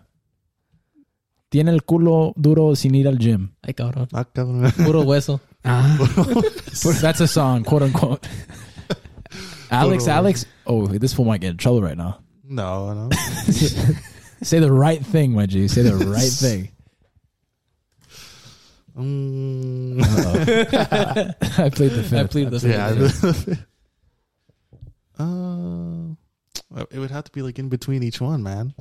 [SPEAKER 5] Tiene el culo duro sin ir al
[SPEAKER 7] [laughs]
[SPEAKER 5] gym.
[SPEAKER 6] I got on.
[SPEAKER 7] Ah, cabrón.
[SPEAKER 6] Puro hueso.
[SPEAKER 5] That's a song, quote
[SPEAKER 7] [laughs]
[SPEAKER 5] unquote. Alex, Alex. Oh, this fool might get in trouble right now.
[SPEAKER 7] [laughs] No, no.
[SPEAKER 5] Say the right thing, my G. Say the
[SPEAKER 7] [laughs]
[SPEAKER 5] right thing. [laughs]
[SPEAKER 7] Mm,
[SPEAKER 5] I played the
[SPEAKER 6] I
[SPEAKER 5] fifth.
[SPEAKER 6] plead the
[SPEAKER 7] yeah.
[SPEAKER 6] fifth.
[SPEAKER 7] [laughs] uh, it would have to be like in between each one, man.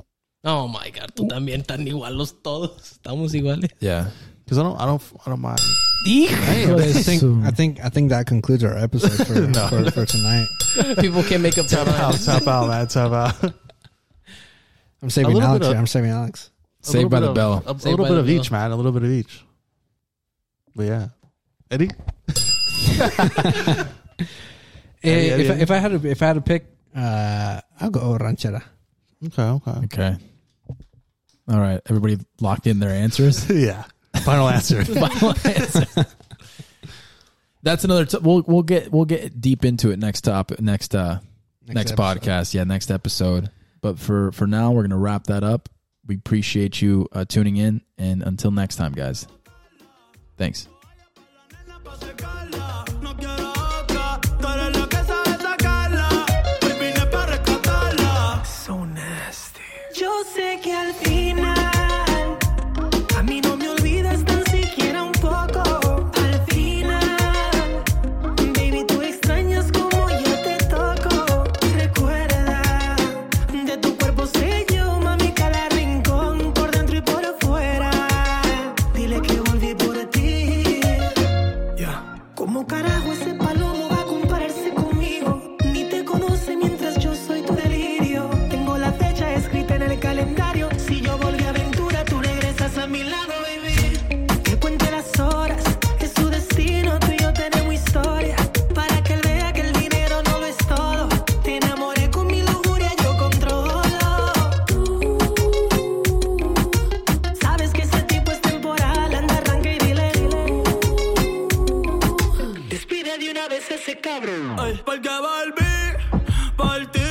[SPEAKER 6] Oh my god, tú también tan igualos todos. Estamos iguales.
[SPEAKER 5] yeah.
[SPEAKER 7] Because I don't, I don't, I don't mind.
[SPEAKER 4] I think I think I think that concludes our episode for for, for tonight.
[SPEAKER 6] People can't make up their
[SPEAKER 7] [laughs] Tap out,
[SPEAKER 6] minds.
[SPEAKER 7] tap out, man. Tap out. [laughs] A
[SPEAKER 4] I'm saving
[SPEAKER 7] little bit
[SPEAKER 4] Alex.
[SPEAKER 7] of-
[SPEAKER 4] here. I'm saving Alex.
[SPEAKER 5] Saved
[SPEAKER 7] little
[SPEAKER 5] by
[SPEAKER 7] bit
[SPEAKER 5] the
[SPEAKER 7] of-
[SPEAKER 5] bell.
[SPEAKER 7] A,
[SPEAKER 6] Saved
[SPEAKER 7] little
[SPEAKER 6] by
[SPEAKER 7] bit
[SPEAKER 6] the
[SPEAKER 7] of
[SPEAKER 6] bell.
[SPEAKER 7] each, man. A little bit of each. But yeah, Eddie.
[SPEAKER 4] Eh,
[SPEAKER 7] yeah,
[SPEAKER 4] if,
[SPEAKER 7] yeah.
[SPEAKER 4] I- if I had to, if I had to pick, uh, I'll go ranchera.
[SPEAKER 7] Okay, okay.
[SPEAKER 5] Okay. All right, everybody locked in their
[SPEAKER 7] [laughs]
[SPEAKER 5] answers.
[SPEAKER 7] [laughs] yeah. Final answer.
[SPEAKER 5] Final answer. That's another. T- we'll we'll get we'll get deep into it next top next uh next,
[SPEAKER 4] episode.
[SPEAKER 5] podcast. Yeah, next episode. But for for now, we're gonna wrap that up. We appreciate you uh, tuning in, and until next time, guys. Thanks.
[SPEAKER 3] nena pa' secarla. No quiero otra, tú eres la que sabe sacarla. Hoy vine pa' rescatarla.
[SPEAKER 2] Yo sé que al final a mí no me olvidas tan siquiera un poco. Al final, baby, tú extrañas como yo te toco. Recuerda, de tu cuerpo sé yo, mami, cada rincón, por dentro y por fuera. Dile que volví por ti. Como carajo ese palomo va a compararse conmigo? Ni te conoce mientras yo soy tu delirio. Tengo la fecha escrita en el calendario. Si yo volví a aventura, tú regresas a mi lado, baby. Que cuente las horas, es su destino. Tú y yo tenemos historia. Para que él vea que el dinero no lo es todo. Te enamoré con mi lujuria, yo controlo. Tú sabes que ese tipo es temporal. Anda, arranca y dile.
[SPEAKER 3] Ay, porque volví, por ti.